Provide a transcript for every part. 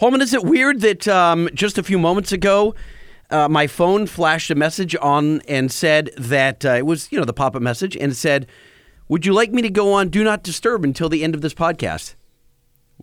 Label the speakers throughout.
Speaker 1: Holman, is it weird that um, just a few moments ago, uh, my phone flashed a message on and said that uh, it was, you know, the pop up message and it said, Would you like me to go on Do Not Disturb until the end of this podcast?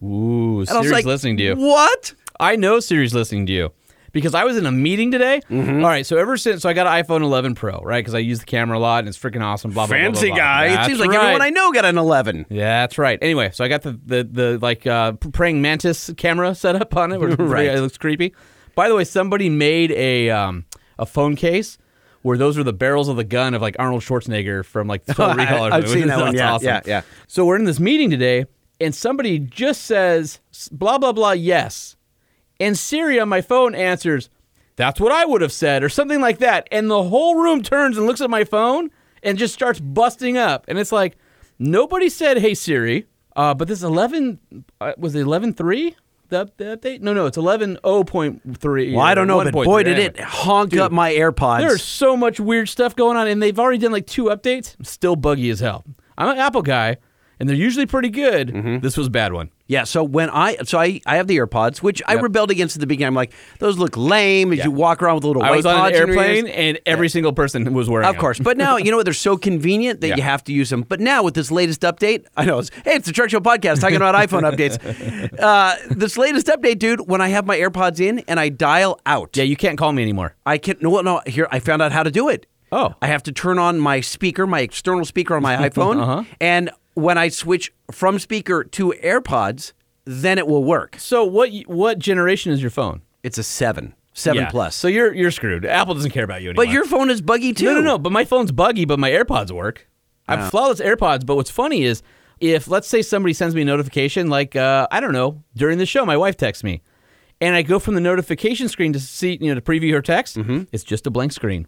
Speaker 2: Ooh,
Speaker 1: And I was
Speaker 2: Siri's
Speaker 1: like,
Speaker 2: listening to you.
Speaker 1: What?
Speaker 2: I know Siri's listening to you because I was in a meeting today.
Speaker 1: Mm-hmm.
Speaker 2: All right, so ever since so I got an iPhone 11 Pro, right? Because I use the camera a lot and it's freaking awesome. Blah blah blah, blah.
Speaker 1: Fancy
Speaker 2: blah.
Speaker 1: guy.
Speaker 2: That's
Speaker 1: it seems like
Speaker 2: right.
Speaker 1: everyone I know got an 11.
Speaker 2: Yeah, that's right. Anyway, so I got the the, the like uh, praying mantis camera set up on it. Where
Speaker 1: Right.
Speaker 2: it looks creepy. By the way, somebody made a um, a phone case where those were the barrels of the gun of like Arnold Schwarzenegger from like Total Recall. or
Speaker 1: I've
Speaker 2: something.
Speaker 1: seen that one.
Speaker 2: That's
Speaker 1: Yeah,
Speaker 2: awesome.
Speaker 1: yeah, yeah.
Speaker 2: So we're in this meeting today, and somebody just says s- blah blah blah yes, and Siri on my phone answers, "That's what I would have said," or something like that, and the whole room turns and looks at my phone and just starts busting up, and it's like nobody said, "Hey Siri," uh, but this eleven uh, was it eleven three. The, up- the update? No, no, it's eleven oh point three.
Speaker 1: Well, I don't know, but boy, did it honk up my AirPods.
Speaker 2: There's so much weird stuff going on, and they've already done like two updates. I'm still buggy as hell. I'm an Apple guy, and they're usually pretty good.
Speaker 1: Mm-hmm.
Speaker 2: This was a bad one.
Speaker 1: Yeah, so when I so I, I have the AirPods, which I rebelled against at the beginning. I'm like, those look lame as you walk around with little
Speaker 2: I
Speaker 1: white
Speaker 2: was on an
Speaker 1: pods in your ears.
Speaker 2: airplane, and every single person was wearing.
Speaker 1: Of
Speaker 2: them.
Speaker 1: course. But now, you know what? They're so convenient that you
Speaker 2: Yeah.
Speaker 1: have to use them. But now, with this latest update, I know it's, hey, it's the Churchill podcast talking about iPhone updates. Uh, this latest update, dude, when I have my AirPods in and I dial out,
Speaker 2: Yeah, you can't call me anymore.
Speaker 1: I can no, well, no, here, I found out how to do it.
Speaker 2: Oh. Uh-huh.
Speaker 1: I have to turn on my speaker, my external speaker on my iPhone. And when I switch from speaker to AirPods, then it will work.
Speaker 2: So what? y- What generation is your phone?
Speaker 1: It's a seven, seven
Speaker 2: Yeah.
Speaker 1: plus.
Speaker 2: So you're you're screwed. Apple doesn't care about you anymore.
Speaker 1: but your phone is buggy too.
Speaker 2: No, no, no. But my phone's buggy, but my AirPods work. I have flawless AirPods. But what's funny is if, let's say, somebody sends me a notification, like, uh, I don't know, during the show, my wife texts me, and I go from the notification screen to see, you know, to preview her text, it's just a blank screen.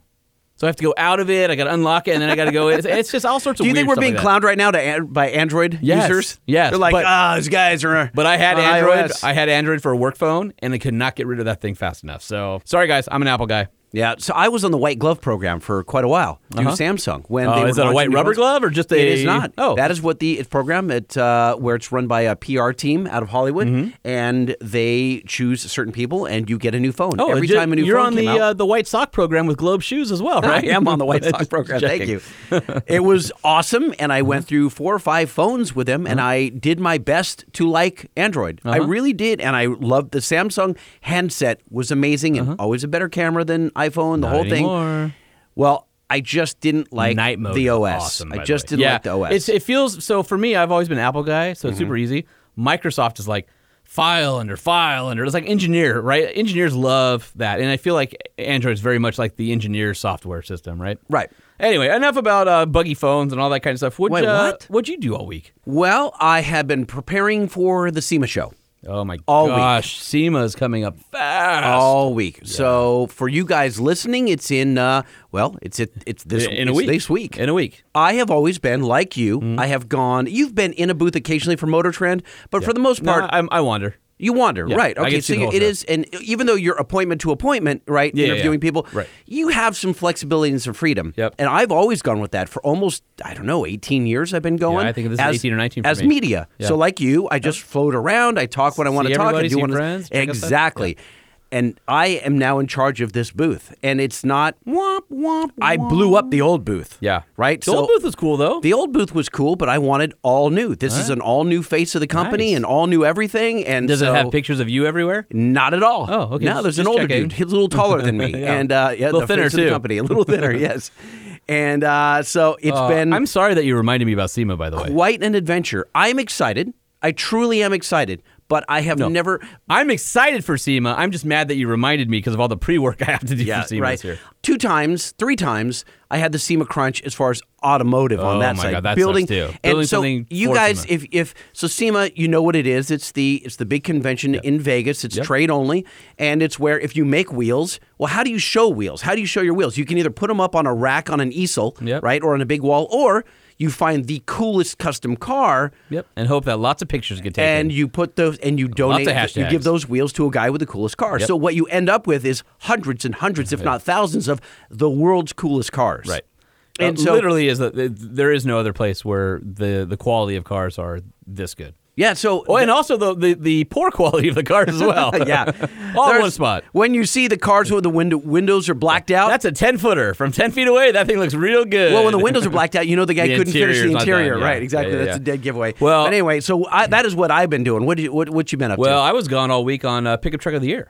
Speaker 2: So I have to go out of it. I got to unlock it, and then I got to go. in. It's, it's just all sorts of
Speaker 1: Do you think we're
Speaker 2: weird
Speaker 1: being
Speaker 2: stuff like
Speaker 1: clowned
Speaker 2: that.
Speaker 1: right now to an- by Android
Speaker 2: Yes,
Speaker 1: users?
Speaker 2: yes,
Speaker 1: they're like,
Speaker 2: but-
Speaker 1: ah, these guys are.
Speaker 2: But I had
Speaker 1: on
Speaker 2: Android.
Speaker 1: iOS."
Speaker 2: I had Android for a work phone, and I could not get rid of that thing fast enough. So sorry, guys, I'm an Apple guy.
Speaker 1: yeah, so I was on the white glove program for quite a while. New Samsung. When
Speaker 2: Oh,
Speaker 1: they
Speaker 2: is
Speaker 1: were
Speaker 2: that a
Speaker 1: launching
Speaker 2: white
Speaker 1: new
Speaker 2: rubber
Speaker 1: ones.
Speaker 2: glove or just a?
Speaker 1: It is not.
Speaker 2: Oh,
Speaker 1: that is what the it's program at uh, where it's run by a PR team out of Hollywood,
Speaker 2: Mm-hmm.
Speaker 1: and they choose certain people, and you get a new phone
Speaker 2: Oh,
Speaker 1: every
Speaker 2: ju-
Speaker 1: time a new
Speaker 2: you're
Speaker 1: phone
Speaker 2: on
Speaker 1: came
Speaker 2: the
Speaker 1: out.
Speaker 2: uh, the White Sock program with Globe Shoes as well, right?
Speaker 1: I am on the White Sox
Speaker 2: Just
Speaker 1: program. Thank
Speaker 2: checking.
Speaker 1: you. It was awesome, and I
Speaker 2: Mm-hmm.
Speaker 1: went through four or five phones with them,
Speaker 2: Uh-huh.
Speaker 1: and I did my best to like Android. I really did, and I loved the Samsung handset was amazing, and always a better camera than iPhone. The
Speaker 2: Uh-huh. Not
Speaker 1: whole
Speaker 2: anymore.
Speaker 1: thing. Well, I just didn't like
Speaker 2: Night mode.
Speaker 1: the
Speaker 2: is
Speaker 1: OS.
Speaker 2: awesome,
Speaker 1: I
Speaker 2: by the Mm-hmm.
Speaker 1: just
Speaker 2: way.
Speaker 1: didn't
Speaker 2: yeah.
Speaker 1: like the OS.
Speaker 2: It's, it feels so for me. I've always been Apple guy, so it's super easy. Microsoft is like file under file under. It's like engineer, right? Engineers love that, and I feel like Android is very much like the engineer software system, right?
Speaker 1: Right.
Speaker 2: Anyway, enough about uh, buggy phones and all that kind of stuff. What'd,
Speaker 1: Wait,
Speaker 2: uh,
Speaker 1: what?
Speaker 2: What'd you do all week?
Speaker 1: well, I have been preparing for the SEMA show.
Speaker 2: Oh my
Speaker 1: All week.
Speaker 2: gosh, SEMA is coming up fast.
Speaker 1: All week. So for you guys listening, it's in uh, well, it's it, it's this
Speaker 2: in a
Speaker 1: it's
Speaker 2: week.
Speaker 1: this week.
Speaker 2: In a week.
Speaker 1: I have always been like you.
Speaker 2: Mm-hmm.
Speaker 1: I have gone. You've been in a booth occasionally for Motor Trend, but for the most
Speaker 2: No,
Speaker 1: part,
Speaker 2: I, I wander.
Speaker 1: you wander, right?
Speaker 2: I
Speaker 1: Okay,
Speaker 2: get to
Speaker 1: so
Speaker 2: see the
Speaker 1: you,
Speaker 2: whole
Speaker 1: it
Speaker 2: show.
Speaker 1: is, and even though you're appointment to appointment, right?
Speaker 2: Yeah, yeah,
Speaker 1: interviewing
Speaker 2: yeah.
Speaker 1: people,
Speaker 2: Right.
Speaker 1: You have some flexibility and some freedom.
Speaker 2: Yep.
Speaker 1: And I've always gone with that for almost I don't know, 18 years. I've been going.
Speaker 2: I think this is 18 or 19 for
Speaker 1: as
Speaker 2: me.
Speaker 1: media.
Speaker 2: Yeah.
Speaker 1: So like you, I just float around. I talk when I want to
Speaker 2: See
Speaker 1: talk. I
Speaker 2: everybody,
Speaker 1: do
Speaker 2: see
Speaker 1: want
Speaker 2: friends, check out stuff.
Speaker 1: exactly. And I am now in charge of this booth, and it's not. Womp womp. I blew up the old booth.
Speaker 2: Yeah.
Speaker 1: Right.
Speaker 2: The old
Speaker 1: So-
Speaker 2: booth was cool though.
Speaker 1: the old booth was cool, but I wanted all new. This is an all new face of the company
Speaker 2: Nice.
Speaker 1: and all new everything. And
Speaker 2: Does
Speaker 1: so,
Speaker 2: it have pictures of you everywhere?
Speaker 1: Not at all.
Speaker 2: Oh, okay.
Speaker 1: No,
Speaker 2: Just-
Speaker 1: there's an
Speaker 2: just
Speaker 1: older
Speaker 2: checking.
Speaker 1: dude. He's a little taller than me,
Speaker 2: Yeah.
Speaker 1: and uh, yeah,
Speaker 2: Little
Speaker 1: the
Speaker 2: thinner,
Speaker 1: face of the
Speaker 2: too.
Speaker 1: company, a little thinner, yes. And uh, so it's
Speaker 2: Uh,
Speaker 1: been
Speaker 2: I'm sorry that you reminded me about SEMA, by the way.
Speaker 1: quite an adventure. I'm excited. I truly am excited, but I have never.
Speaker 2: I'm excited for SEMA. I'm just mad that you reminded me because of all the pre-work I have to do for SEMA
Speaker 1: right.
Speaker 2: this year.
Speaker 1: Two times, three times, I had the SEMA crunch as far as automotive on
Speaker 2: Oh
Speaker 1: that
Speaker 2: my
Speaker 1: side.
Speaker 2: God, that
Speaker 1: building,
Speaker 2: sucks, too.
Speaker 1: And
Speaker 2: Building
Speaker 1: so
Speaker 2: something
Speaker 1: you
Speaker 2: for
Speaker 1: guys,
Speaker 2: SEMA.
Speaker 1: if if so, SEMA, you know what it is. It's the it's the big convention in Vegas. It's trade only, and it's where if you make wheels, well, how do you show wheels? How do you show your wheels? You can either put them up on a rack on an easel,
Speaker 2: Yep.
Speaker 1: right, or on a big wall, or you find the coolest custom car
Speaker 2: Yep. And hope that lots of pictures get taken.
Speaker 1: and you put those and you donate
Speaker 2: Lots of
Speaker 1: you
Speaker 2: hashtags.
Speaker 1: give those wheels to a guy with the coolest car so what you end up with is hundreds and hundreds if not thousands of the world's coolest cars
Speaker 2: right. Uh,
Speaker 1: and
Speaker 2: And
Speaker 1: so
Speaker 2: literally is that there is no other place where the the quality of cars are this good.
Speaker 1: Yeah, so
Speaker 2: Oh, and also the, the, the poor quality of the cars as well.
Speaker 1: yeah,
Speaker 2: all in
Speaker 1: There's-
Speaker 2: one spot.
Speaker 1: When you see the cars where the window windows are blacked out,
Speaker 2: That's a ten footer from ten feet away. That thing looks real good.
Speaker 1: Oh. well, when the windows are blacked out, you know the guy
Speaker 2: The
Speaker 1: couldn't finish the
Speaker 2: interior's not done,
Speaker 1: interior,
Speaker 2: yeah.
Speaker 1: right? Exactly,
Speaker 2: Yeah, yeah,
Speaker 1: that's
Speaker 2: yeah.
Speaker 1: a dead giveaway.
Speaker 2: Well-
Speaker 1: but anyway, so I, that is what I've been doing. What do you, what what you been up
Speaker 2: well,
Speaker 1: to?
Speaker 2: I was gone all week on uh, pickup truck of the year.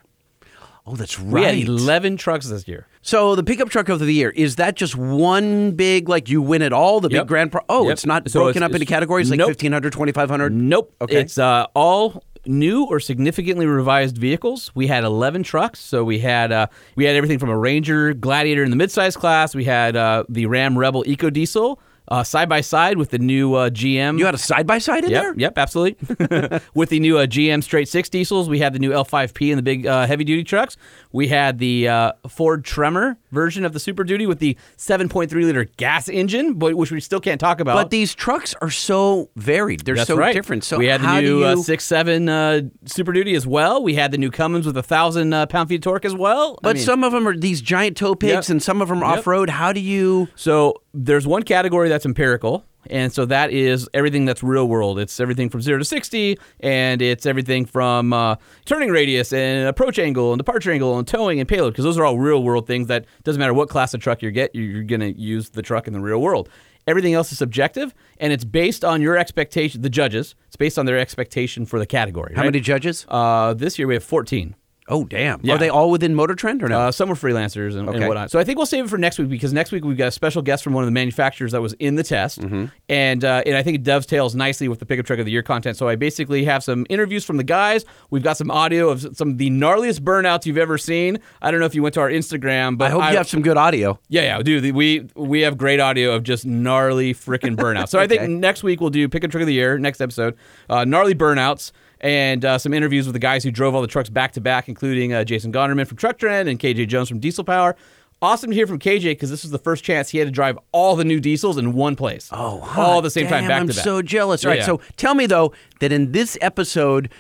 Speaker 1: Oh, that's
Speaker 2: We
Speaker 1: right.
Speaker 2: had eleven trucks this year.
Speaker 1: so the pickup truck of the year is that just one big like you win it all the
Speaker 2: Yep.
Speaker 1: big grand pro? Oh,
Speaker 2: Yep.
Speaker 1: it's not
Speaker 2: So
Speaker 1: broken
Speaker 2: it's-
Speaker 1: up into
Speaker 2: it's-
Speaker 1: categories like
Speaker 2: nope.
Speaker 1: 1500, 2500?
Speaker 2: Nope.
Speaker 1: Okay.
Speaker 2: It's uh, all new or significantly revised vehicles. We had 11 trucks, so we had uh, we had everything from a Ranger, Gladiator in the midsize class. We had uh, the Ram Rebel Eco Diesel uh, side by side with the new uh, GM.
Speaker 1: You had a side by side in
Speaker 2: Yep,
Speaker 1: there.
Speaker 2: yep, absolutely. With the new uh, GM straight six diesels, we had the new L5P and the big uh, heavy duty trucks. We had the uh, Ford Tremor version of the Super Duty with the 7.3 liter gas engine, but which we still can't talk about.
Speaker 1: But these trucks are so varied; they're
Speaker 2: That's
Speaker 1: so
Speaker 2: right.
Speaker 1: different. So
Speaker 2: we had
Speaker 1: how
Speaker 2: the new
Speaker 1: do you?
Speaker 2: uh, six seven uh, Super Duty as well. We had the new Cummins with a thousand uh, pound feet of torque as well. I
Speaker 1: but
Speaker 2: mean-
Speaker 1: some of them are these giant tow pigs,
Speaker 2: Yep.
Speaker 1: and some of them are
Speaker 2: Yep.
Speaker 1: off road. How do you?
Speaker 2: So there's one category that's empirical, and so that is everything that's real world. It's everything from zero to sixty, and it's everything from uh, turning radius and approach angle and departure angle and towing and payload because those are all real world things that doesn't matter what class of truck you get, you- you're gonna use the truck in the real world. Everything else is subjective, and it's based on your expectation. The judges, it's based on their expectation for the category.
Speaker 1: How
Speaker 2: right?
Speaker 1: many judges?
Speaker 2: Uh, this year we have 14.
Speaker 1: Oh, damn.
Speaker 2: Yeah.
Speaker 1: Are they all within Motor Trend or no?
Speaker 2: Uh, some were freelancers and, and
Speaker 1: Okay.
Speaker 2: whatnot. So I think we'll save it for next week because next week we've got a special guest from one of the manufacturers that was in the test,
Speaker 1: Mm-hmm.
Speaker 2: and uh, and I think it dovetails nicely with the pickup truck of the year content. So I basically have some interviews from the guys. We've got some audio of s- some of the gnarliest burnouts you've ever seen. I don't know if you went to our Instagram, but
Speaker 1: I hope you have some good audio.
Speaker 2: Yeah, yeah, dude. We we have great audio of just gnarly freaking burnouts. So I think
Speaker 1: Okay.
Speaker 2: next week we'll do pick and trick of the year. Next episode, uh, gnarly burnouts and uh, some interviews with the guys who drove all the trucks back to back, including uh, Jason Gonderman from Truck Trend and KJ Jones from Diesel Power. Awesome to hear from KJ because this was the first chance he had to drive all the new diesels in one place.
Speaker 1: Oh,
Speaker 2: all
Speaker 1: hot
Speaker 2: the same time
Speaker 1: damn,
Speaker 2: back
Speaker 1: I'm
Speaker 2: to back.
Speaker 1: so jealous. All right,
Speaker 2: Yeah.
Speaker 1: so tell me though that in this episode,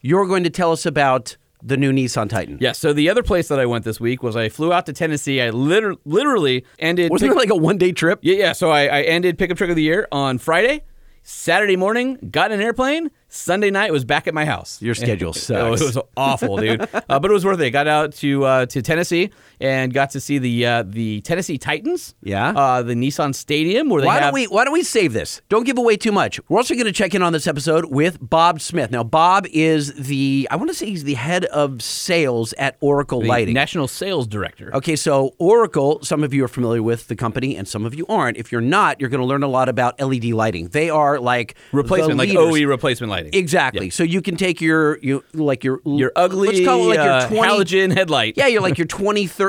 Speaker 1: you're going to tell us about the new Nissan Titan.
Speaker 2: yeah. So the other place that I went this week was I flew out to Tennessee. I liter- literally ended.
Speaker 1: Wasn't
Speaker 2: pick-
Speaker 1: it like a one day trip?
Speaker 2: Yeah, yeah. So I, I ended pickup truck of the year on Friday. Saturday morning, got in an airplane. Sunday night was back at my house.
Speaker 1: Your schedule
Speaker 2: Oh,
Speaker 1: sucks.
Speaker 2: it was awful, dude. Uh, but it was worth it. Got out to uh, to Tennessee and got to see the uh, the Tennessee Titans.
Speaker 1: Yeah.
Speaker 2: Uh, the Nissan Stadium where they
Speaker 1: Why
Speaker 2: have.
Speaker 1: don't we why don't we save this? Don't give away too much. We're also going to check in on this episode with Bob Smith. Now Bob is the I want to say he's the head of sales at Oracle
Speaker 2: the
Speaker 1: Lighting.
Speaker 2: National Sales Director.
Speaker 1: Okay, so Oracle, some of you are familiar with the company and some of you aren't. If you're not, you're going to learn a lot about LED lighting. They are like the
Speaker 2: Replacement, like E,
Speaker 1: leaders.
Speaker 2: OE replacement lighting.
Speaker 1: Exactly. So you can take your you like your
Speaker 2: Your ugly
Speaker 1: Let's call it like
Speaker 2: uh,
Speaker 1: your 20
Speaker 2: halogen headlight.
Speaker 1: Yeah, you're like your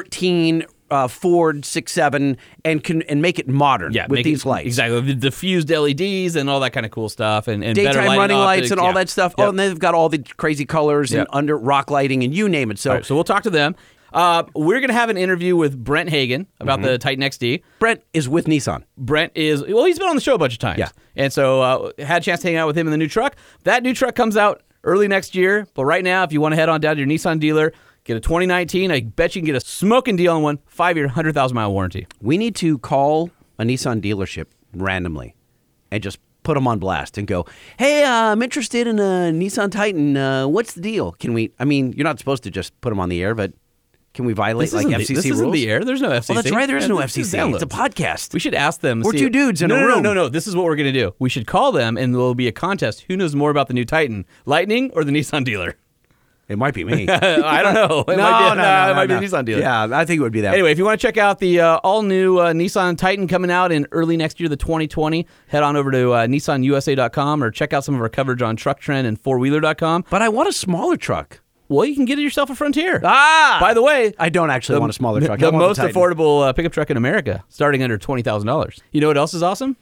Speaker 1: 2013 uh, Ford 67 and can and make it modern
Speaker 2: Yeah,
Speaker 1: with
Speaker 2: make it-
Speaker 1: these lights.
Speaker 2: Exactly. The diffused LEDs and all that kind of cool stuff and, and better
Speaker 1: Daytime
Speaker 2: lighting
Speaker 1: running lights and
Speaker 2: optics.
Speaker 1: all
Speaker 2: Yeah.
Speaker 1: that stuff.
Speaker 2: Yep.
Speaker 1: Oh, and they've got all the crazy colors and
Speaker 2: Yep.
Speaker 1: under rock lighting and you name it. So,
Speaker 2: All right, so we'll talk to them. Uh, we're going to have an interview with Brent Hagen about the Titan XD.
Speaker 1: Brent is with Nissan.
Speaker 2: Brent is, well, he's been on the show a bunch of times.
Speaker 1: Yeah.
Speaker 2: And so uh, had a chance to hang out with him in the new truck. That new truck comes out early next year. But right now, if you want to head on down to your Nissan dealer, get a 2019. I bet you can get a smoking deal on one, five year, 100,000 mile warranty.
Speaker 1: We need to call a Nissan dealership randomly and just put them on blast and go, "Hey, uh, I'm interested in a Nissan Titan. Uh, what's the deal? Can we? I mean, you're not supposed to just put them on the air, but can we violate like
Speaker 2: isn't
Speaker 1: FCC
Speaker 2: the, this
Speaker 1: rules?
Speaker 2: isn't the air. There's no FCC.
Speaker 1: Well, that's right. There is
Speaker 2: Yeah,
Speaker 1: no
Speaker 2: this is
Speaker 1: FCC. It's a
Speaker 2: downloads.
Speaker 1: podcast.
Speaker 2: We should ask them.
Speaker 1: We're
Speaker 2: see-
Speaker 1: two dudes in
Speaker 2: no,
Speaker 1: a
Speaker 2: no,
Speaker 1: room.
Speaker 2: No, no, no. This is what we're gonna do. We should call them, and there'll be a contest. Who knows more about the new Titan, Lightning, or the Nissan dealer?
Speaker 1: It might be me.
Speaker 2: I don't know.
Speaker 1: no, no,
Speaker 2: It might be,
Speaker 1: no,
Speaker 2: nah, it
Speaker 1: no,
Speaker 2: might
Speaker 1: no.
Speaker 2: be the Nissan dealer.
Speaker 1: Yeah, I think it would be that.
Speaker 2: Anyway, if you want to check out the uh, all new uh, Nissan Titan coming out in early next year, the 2020, head on over to uh, nissanusa.com or check out some of our coverage on Truck Trend and fourwheeler.com.
Speaker 1: but I want a smaller truck.
Speaker 2: Well, you can get yourself a Frontier.
Speaker 1: Ah,
Speaker 2: By the way,
Speaker 1: I don't actually want a smaller
Speaker 2: the,
Speaker 1: truck.
Speaker 2: the
Speaker 1: I want
Speaker 2: most
Speaker 1: Titan.
Speaker 2: affordable uh, pickup truck in America, starting under twenty thousand dollars. You know what else is awesome?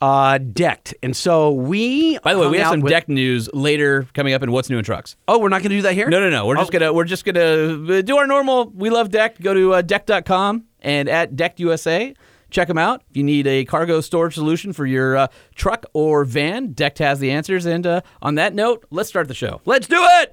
Speaker 1: uh, decked. And so we.
Speaker 2: By the way, we
Speaker 1: hung
Speaker 2: have
Speaker 1: out
Speaker 2: some
Speaker 1: with-
Speaker 2: deck news later coming up in what's new in trucks.
Speaker 1: Oh, we're not going to do that here.
Speaker 2: No, no, no. We're just
Speaker 1: Oh.
Speaker 2: gonna we're just gonna uh, do our normal. We love deck. Go to uh, deck.com and at deck USA. Check them out. If you need a cargo storage solution for your uh, truck or van, Decked has the answers. And uh, on that note, let's start the show.
Speaker 1: Let's do it.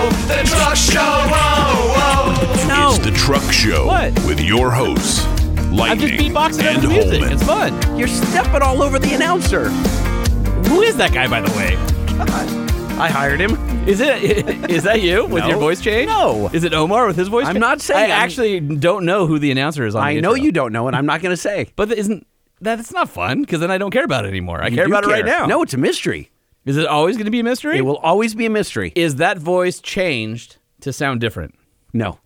Speaker 3: the truck show. Whoa, whoa.
Speaker 2: No.
Speaker 4: It's the Truck Show
Speaker 2: What?
Speaker 4: Oh, with your hosts,
Speaker 2: I'm just
Speaker 4: Lightning
Speaker 2: beatboxing
Speaker 4: and
Speaker 2: over the music.
Speaker 4: Holman.
Speaker 2: It's fun.
Speaker 1: You're stepping all over the announcer.
Speaker 2: Who is that guy, by the way?
Speaker 1: I hired him.
Speaker 2: Is it? Is that you with
Speaker 1: No.
Speaker 2: your voice change?
Speaker 1: No.
Speaker 2: Is it Omar with his voice?
Speaker 1: I'm
Speaker 2: change?
Speaker 1: not saying-
Speaker 2: I
Speaker 1: I'm-
Speaker 2: actually don't know who the announcer is. on
Speaker 1: I
Speaker 2: the
Speaker 1: know
Speaker 2: intro.
Speaker 1: you don't know, and I'm not going to say.
Speaker 2: But that isn't that's not fun because then I don't care about it anymore. I care
Speaker 1: You
Speaker 2: about
Speaker 1: care.
Speaker 2: it right now.
Speaker 1: No, it's a mystery.
Speaker 2: Is it always going to be a mystery?
Speaker 1: It will always be a mystery.
Speaker 2: Is that voice changed to sound different?
Speaker 1: No.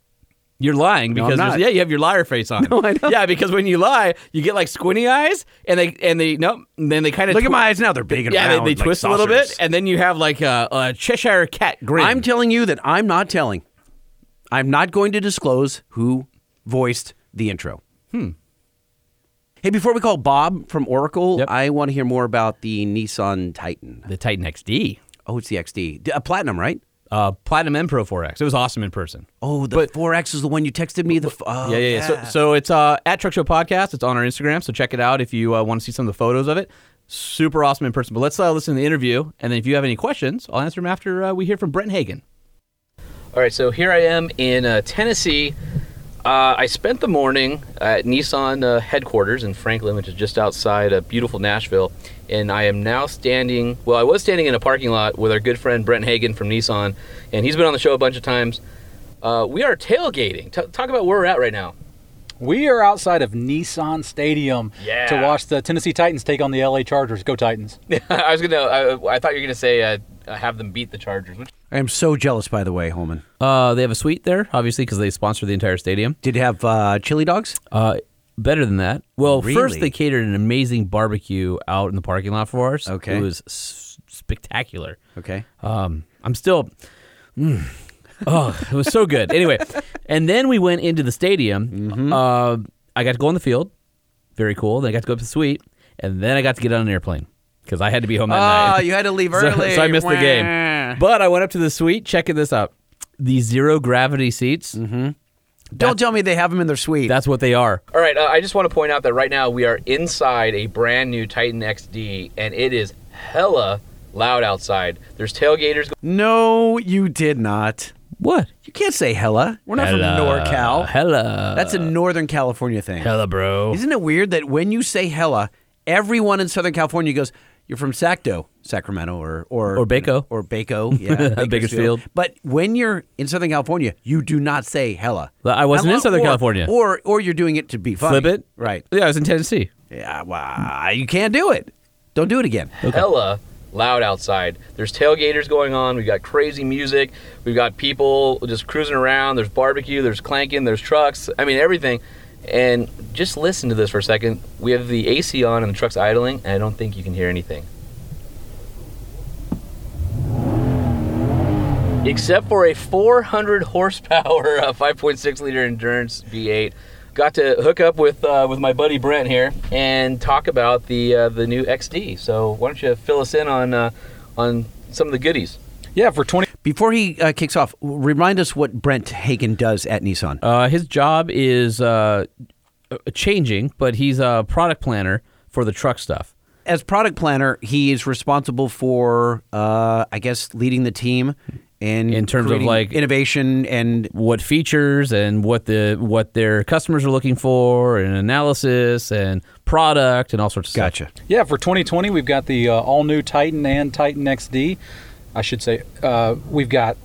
Speaker 2: You're lying because
Speaker 1: not.
Speaker 2: there's- yeah, you have your liar face on.
Speaker 1: No, I know.
Speaker 2: Yeah, because when you lie, you get like squinty eyes, and they and they nope, and then they kind of
Speaker 1: Look at my eyes now. They're big and
Speaker 2: yeah,
Speaker 1: round.
Speaker 2: they, they
Speaker 1: like
Speaker 2: twist a little bit,
Speaker 1: saucers.
Speaker 2: and then you have like a, a Cheshire cat grin.
Speaker 1: I'm telling you that I'm not telling. I'm not going to disclose who voiced the intro. Hmm. Hey, before we call Bob from Oracle,
Speaker 2: Yep.
Speaker 1: I want to hear more about the Nissan Titan.
Speaker 2: the Titan XD,
Speaker 1: Oh, it's the XD. D- A platinum, right?
Speaker 2: uh, Platinum M Pro 4X. It was awesome in person.
Speaker 1: Oh, the
Speaker 2: But-
Speaker 1: 4X is the one you texted me. The f- oh,
Speaker 2: yeah, yeah, yeah. So, so it's uh, at Truck Show Podcast. It's on our Instagram, so check it out if you uh, want to see some of the photos of it. Super awesome in person. But let's uh, listen to the interview, and then if you have any questions, I'll answer them after uh, we hear from Brent Hagen. All right, so here I am in uh, Tennessee. Uh, I spent the morning at Nissan uh, headquarters in Franklin, which is just outside uh, beautiful Nashville. And I am now standing, well, I was standing in a parking lot with our good friend Brent Hagen from Nissan, and he's been on the show a bunch of times. Uh, we are tailgating. T- talk about where we're at right now.
Speaker 5: We are outside of Nissan Stadium
Speaker 2: Yeah.
Speaker 5: to watch the Tennessee Titans take on the LA Chargers. Go Titans.
Speaker 2: I was gonna. I, I thought you were gonna say uh, have them beat the Chargers.
Speaker 1: I am so jealous, by the way, Holman.
Speaker 2: Uh, they have a suite there, obviously, because they sponsor the entire stadium.
Speaker 1: Did it have uh, chili dogs?
Speaker 2: Uh, better than that. Well,
Speaker 1: Really?
Speaker 2: first they catered an amazing barbecue out in the parking lot for us.
Speaker 1: Okay.
Speaker 2: it was s- spectacular.
Speaker 1: Okay.
Speaker 2: Um, I'm still. mm. oh, it was so good. Anyway, and then we went into the stadium.
Speaker 1: Mm-hmm.
Speaker 2: Uh, I got to go on the field. Very cool. Then I got to go up to the suite, and then I got to get on an airplane because I had to be home that night.
Speaker 1: Ah, you had to leave
Speaker 2: So-
Speaker 1: early.
Speaker 2: So, I missed the
Speaker 1: Wah.
Speaker 2: game. But I went up to the suite, checking this out. These zero gravity seats,
Speaker 1: Mm-hmm. Don't tell me they have them in their suite.
Speaker 2: that's what they are.
Speaker 6: All right, uh, I just want to point out that right now we are inside a brand new Titan XD, and it is hella loud outside. There's tailgaters.
Speaker 1: No, you did not.
Speaker 2: What?
Speaker 1: You can't say hella. We're not
Speaker 2: Hella.
Speaker 1: from NorCal.
Speaker 2: Hella.
Speaker 1: That's a Northern California thing.
Speaker 2: hella, bro.
Speaker 1: Isn't it weird that when you say hella, everyone in Southern California goes, "You're from Sacto, Sacramento, or or
Speaker 2: Or Baco.
Speaker 1: or Baco, yeah,
Speaker 2: Bakersfield.
Speaker 1: But when you're in Southern California, you do not say hella.
Speaker 2: Well, I wasn't in
Speaker 1: Unless-
Speaker 2: Southern
Speaker 1: or-
Speaker 2: California.
Speaker 1: or or you're doing it to be funny.
Speaker 2: Flip it.
Speaker 1: right?
Speaker 2: Yeah, I was in Tennessee.
Speaker 1: Yeah, wow, you can't do it. Don't do it again.
Speaker 6: Hella loud outside. There's tailgaters going on. We've got crazy music. We've got people just cruising around. There's barbecue. There's clanking. There's trucks. I mean, everything. And just listen to this for a second. We have the AC on and the truck's idling, and I don't think you can hear anything. except for a 400 horsepower uh, 5.6 liter endurance V8. Got to hook up with uh, with my buddy Brent here and talk about the uh, the new XD. So why don't you fill us in on uh, on some of the goodies?
Speaker 5: Yeah, for 20
Speaker 1: Before he uh, kicks off, remind us what Brent Hagen does at Nissan.
Speaker 2: Uh, his job is uh, uh, changing, but he's a product planner for the truck stuff.
Speaker 1: as product planner, he is responsible for, uh, I guess, leading the team and
Speaker 2: In terms of,
Speaker 1: creating
Speaker 2: like-
Speaker 1: innovation and
Speaker 2: What features and what the what their customers are looking for, and analysis and product and all sorts of
Speaker 1: gotcha.
Speaker 2: stuff.
Speaker 5: Yeah, for 2020, we've got the uh, all new Titan and Titan XD. I should say uh, we've got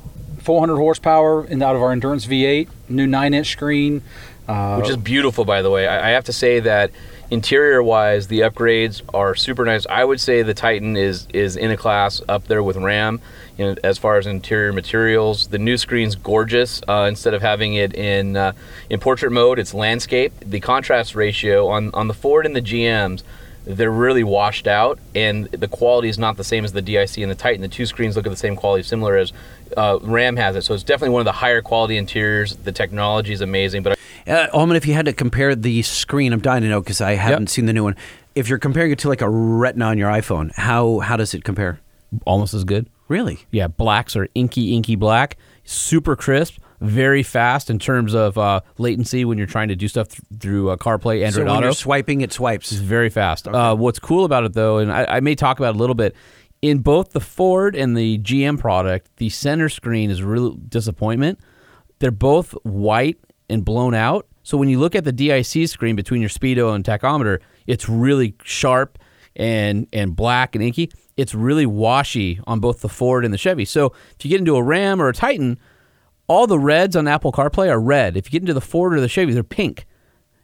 Speaker 5: 400 horsepower and out of our endurance V8, new nine inch screen. Uh,
Speaker 6: which is beautiful by the way i, I have to say that interior wise the upgrades are super nice i would say the titan is is in a class up there with ram you know, as far as interior materials the new screen's gorgeous uh, instead of having it in uh, in portrait mode it's landscape the contrast ratio on on the ford and the gms they're really washed out and the quality is not the same as the dic and the titan the two screens look at the same quality similar as uh, ram has it so it's definitely one of the higher quality interiors the technology is amazing but
Speaker 1: Uh, Alman, if you had to compare the screen, I'm dying to know because I haven't seen the new one. If you're comparing it to like a retina on your iPhone, how how does it compare?
Speaker 2: Almost as good.
Speaker 1: Really?
Speaker 2: Yeah, blacks are inky, inky black, super crisp, very fast in terms of uh, latency when you're trying to do stuff th- through uh, CarPlay,
Speaker 1: So
Speaker 2: Android
Speaker 1: when
Speaker 2: Auto.
Speaker 1: you're swiping, it swipes.
Speaker 2: It's very fast. Uh, what's cool about it, though, and I, I may talk about it a little bit, in both the Ford and the GM product, the center screen is a real disappointment. They're both white and blown out. So when you look at the DIC screen between your speedo and tachometer, it's really sharp and and black and inky. It's really washy on both the Ford and the Chevy. So if you get into a Ram or a Titan, all the reds on Apple CarPlay are red. If you get into the Ford or the Chevy, they're pink.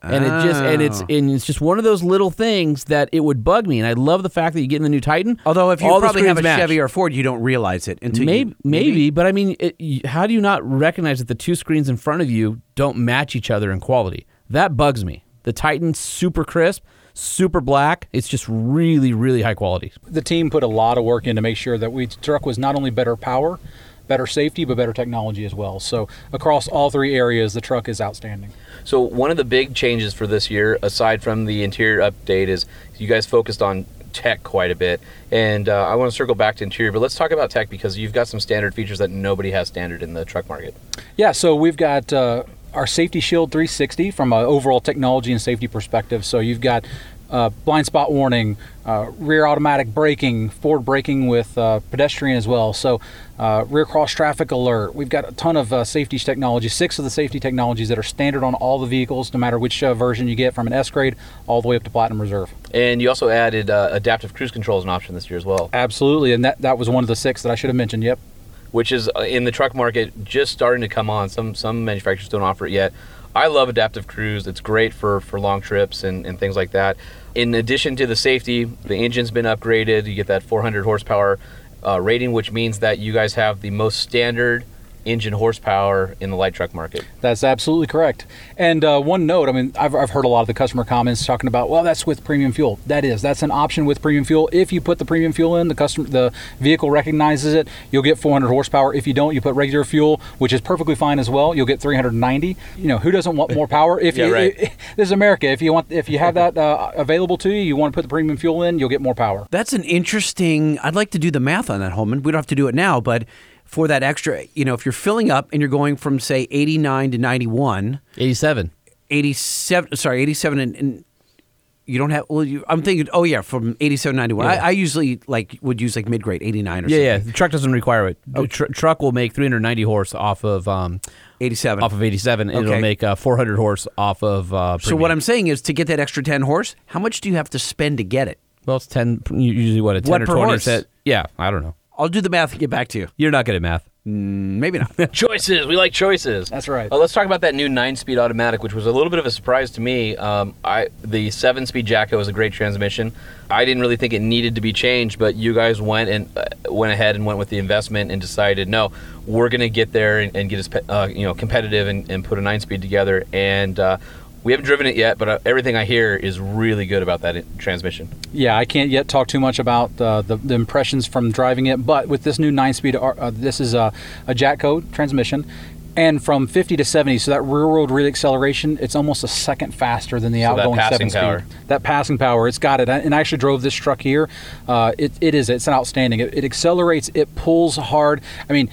Speaker 2: And it just and it's
Speaker 1: Oh.
Speaker 2: and it's just one of those little things that it would bug me. And I love the fact that you get in the new Titan.
Speaker 1: Although if you
Speaker 2: all the
Speaker 1: probably have a
Speaker 2: screens match.
Speaker 1: Chevy or Ford, you don't realize it until
Speaker 2: Maybe,
Speaker 1: you,
Speaker 2: maybe, but I mean, it, y- how do you not recognize that the two screens in front of you don't match each other in quality? That bugs me. The Titan's super crisp, super black. It's just really, really high quality.
Speaker 5: The team put a lot of work in to make sure that we truck was not only better power, better safety, but better technology as well. So across all three areas, the truck is outstanding.
Speaker 6: So one of the big changes for this year, aside from the interior update, is you guys focused on tech quite a bit, and uh, I want to circle back to interior. But let's talk about tech because you've got some standard features that nobody has standard in the truck market.
Speaker 5: Yeah, so we've got uh, our Safety Shield 360 from an overall technology and safety perspective. So you've got uh, blind spot warning, uh, rear automatic braking, forward braking with uh, pedestrian as well. So uh, rear cross traffic alert. We've got a ton of uh, safety technology, six of the safety technologies that are standard on all the vehicles, no matter which uh, version you get from an S grade all the way up to Platinum Reserve.
Speaker 6: And you also added uh, adaptive cruise control as an option this year as well,
Speaker 5: Absolutely, and that, that was one of the six that I should have mentioned. Yep.
Speaker 6: which is uh, in the truck market just starting to come on. Some some manufacturers don't offer it yet. I love adaptive cruise. It's great for, for long trips and, and things like that. In addition to the safety, the engine's been upgraded. You get that 400 horsepower uh, rating, which means that you guys have the most standard engine horsepower in the light truck market.
Speaker 5: That's absolutely correct. And uh, one note, I mean, I've, I've heard a lot of the customer comments talking about, well, that's with premium fuel. That is, that's an option with premium fuel. If you put the premium fuel in, the customer, the vehicle recognizes it. You'll get 400 horsepower. If you don't, you put regular fuel, which is perfectly fine as well. You'll get 390. You know, who doesn't want more power? If
Speaker 6: Yeah,
Speaker 5: you,
Speaker 6: right.
Speaker 5: this is America. If you want, if you have that uh, available to you, you want to put the premium fuel in, you'll get more power.
Speaker 1: That's an interesting. I'd like to do the math on that, Holman. We don't have to do it now, but for that extra, you know, if you're filling up and you're going from say 89 to 91,
Speaker 2: 87.
Speaker 1: 87 sorry 87 and, and you don't have well you, i'm thinking oh yeah from 87 91 I, I usually like would use like mid-grade 89 or
Speaker 2: Yeah, yeah.
Speaker 1: something
Speaker 2: The truck doesn't require it. The tr- truck will make 390 horse off of um,
Speaker 1: 87
Speaker 2: off of 87, and
Speaker 1: Okay.
Speaker 2: it'll make uh, 400 horse off of. Uh,
Speaker 1: so what i'm saying is to get that extra 10 horse how much do you have to spend to get it
Speaker 2: well, it's 10. Usually, what a 10
Speaker 1: What
Speaker 2: or
Speaker 1: per
Speaker 2: 20
Speaker 1: horse?
Speaker 2: set. Yeah, I don't know.
Speaker 1: i'll do the math and get back to you
Speaker 2: You're not good at math.
Speaker 1: maybe not
Speaker 6: Choices. We like choices.
Speaker 5: That's right.
Speaker 6: Uh, let's talk about that new nine-speed automatic, which was a little bit of a surprise to me. Um, I the seven-speed Jacko is a great transmission. I didn't really think it needed to be changed, but you guys went and uh, went ahead and went with the investment and decided, no, we're going to get there and, and get us pe- uh, you know competitive and, and put a nine-speed together. And uh, we haven't driven it yet, but uh, everything I hear is really good about that i- transmission.
Speaker 5: Yeah, I can't yet talk too much about uh, the, the impressions from driving it, but with this new nine-speed, R- uh, this is a, a Jatco transmission, and from 50 to 70, so that rear world rear acceleration, it's almost a second faster than the
Speaker 6: So that
Speaker 5: outgoing
Speaker 6: passing
Speaker 5: seven-speed.
Speaker 6: power.
Speaker 5: That passing power, it's got it. And I actually drove this truck here. Uh, it, it is, it's an outstanding. It, it accelerates, it pulls hard. I mean,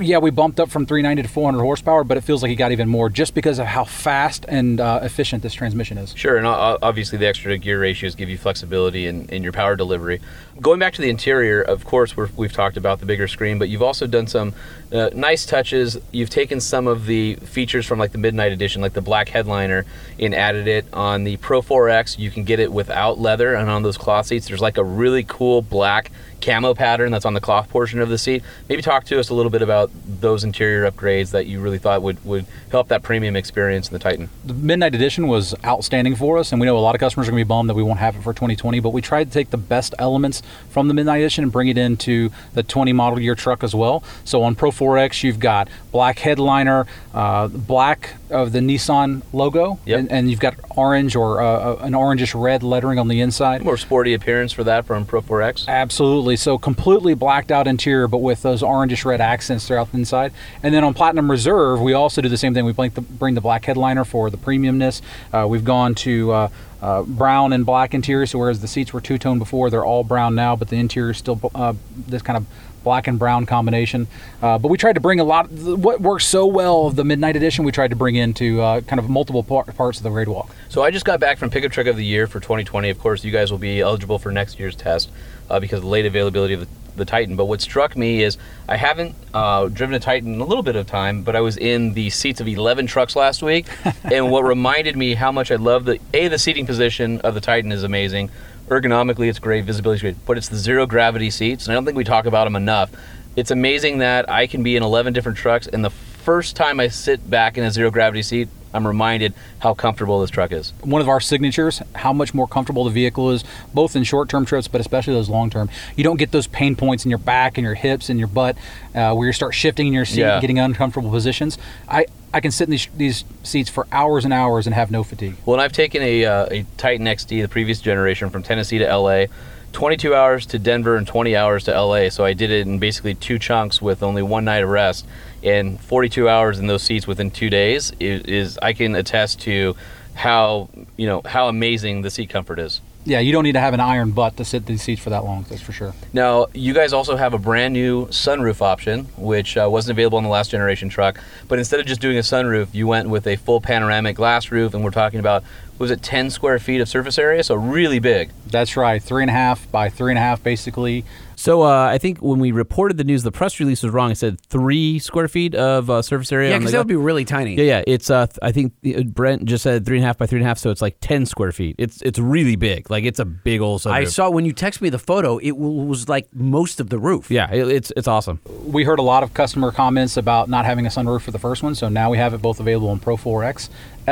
Speaker 5: yeah, we bumped up from 390 to 400 horsepower, but it feels like it got even more just because of how fast and uh, efficient this transmission is.
Speaker 6: Sure, and o- obviously the extra gear ratios give you flexibility in, in your power delivery. Going back to the interior, of course, we're, we've talked about the bigger screen, but you've also done some uh, nice touches. You've taken some of the features from like the Midnight Edition, like the black headliner, and added it on the Pro 4X. You can get it without leather, and on those cloth seats, there's like a really cool black camo pattern that's on the cloth portion of the seat. Maybe talk to us a little bit about those interior upgrades that you really thought would, would help that premium experience in the Titan.
Speaker 5: the Midnight Edition was outstanding for us, and we know a lot of customers are going to be bummed that we won't have it for 2020. But we tried to take the best elements from the Midnight Edition and bring it into the 20 model year truck as well. So on Pro 4X, you've got black headliner, uh, black of the Nissan logo,
Speaker 6: Yep.
Speaker 5: and, and you've got orange or uh, an orangish red lettering on the inside.
Speaker 6: More sporty appearance for that from Pro 4X.
Speaker 5: Absolutely. So completely blacked out interior, but with those orangish red accents headlines throughout the inside. And then on Platinum Reserve, we also do the same thing. We bring the, bring the black headliner for the premiumness. Uh, we've gone to uh, uh, brown and black interior. So whereas the seats were two tone before, they're all brown now, but the interior is still uh, this kind of black and brown combination. Uh, but we tried to bring a lot. What works so well of the Midnight Edition, we tried to bring into uh, kind of multiple par- parts of the grade walk.
Speaker 6: So I just got back from Pickup Truck of the Year for 2020. Of course, you guys will be eligible for next year's test uh, because of the late availability of the, the Titan. But what struck me is I haven't uh, driven a Titan in a little bit of time, but I was in the seats of 11 trucks last week, and what reminded me how much I love the a the seating position of the Titan is amazing. Ergonomically, it's great. Visibility is great, but it's the zero gravity seats, and I don't think we talk about them enough. It's amazing that I can be in 11 different trucks, and the first time I sit back in a zero gravity seat, I'm reminded how comfortable this truck is.
Speaker 5: one of our signatures how much more comfortable the vehicle is both in short-term trips but especially those long-term you don't get those pain points in your back and your hips and your butt uh, where you start shifting in your seat
Speaker 6: Yeah.
Speaker 5: and getting uncomfortable positions i I can sit in these, these seats for hours and hours and have no fatigue.
Speaker 6: Well, and I've taken a, uh, a Titan XD, the previous generation, from Tennessee to LA, 22 hours to Denver and 20 hours to LA. So I did it in basically two chunks with only one night of rest, and 42 hours in those seats within two days is, is I can attest to how you know how amazing the seat comfort is.
Speaker 5: Yeah, you don't need to have an iron butt to sit in these seats for that long. That's for sure.
Speaker 6: Now, you guys also have a brand new sunroof option, which uh, wasn't available on the last generation truck. But instead of just doing a sunroof, you went with a full panoramic glass roof, and we're talking about was it 10 square feet of surface area? So really big.
Speaker 5: That's right, three and a half by three and a half, basically.
Speaker 7: So uh, I think when we reported the news, the press release was wrong. It said three square feet of uh, surface area.
Speaker 1: Yeah,
Speaker 7: on the
Speaker 1: because that would be really tiny.
Speaker 7: Yeah, yeah. It's uh, th- I think uh, Brent just said three and a half by three and a half, so it's like ten square feet. It's it's really big. Like it's a big old sunroof.
Speaker 1: I saw when you text me the photo, it w- was like most of the roof.
Speaker 7: Yeah, it, it's it's awesome.
Speaker 5: we heard a lot of customer comments about not having a sunroof for the first one, so now we have it both available in Pro 4X,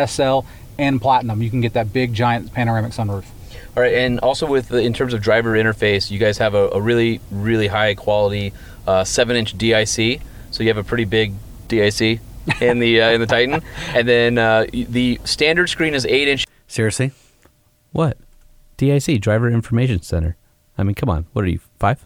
Speaker 5: SL, and Platinum. You can get that big, giant panoramic sunroof.
Speaker 6: All right, and also with the, in terms of driver interface, you guys have a, a really really high quality uh, seven inch DIC. So you have a pretty big DIC in the uh, in the Titan, and then uh, y- the standard screen is eight inch.
Speaker 1: Seriously?
Speaker 7: What? DIC Driver Information Center. I mean, come on. What are you five?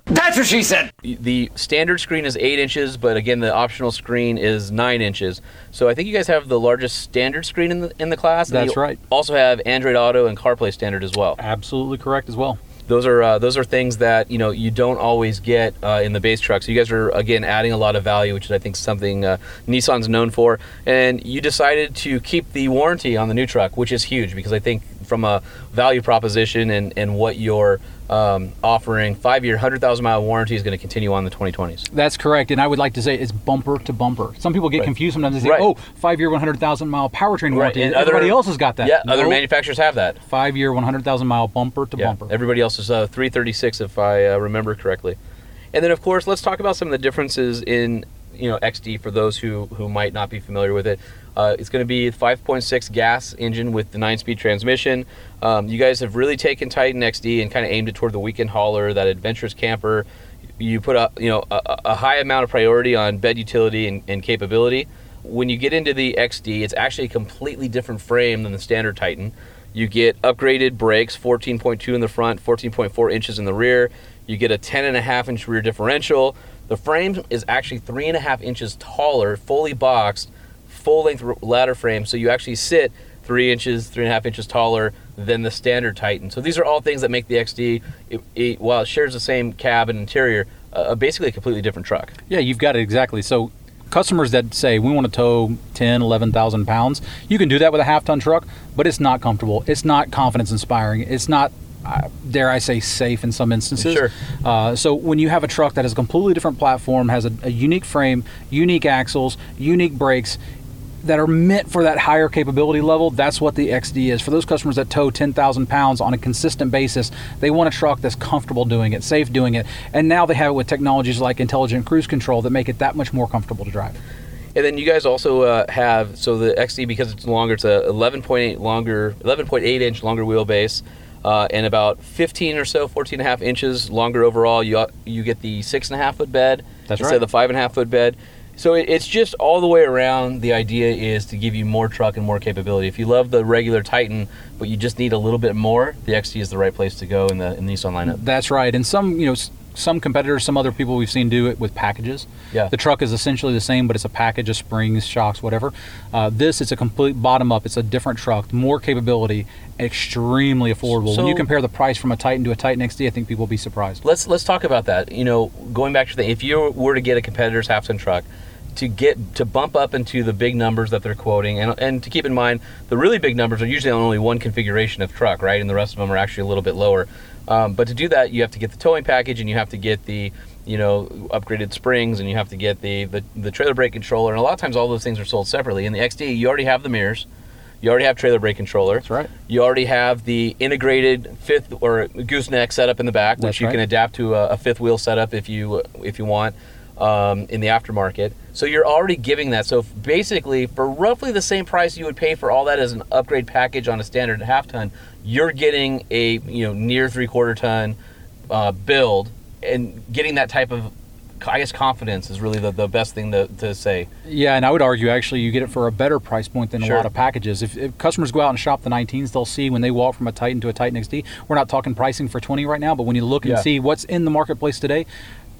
Speaker 6: the standard screen is eight inches, but again, the optional screen is nine inches. So I think you guys have the largest standard screen in the in the class. and
Speaker 5: That's
Speaker 6: you
Speaker 5: right.
Speaker 6: Also have Android Auto and CarPlay standard as well.
Speaker 5: Absolutely correct as well.
Speaker 6: Those are uh, those are things that you know you don't always get uh, in the base truck. So you guys are again adding a lot of value, which is I think something uh, Nissan's known for. And you decided to keep the warranty on the new truck, which is huge because I think from a value proposition and and what you're um, offering, five year, hundred thousand mile warranty is going to continue on the 2020s.
Speaker 5: That's correct, and I would like to say it's bumper to bumper. Some people get confused sometimes. They say,
Speaker 6: Right.
Speaker 5: "Oh, five-year, 100,000 mile powertrain
Speaker 6: Right,
Speaker 5: warranty."
Speaker 6: and other-
Speaker 5: Everybody else has got that.
Speaker 6: Yeah, other
Speaker 5: No,
Speaker 6: manufacturers have that.
Speaker 5: five-year, 100,000 mile bumper to
Speaker 6: Yeah,
Speaker 5: bumper.
Speaker 6: everybody else is uh, 336 if I uh, remember correctly. And then of course, let's talk about some of the differences in you know XD for those who who might not be familiar with it. Uh, it's going to be 5.6 gas engine with the nine-speed transmission. Um, you guys have really taken Titan XD and kind of aimed it toward the weekend hauler, that adventurous camper. You put a you know a, a- a high amount of priority on bed utility and, and capability. When you get into the XD, it's actually a completely different frame than the standard Titan. You get upgraded brakes, 14.2 in the front, 14.4 inches in the rear. You get a 10 and a half inch rear differential. The frame is actually three and a half inches taller, fully boxed, full length r- ladder frame. So you actually sit three inches, three and a half inches taller than the standard Titan. So these are all things that make the XD, it, it, while it shares the same cab and interior, uh, basically a completely different truck.
Speaker 5: Yeah, you've got it exactly. So customers that say we want to tow 10, 11,000 pounds, you can do that with a half ton truck, but it's not comfortable. It's not confidence inspiring. It's not, uh, dare I say, safe in some instances.
Speaker 6: Sure.
Speaker 5: Uh, so when you have a truck that has a completely different platform, has a, a unique frame, unique axles, unique brakes, that are meant for that higher capability level, that's what the XD is. For those customers that tow 10,000 pounds on a consistent basis, they want a truck that's comfortable doing it, safe doing it. And now they have it with technologies like intelligent cruise control that make it that much more comfortable to drive.
Speaker 6: And then you guys also uh, have so the XD because it's longer. It's a 11.8 longer, 11.8 inch longer wheelbase, uh, and about 15 or so, 14 and a half inches longer overall. You you get the six and a half foot bed
Speaker 5: That's
Speaker 6: instead
Speaker 5: right.
Speaker 6: of the five and a half foot bed. So it, it's just all the way around. The idea is to give you more truck and more capability. If you love the regular Titan, E but you just need a little bit more, the XD is the right place to go in the in the Nissan lineup.
Speaker 5: That's right. And some, you know, s- some competitors, some other people we've seen do it with packages.
Speaker 6: Yeah.
Speaker 5: The truck is essentially the same, but it's a package of springs, shocks, whatever. Uh, this it's a complete bottom up. It's a different truck, more capability, extremely affordable. when you
Speaker 6: So-
Speaker 5: compare the price from a Titan to a Titan XD, I think people will be surprised.
Speaker 6: Let's let's talk about that. You know, going back to the if you were to get a competitor's half ton truck, to get to bump up into the big numbers that they're quoting, and and to keep in mind the really big numbers are usually on only one configuration of truck, right? And the rest of them are actually a little bit lower. Um, but to do that, you have to get the towing package, and you have to get the you know upgraded springs, and you have to get the the, the trailer brake controller, and a lot of times all those things are sold separately. In the XD, you already have the mirrors. You already have trailer brake controller. That's
Speaker 5: right.
Speaker 6: You already have the integrated fifth or gooseneck setup in the back,
Speaker 5: That's
Speaker 6: which you
Speaker 5: right.
Speaker 6: can adapt to a, a fifth wheel setup if you if you want um, in the aftermarket. So you're already giving that. So f- basically, for roughly the same price you would pay for all that as an upgrade package on a standard half ton, you're getting a you know near three quarter ton uh, build and getting that type of I guess confidence is really the, the best thing to, to say.
Speaker 5: Yeah, and I would argue actually you get it for a better price point than
Speaker 6: Sure.
Speaker 5: a lot of packages. If, if customers go out and shop the 19s, they'll see when they walk from a Titan to a Titan XD. We're not talking pricing for 20 right now, but when you look and
Speaker 6: Yeah.
Speaker 5: see what's in the marketplace today,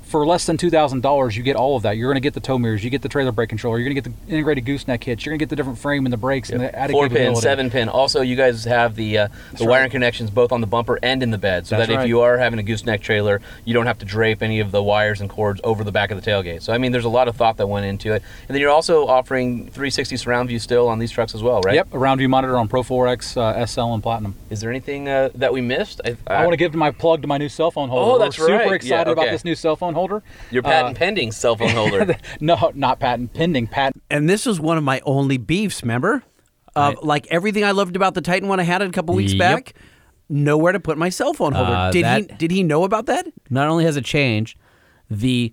Speaker 5: for less than two thousand dollars, you get all of that. You're going to get the tow mirrors, you get the trailer brake controller, you're going to get the integrated gooseneck hitch, you're going to get the different frame and the brakes and the added
Speaker 6: Four pin,
Speaker 5: capability.
Speaker 6: seven pin. Also, you guys have the uh, the wiring
Speaker 5: right.
Speaker 6: connections both on the bumper and in the bed, so
Speaker 5: That's
Speaker 6: that if
Speaker 5: right.
Speaker 6: you are having a gooseneck trailer, you don't have to drape any of the wires and cords over the back of the tailgate. So I mean, there's a lot of thought that went into it, and then you're also offering 360 surround view still on these trucks as well, right?
Speaker 5: Yep, a round view monitor on Pro 4X uh, SL and Platinum.
Speaker 6: Is there anything uh, that we missed?
Speaker 5: I want to give my plug to my new cell phone holder.
Speaker 6: Oh, that's
Speaker 5: We're super
Speaker 6: right. Yeah,
Speaker 5: excited about
Speaker 6: okay.
Speaker 5: this new cell phone holder. Uh,
Speaker 6: your patent pending cell phone holder.
Speaker 5: No, not patent pending. Patent
Speaker 1: And this is one of my only beefs, remember? Of like everything I loved about the Titan one I had it a couple weeks
Speaker 2: Yep.
Speaker 1: back, nowhere to put my cell phone holder.
Speaker 2: Uh,
Speaker 1: did he
Speaker 2: that-
Speaker 1: did he know about that?
Speaker 2: not only has it changed, the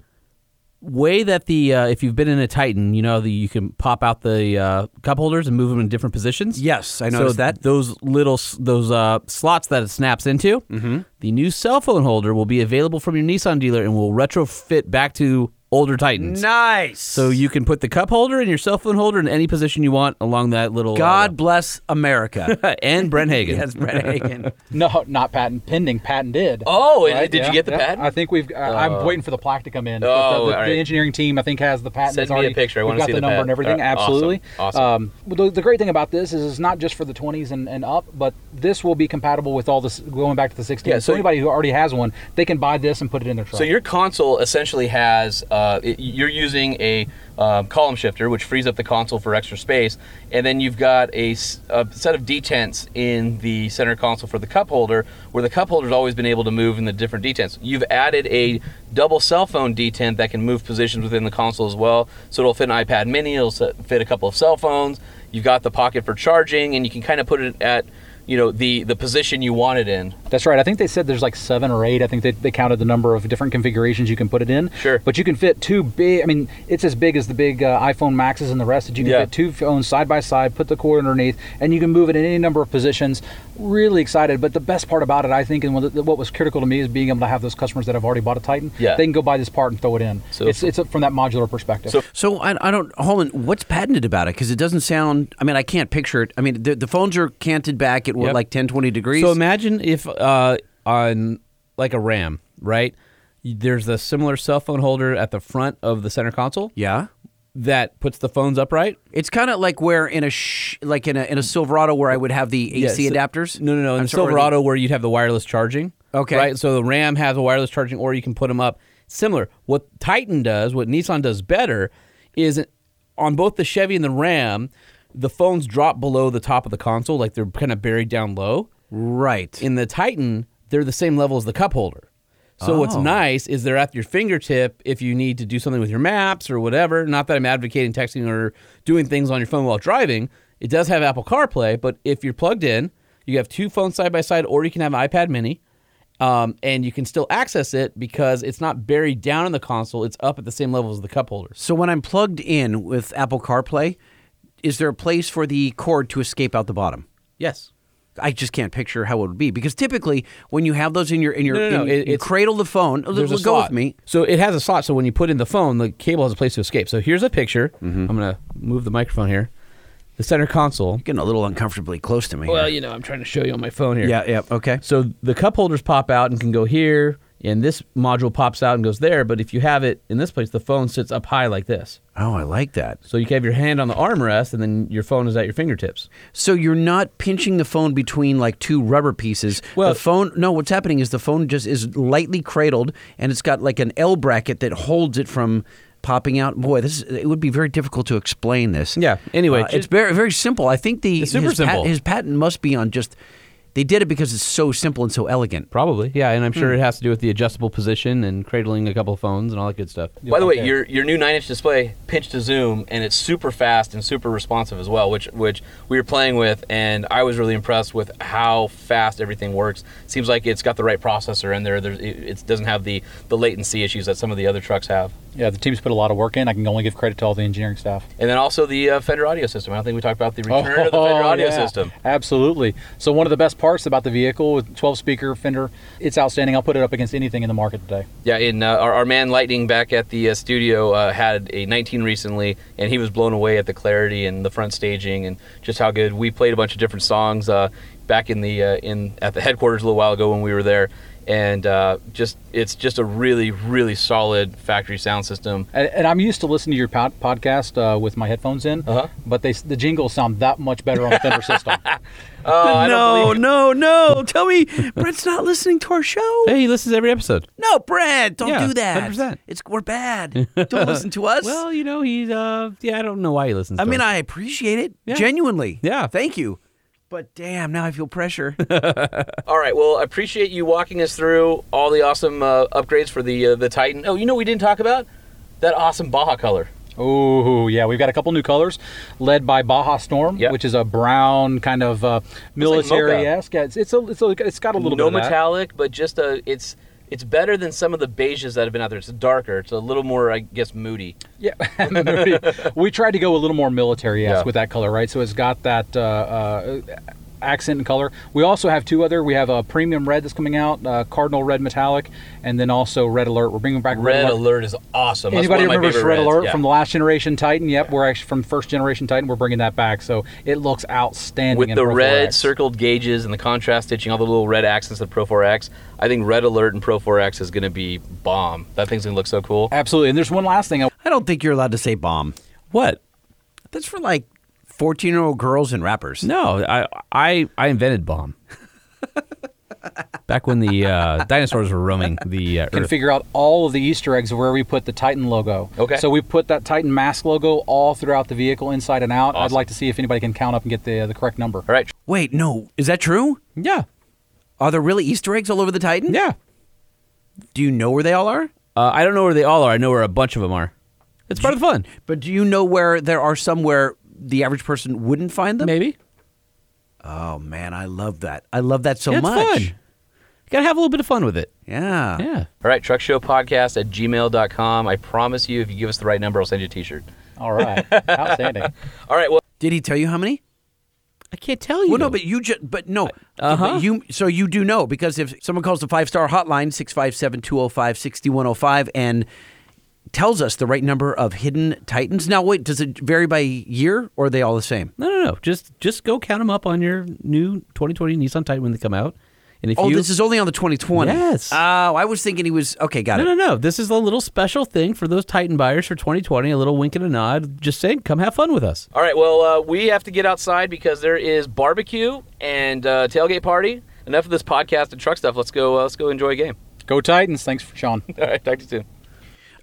Speaker 2: way that the uh, if you've been in a Titan, you know the, you can pop out the uh, cup holders and move them in different positions.
Speaker 1: Yes, I noticed
Speaker 2: so
Speaker 1: that.
Speaker 2: Those little s- those uh, slots that it snaps into.
Speaker 1: Mm-hmm.
Speaker 2: The new cell phone holder will be available from your Nissan dealer and will retrofit back to older Titans.
Speaker 1: Nice.
Speaker 2: So you can put the cup holder and your cell phone holder in any position you want along that little uh,
Speaker 1: God bless America.
Speaker 2: and Brent Hagen.
Speaker 1: yes, Brett Hagen.
Speaker 5: No, not patent pending, patented.
Speaker 6: Oh, and did you get the patent?
Speaker 5: I think we've. I I'm waiting for the plaque to come in. But
Speaker 6: Oh,
Speaker 5: the, the-
Speaker 6: all right.
Speaker 5: the engineering team, I think, has the patent.
Speaker 6: Send
Speaker 5: It's
Speaker 6: me a
Speaker 5: already-
Speaker 6: picture. I
Speaker 5: we've
Speaker 6: wanna
Speaker 5: got
Speaker 6: see
Speaker 5: the,
Speaker 6: the
Speaker 5: number
Speaker 6: patent.
Speaker 5: and everything.
Speaker 6: All right, awesome,
Speaker 5: Absolutely.
Speaker 6: awesome.
Speaker 5: Um, but the, the great thing about this is it's not just for the 20s and, and up, but this will be compatible with all this going back to the 16s.
Speaker 6: Yeah,
Speaker 5: so,
Speaker 6: so-
Speaker 5: anybody who already has one, they can buy this and put it in their truck.
Speaker 6: So your console essentially has uh, it, you're using a um, column shifter, which frees up the console for extra space, and then you've got a, s- a set of detents in the center console for the cup holder, where the cup holder's always been able to move in the different detents. You've added a double cell phone detent that can move positions within the console as well, so it'll fit an iPad Mini, it'll s- fit a couple of cell phones. You've got the pocket for charging, and you can kind of put it at you know the the position you want it in.
Speaker 5: That's right. I think they said there's like seven or eight. I think they, they counted the number of different configurations you can put it in.
Speaker 6: Sure.
Speaker 5: But you can fit two big. I mean, it's as big as the big uh, iPhone Maxes and the rest. That you can
Speaker 6: Yeah.
Speaker 5: fit two phones side by side, put the cord underneath, and you can move it in any number of positions. Really excited. But the best part about it, I think, and what what was critical to me is being able to have those customers that have already bought a Titan.
Speaker 6: Yeah.
Speaker 5: They can go buy this part and throw it in.
Speaker 6: So-
Speaker 5: it's it's from that modular perspective.
Speaker 6: So-
Speaker 1: So I, I don't, Holman. What's patented about it? Because it doesn't sound. I mean, I can't picture it. I mean, the, the phones are canted back at what,
Speaker 2: Yep.
Speaker 1: like 10, 20 degrees.
Speaker 2: So imagine if uh, on like a RAM, right? There's a similar cell phone holder at the front of the center console
Speaker 1: yeah,
Speaker 2: that puts the phones upright.
Speaker 1: it's kind of like where in a sh- like in a in a Silverado where I would have the AC
Speaker 2: Yes.
Speaker 1: adapters.
Speaker 2: No, no, no. In
Speaker 1: I'm
Speaker 2: the
Speaker 1: sorry, or
Speaker 2: Silverado, where you'd have the wireless charging.
Speaker 1: Okay.
Speaker 2: Right. So the RAM has a wireless charging, or you can put them up. Similar. What Titan does, what Nissan does better, is on both the Chevy and the Ram, the phones drop below the top of the console, like they're kind of buried down low.
Speaker 1: right.
Speaker 2: in the Titan, they're the same level as the cup holder. So what's
Speaker 1: Oh.
Speaker 2: nice is they're at your fingertip if you need to do something with your maps or whatever. Not that I'm advocating texting or doing things on your phone while driving. It does have Apple CarPlay, but if you're plugged in, you have two phones side by side, or you can have an iPad Mini, um, and you can still access it because it's not buried down in the console. It's up at the same level as the cup holders.
Speaker 1: so when I'm plugged in with Apple CarPlay, is there a place for the cord to escape out the bottom?
Speaker 2: Yes.
Speaker 1: I just can't picture how it would be because typically when you have those in your in your
Speaker 2: No, no, no,
Speaker 1: in-
Speaker 2: it-
Speaker 1: you
Speaker 2: it's-
Speaker 1: cradle the phone. Oh,
Speaker 2: There's
Speaker 1: go
Speaker 2: a slot.
Speaker 1: with me.
Speaker 2: So it has a slot. So when you put in the phone, the cable has a place to escape. So here's a picture.
Speaker 1: Mm-hmm.
Speaker 2: I'm gonna move the microphone here. The center console.
Speaker 1: Getting a little uncomfortably close to me.
Speaker 2: Well,
Speaker 1: here.
Speaker 2: you know, I'm trying to show you on my phone here.
Speaker 1: yeah, yeah, okay.
Speaker 2: So the cup holders pop out and can go here. and this module pops out and goes there. But if you have it in this place, the phone sits up high like this.
Speaker 1: Oh, I like that.
Speaker 2: So you can have your hand on the armrest, and then your phone is at your fingertips.
Speaker 1: So you're not pinching the phone between like two rubber pieces.
Speaker 2: Well-
Speaker 1: the phone. No, what's happening is the phone just is lightly cradled, and it's got like an L bracket that holds it from popping out. Boy, this is, it would be very difficult to explain this.
Speaker 2: Yeah, anyway,
Speaker 1: Uh,
Speaker 2: ju-
Speaker 1: it's very very simple. I think the
Speaker 2: It's super
Speaker 1: his pat-
Speaker 2: simple.
Speaker 1: his patent must be on just they did it because it's so simple and so elegant.
Speaker 2: Probably, yeah. And I'm sure
Speaker 1: Hmm.
Speaker 2: it has to do with the adjustable position and cradling a couple of phones and all that good stuff.
Speaker 6: By the way, your your new nine inch display pinch to zoom, and it's super fast and super responsive as well, which which we were playing with, and I was really impressed with how fast everything works. Seems like it's got the right processor in there. There's, it, it doesn't have the the latency issues that some of the other trucks have.
Speaker 5: Yeah, the team's put a lot of work in. I can only give credit to all the engineering staff.
Speaker 6: And then also the uh, Fender audio system. I don't think we talked about the return of the Fender audio
Speaker 5: Oh, yeah.
Speaker 6: system.
Speaker 5: Absolutely. So one of the best parts about the vehicle with 12 speaker Fender, it's outstanding. I'll put it up against anything in the market today.
Speaker 6: Yeah, and uh, our, our man Lightning back at the uh, studio uh, had a 19 recently, and he was blown away at the clarity and the front staging and just how good. We played a bunch of different songs uh, back in the uh, in at the headquarters a little while ago when we were there, and uh, just it's just a really really solid factory sound system.
Speaker 5: And, and I'm used to listening to your pod- podcast uh, with my headphones in,
Speaker 6: Uh-huh.
Speaker 5: but they s- the jingles sound that much better on the Fender system.
Speaker 1: no, no, no! Tell me, Brett's not listening to our show.
Speaker 2: Hey, he listens to every episode.
Speaker 1: No, Brett, don't
Speaker 2: Yeah,
Speaker 1: do that.
Speaker 2: 100%.
Speaker 1: It's we're bad. Don't listen to us.
Speaker 2: Well, you know, he's uh, yeah. I don't know why he listens.
Speaker 1: I
Speaker 2: to
Speaker 1: mean,
Speaker 2: us.
Speaker 1: I appreciate it genuinely.
Speaker 2: Yeah.
Speaker 1: thank you. But damn, now I feel pressure.
Speaker 6: All right, well, I appreciate you walking us through all the awesome uh, upgrades for the uh, the Titan. Oh, you know what we didn't talk about that awesome Baja color.
Speaker 5: oh yeah, we've got a couple new colors, led by Baja Storm,
Speaker 6: Yep.
Speaker 5: which is a brown kind of uh, military-esque. Yeah, it's it's, a, it's, a, it's got a little
Speaker 6: no
Speaker 5: bit of that.
Speaker 6: metallic, but just a it's it's better than some of the beiges that have been out there. It's darker. It's a little more, I guess, moody.
Speaker 5: Yeah, Moody. we tried to go a little more military-esque
Speaker 6: Yeah.
Speaker 5: with that color, right? So it's got that uh, uh, accent and color. We also have two other. We have a premium red that's coming out, uh, cardinal red metallic, and then also red alert. We're bringing back
Speaker 6: Red
Speaker 5: red alert.
Speaker 6: alert is awesome. That's
Speaker 5: Anybody
Speaker 6: one of my
Speaker 5: remembers
Speaker 6: favorite
Speaker 5: Red
Speaker 6: reds.
Speaker 5: Alert
Speaker 6: Yeah.
Speaker 5: from the last generation Titan? Yep, we're actually from first generation Titan. We're bringing that back, so it looks outstanding.
Speaker 6: with
Speaker 5: in
Speaker 6: the
Speaker 5: Pro
Speaker 6: red
Speaker 5: 4X.
Speaker 6: circled gauges and the contrast stitching, all the little red accents of Pro 4X. I think Red Alert and Pro 4X is going to be bomb. That thing's going to look so cool.
Speaker 5: Absolutely, and there's one last thing. I-
Speaker 1: I don't think you're allowed to say bomb.
Speaker 2: what?
Speaker 1: That's for like 14 year old girls and rappers.
Speaker 2: No, I I I invented bomb. Back when the uh, dinosaurs were roaming the uh,
Speaker 5: can
Speaker 2: earth.
Speaker 5: figure out all of the Easter eggs of where we put the Titan logo.
Speaker 6: Okay.
Speaker 5: So we put that Titan mask logo all throughout the vehicle, inside and out. I'd
Speaker 6: Awesome.
Speaker 5: like to see if anybody can count up and get the the correct number.
Speaker 6: All right.
Speaker 1: Wait, no, is that true?
Speaker 2: Yeah,
Speaker 1: Are there really Easter eggs all over the Titan?
Speaker 2: yeah.
Speaker 1: Do you know where they all are?
Speaker 2: Uh, I don't know where they all are. I know where a bunch of them are. It's part of the fun.
Speaker 1: But do you know where there are some where the average person wouldn't find them?
Speaker 2: Maybe
Speaker 1: Oh man, I love that. I love that so
Speaker 2: Yeah, it's
Speaker 1: much.
Speaker 2: fun. You gotta have a little bit of fun with it.
Speaker 1: Yeah.
Speaker 2: Yeah.
Speaker 6: All right, truckshowpodcast at gmail.com. I promise you, if you give us the right number, I'll send you a t shirt.
Speaker 5: All right. Outstanding.
Speaker 6: All right, well,
Speaker 1: Did he tell you how many?
Speaker 2: I can't tell you.
Speaker 1: Well, no, but you just, but no,
Speaker 2: uh-huh.
Speaker 1: But you. So you do know because if someone calls the five oh star hotline 657-205-6105 and tells us the right number of hidden titans. Now, wait, does it vary by year or are they all the same?
Speaker 2: no, no, no. Just just go count them up on your new 2020 Nissan Titan when they come out. And if
Speaker 1: Oh,
Speaker 2: you
Speaker 1: this is only on the 2020.
Speaker 2: Yes.
Speaker 1: Oh, I was thinking he was okay. Got
Speaker 2: no,
Speaker 1: it.
Speaker 2: no, no. This is a little special thing for those Titan buyers for 2020. A little wink and a nod. Just saying, come have fun with us.
Speaker 6: All right, well, uh, we have to get outside because there is barbecue and uh, tailgate party. Enough of this podcast and truck stuff. Let's go. Uh, let's go enjoy a game.
Speaker 5: Go Titans. Thanks, Sean.
Speaker 6: All right, talk to you soon.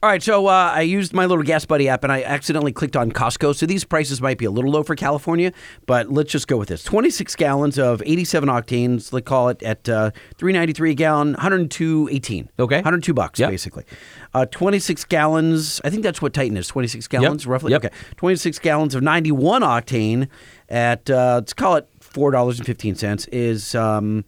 Speaker 1: All right, so uh, I used my little Gas Buddy app and I accidentally clicked on Costco. So these prices might be a little low for California, but let's just go with this: twenty-six gallons of eighty-seven octanes. Let's call it at uh, three ninety-three a gallon, one hundred two eighteen.
Speaker 2: Okay.
Speaker 1: hundred two bucks
Speaker 2: Yep.
Speaker 1: basically. Uh, twenty-six gallons. I think that's what Titan is. Twenty-six gallons, roughly.
Speaker 2: Yep.
Speaker 1: Okay, twenty-six gallons of ninety-one octane at uh, let's call it four dollars and fifteen cents is. Um,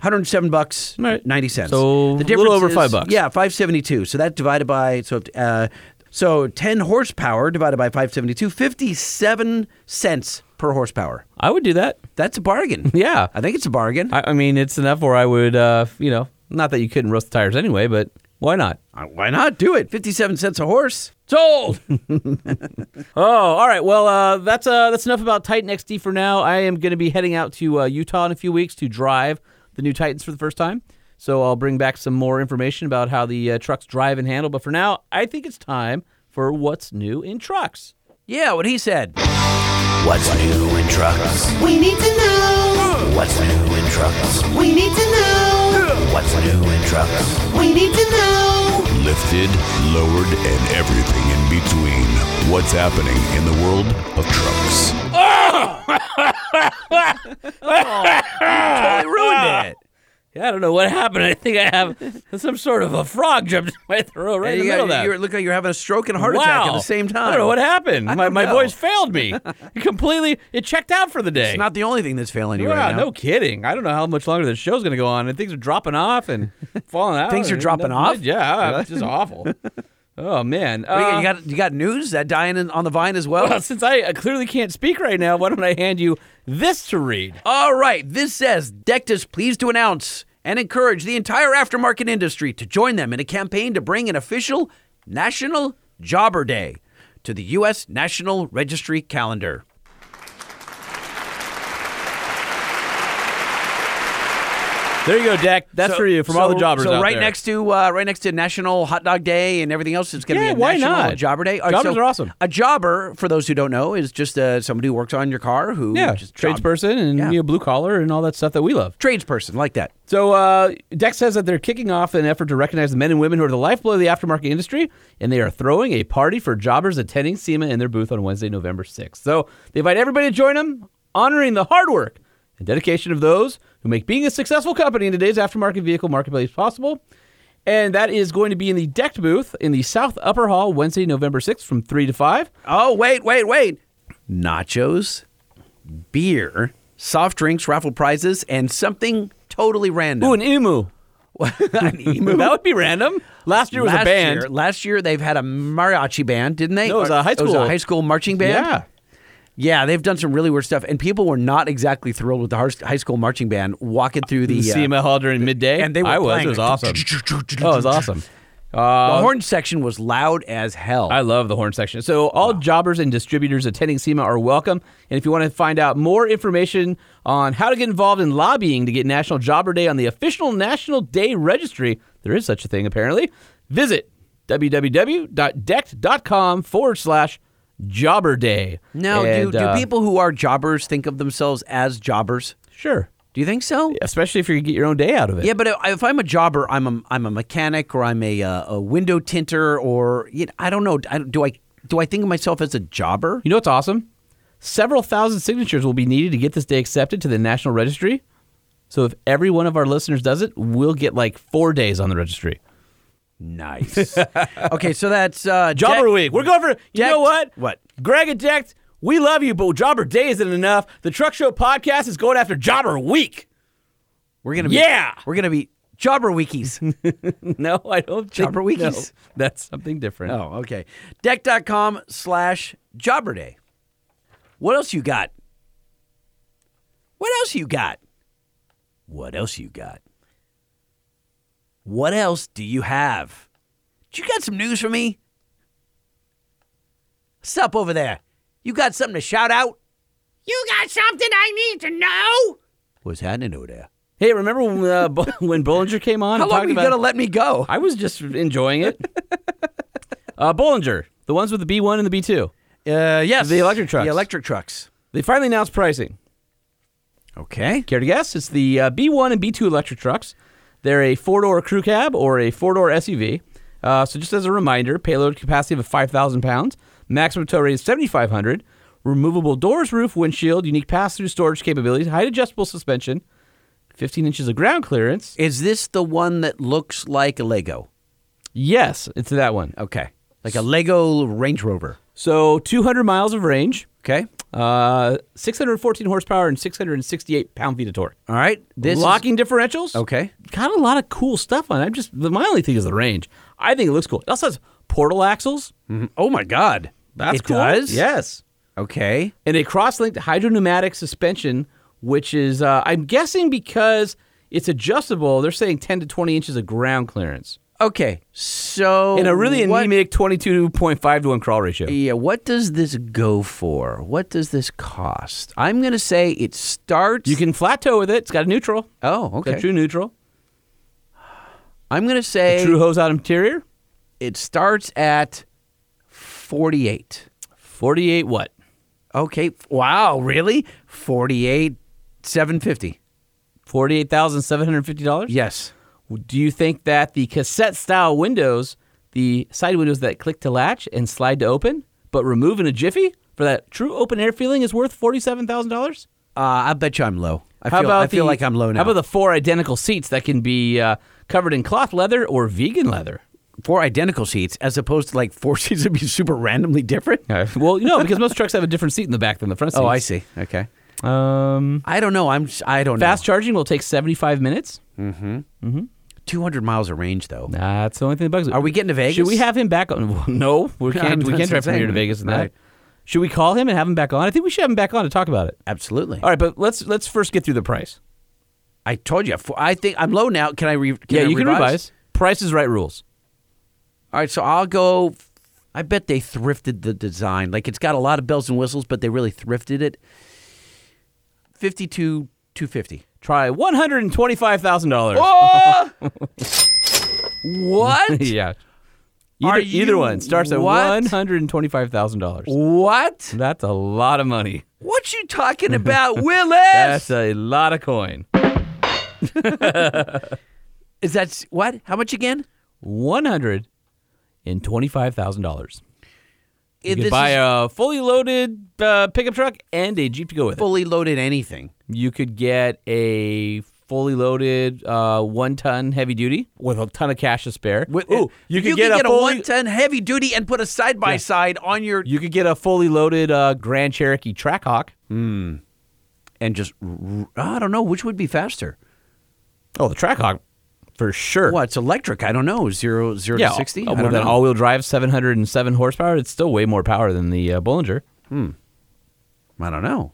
Speaker 1: 107 bucks
Speaker 2: All right.
Speaker 1: 90 cents.
Speaker 2: So,
Speaker 1: the
Speaker 2: a
Speaker 1: difference
Speaker 2: little over
Speaker 1: is-
Speaker 2: five bucks.
Speaker 1: Yeah, yeah, 572. So that divided by so uh, so 10 horsepower divided by 572, 57 cents per horsepower.
Speaker 2: I would do that.
Speaker 1: That's a bargain.
Speaker 2: Yeah.
Speaker 1: I think it's a bargain.
Speaker 2: I, I mean, it's enough where I would, uh, you know, not that you couldn't roast the tires anyway, but why not?
Speaker 1: Uh, Why not do it? 57 cents a horse.
Speaker 2: Sold. oh, all right. Well, uh, that's uh, that's enough about Titan XD for now. I am going to be heading out to uh, Utah in a few weeks to drive the new Titans for the first time. So I'll bring back some more information about how the uh, trucks drive and handle. But for now, I think it's time for what's new in trucks.
Speaker 1: Yeah, what he said.
Speaker 3: What's new in trucks?
Speaker 8: We need to know.
Speaker 3: What's new in trucks?
Speaker 8: We need to know.
Speaker 3: What's new in trucks?
Speaker 8: We need to know.
Speaker 9: Lifted, lowered, and everything in between. What's happening in the world of trucks?
Speaker 1: I ruined it.
Speaker 2: Yeah, I don't know what happened. I think I have some sort of a frog jumped in my throat right
Speaker 1: you
Speaker 2: in the middle of
Speaker 1: got-
Speaker 2: that.
Speaker 1: you look like you're having a stroke and a heart attack at
Speaker 2: Wow.
Speaker 1: the same time.
Speaker 2: I don't know what happened. My,
Speaker 1: don't
Speaker 2: my
Speaker 1: know.
Speaker 2: voice failed me. It completely, it checked out for the day.
Speaker 1: It's not the only thing that's failing you
Speaker 2: yeah,
Speaker 1: right now.
Speaker 2: no kidding. I don't know how much longer this show's going to go on, and things are dropping off and falling out.
Speaker 1: Things are
Speaker 2: and
Speaker 1: dropping
Speaker 2: nothing-
Speaker 1: off?
Speaker 2: Yeah, it's just awful. Oh man!
Speaker 1: What do you,
Speaker 2: Uh,
Speaker 1: you got you got news that dying in, on the vine as well.
Speaker 2: well, since I uh, clearly can't speak right now, why don't I hand you this to read?
Speaker 1: All right, this says Dectus pleased to announce and encourage the entire aftermarket industry to join them in a campaign to bring an official National Jobber Day to the U.S. National Registry calendar.
Speaker 2: There you go, Deck. That's
Speaker 1: So-
Speaker 2: for you from all the
Speaker 1: so-
Speaker 2: jobbers
Speaker 1: So
Speaker 2: out
Speaker 1: right
Speaker 2: there.
Speaker 1: next to uh, right next to National Hot Dog Day and everything else, it's going to
Speaker 2: Yeah,
Speaker 1: be a
Speaker 2: why
Speaker 1: National
Speaker 2: not?
Speaker 1: Jobber Day. All
Speaker 2: Jobbers are awesome.
Speaker 1: A jobber, for those who don't know, is just uh, somebody who works on your car who
Speaker 2: yeah,
Speaker 1: just job-
Speaker 2: tradesperson and
Speaker 1: Yeah.
Speaker 2: you know, blue collar and all that stuff that we love.
Speaker 1: tradesperson like that.
Speaker 2: So uh, Dex says that they're kicking off an effort to recognize the men and women who are the lifeblood of the aftermarket industry, and they are throwing a party for jobbers attending SEMA in their booth on Wednesday, November 6th. So they invite everybody to join them, honoring the hard work and dedication of those who make being a successful company in today's aftermarket vehicle marketplace possible. And that is going to be in the Decked booth in the South Upper Hall Wednesday, November 6th from 3 to 5.
Speaker 1: Oh, wait, wait, wait. Nachos, beer, soft drinks, raffle prizes, and something totally random.
Speaker 2: Ooh, an emu.
Speaker 1: an emu.
Speaker 2: That would be random. Last year was
Speaker 1: last
Speaker 2: a band.
Speaker 1: Year, last year they've had a mariachi band, didn't they?
Speaker 2: No, it was
Speaker 1: Or-
Speaker 2: a high
Speaker 1: It was
Speaker 2: school-
Speaker 1: a high school marching band.
Speaker 2: Yeah.
Speaker 1: Yeah, they've done some really weird stuff, and people were not exactly thrilled with the har- high school marching band walking through the,
Speaker 2: the
Speaker 1: uh,
Speaker 2: CMA hall during midday.
Speaker 1: and they were
Speaker 2: I was.
Speaker 1: playing
Speaker 2: It was
Speaker 1: it.
Speaker 2: awesome. oh, it was awesome. Uh,
Speaker 1: the horn section was loud as hell.
Speaker 2: I love the horn section. So all jobbers and distributors attending SEMA are welcome. And if you want to find out more information on how to get involved in lobbying to get National Jobber Day on the official National Day Registry, there is such a thing apparently. Visit www.decked.com forward slash jobber day.
Speaker 1: now,
Speaker 2: And,
Speaker 1: do, do
Speaker 2: uh,
Speaker 1: people who are jobbers think of themselves as jobbers?
Speaker 2: Sure.
Speaker 1: Do you think so?
Speaker 2: Especially if you get your own day out of it.
Speaker 1: Yeah, but if I'm a jobber, I'm a I'm a mechanic or I'm a uh, a window tinter or you know, I don't know. I, do I do I think of myself as a jobber?
Speaker 2: You know what's awesome? Several thousand signatures will be needed to get this day accepted to the National Registry. So if every one of our listeners does it, we'll get like four days on the registry.
Speaker 1: Nice. okay, so that's uh,
Speaker 2: Jobber
Speaker 1: Jack-
Speaker 2: Week. We're going for. You know what?
Speaker 1: Decked- what?
Speaker 2: Greg and Decked, we love you, but Jobber Day isn't enough. The Truck Show podcast is going after Jobber Week.
Speaker 1: We're gonna be
Speaker 2: Yeah!
Speaker 1: We're gonna be jobber weekies.
Speaker 2: No, I don't. Think,
Speaker 1: Jobber Weekies?
Speaker 2: no. that's something different.
Speaker 1: oh, okay. Deck.com slash jobber day. What else you got? What else you got? What else you got? What else do you have? You got some news for me? What's up over there? You got something to shout out? You got something I need to know? What's happening over there?
Speaker 2: Hey, remember when, uh, Bo- when Bollinger came on?
Speaker 1: How long
Speaker 2: and talked
Speaker 1: are you
Speaker 2: about-
Speaker 1: gonna let me go?
Speaker 2: I was just enjoying it. uh, Bollinger, the ones with the B1 and the B2.
Speaker 1: Uh, yes,
Speaker 2: The electric trucks.
Speaker 1: The electric trucks.
Speaker 2: They finally announced pricing.
Speaker 1: Okay.
Speaker 2: Care to guess? It's the uh, B1 and B2 electric trucks. They're a four door crew cab or a four door SUV. Uh, so, just as a reminder, payload capacity of 5,000 pounds, maximum tow rate is 7,500, removable doors, roof, windshield, unique pass through storage capabilities, height adjustable suspension, 15 inches of ground clearance.
Speaker 1: Is this the one that looks like a Lego?
Speaker 2: Yes, it's that one.
Speaker 1: Okay. Like a Lego Range Rover.
Speaker 2: So, 200 miles of range,
Speaker 1: Okay.
Speaker 2: uh, 614 horsepower, and 668 pound feet of torque.
Speaker 1: All right. This is-
Speaker 2: Locking differentials.
Speaker 1: okay.
Speaker 2: got a lot of cool stuff on it. I'm just my only thing is the range. I think it looks cool. It also has portal axles.
Speaker 1: Oh my God.
Speaker 2: That's
Speaker 1: it
Speaker 2: cool.
Speaker 1: Does?
Speaker 2: Yes,
Speaker 1: Okay.
Speaker 2: and a cross-linked hydropneumatic suspension, which is uh, I'm guessing because it's adjustable. They're saying 10 to 20 inches of ground clearance
Speaker 1: Okay. So
Speaker 2: and a really
Speaker 1: what,
Speaker 2: anemic 22.5 to one crawl ratio.
Speaker 1: Yeah. What does this go for? What does this cost? I'm gonna say it starts.
Speaker 2: You can flat toe with it. It's got a neutral.
Speaker 1: Oh,
Speaker 2: It's got
Speaker 1: okay.
Speaker 2: true neutral.
Speaker 1: I'm going to say
Speaker 2: True hose out interior?
Speaker 1: it starts at 48.
Speaker 2: 48 what?
Speaker 1: Okay. Wow. Really? 48, 750.
Speaker 2: $48,750?
Speaker 1: Yes.
Speaker 2: Do you think that the cassette style windows, the side windows that click to latch and slide to open, but remove in a jiffy for that true open air feeling is worth $47,000?
Speaker 1: Uh, I bet you I'm low. I feel, I feel like I'm low now.
Speaker 2: How about the four identical seats that can be uh, covered in cloth leather or vegan leather?
Speaker 1: four identical seats as opposed to like four seats would be super randomly different?
Speaker 2: well, no, because most trucks have a different seat in the back than the front seat.
Speaker 1: Oh, I see. Okay. Um, I don't know. I'm. I don't
Speaker 2: Fast
Speaker 1: know.
Speaker 2: charging will take 75 minutes.
Speaker 1: Two hundred miles of range, though.
Speaker 2: That's the only thing that bugs me.
Speaker 1: Are we getting to Vegas?
Speaker 2: Should we have him back on? No, we can't. we can't
Speaker 1: That's
Speaker 2: drive from here to
Speaker 1: insane.
Speaker 2: Vegas and that.
Speaker 1: Right.
Speaker 2: Should we call him and have him back on? I think we should have him back on to talk about it.
Speaker 1: Absolutely.
Speaker 2: All right, but let's let's first get through the price.
Speaker 1: I told you. I think I'm low now. Can I? Re, can
Speaker 2: yeah,
Speaker 1: I
Speaker 2: you can revise. Price is right rules.
Speaker 1: All right. So I'll go. I bet they thrifted the design. Like it's got a lot of bells and whistles, but they really thrifted it. Fifty-two, two fifty.
Speaker 2: Try one hundred and twenty-five thousand dollars.
Speaker 1: What?
Speaker 2: Ah! yeah.
Speaker 1: Are
Speaker 2: Either, either
Speaker 1: you-
Speaker 2: one starts at
Speaker 1: what?
Speaker 2: one hundred and twenty-five thousand dollars.
Speaker 1: What?
Speaker 2: That's a lot of money.
Speaker 1: What you talking about, Willis?
Speaker 2: That's a lot of coin.
Speaker 1: Is that what? How much again?
Speaker 2: One hundred and twenty-five thousand dollars. You
Speaker 1: This
Speaker 2: can buy
Speaker 1: is
Speaker 2: a fully loaded uh, pickup truck and a Jeep to go with it.
Speaker 1: fully loaded anything.
Speaker 2: you could get a fully loaded uh, one ton heavy duty with a ton of cash to spare.
Speaker 1: With,
Speaker 2: Ooh, you could get, a, fully,
Speaker 1: one ton heavy duty and put a side by side on your
Speaker 2: you could get a fully loaded uh, Grand Cherokee Trackhawk.
Speaker 1: and just r- I don't know which would be faster.
Speaker 2: Oh, the Trackhawk for sure.
Speaker 1: Well, it's electric. I don't know zero zero
Speaker 2: Yeah,
Speaker 1: to sixty.
Speaker 2: Oh,
Speaker 1: I
Speaker 2: with
Speaker 1: don't
Speaker 2: an
Speaker 1: know.
Speaker 2: all-wheel drive, seven hundred and seven horsepower. It's still way more power than the uh, Bollinger.
Speaker 1: I don't know.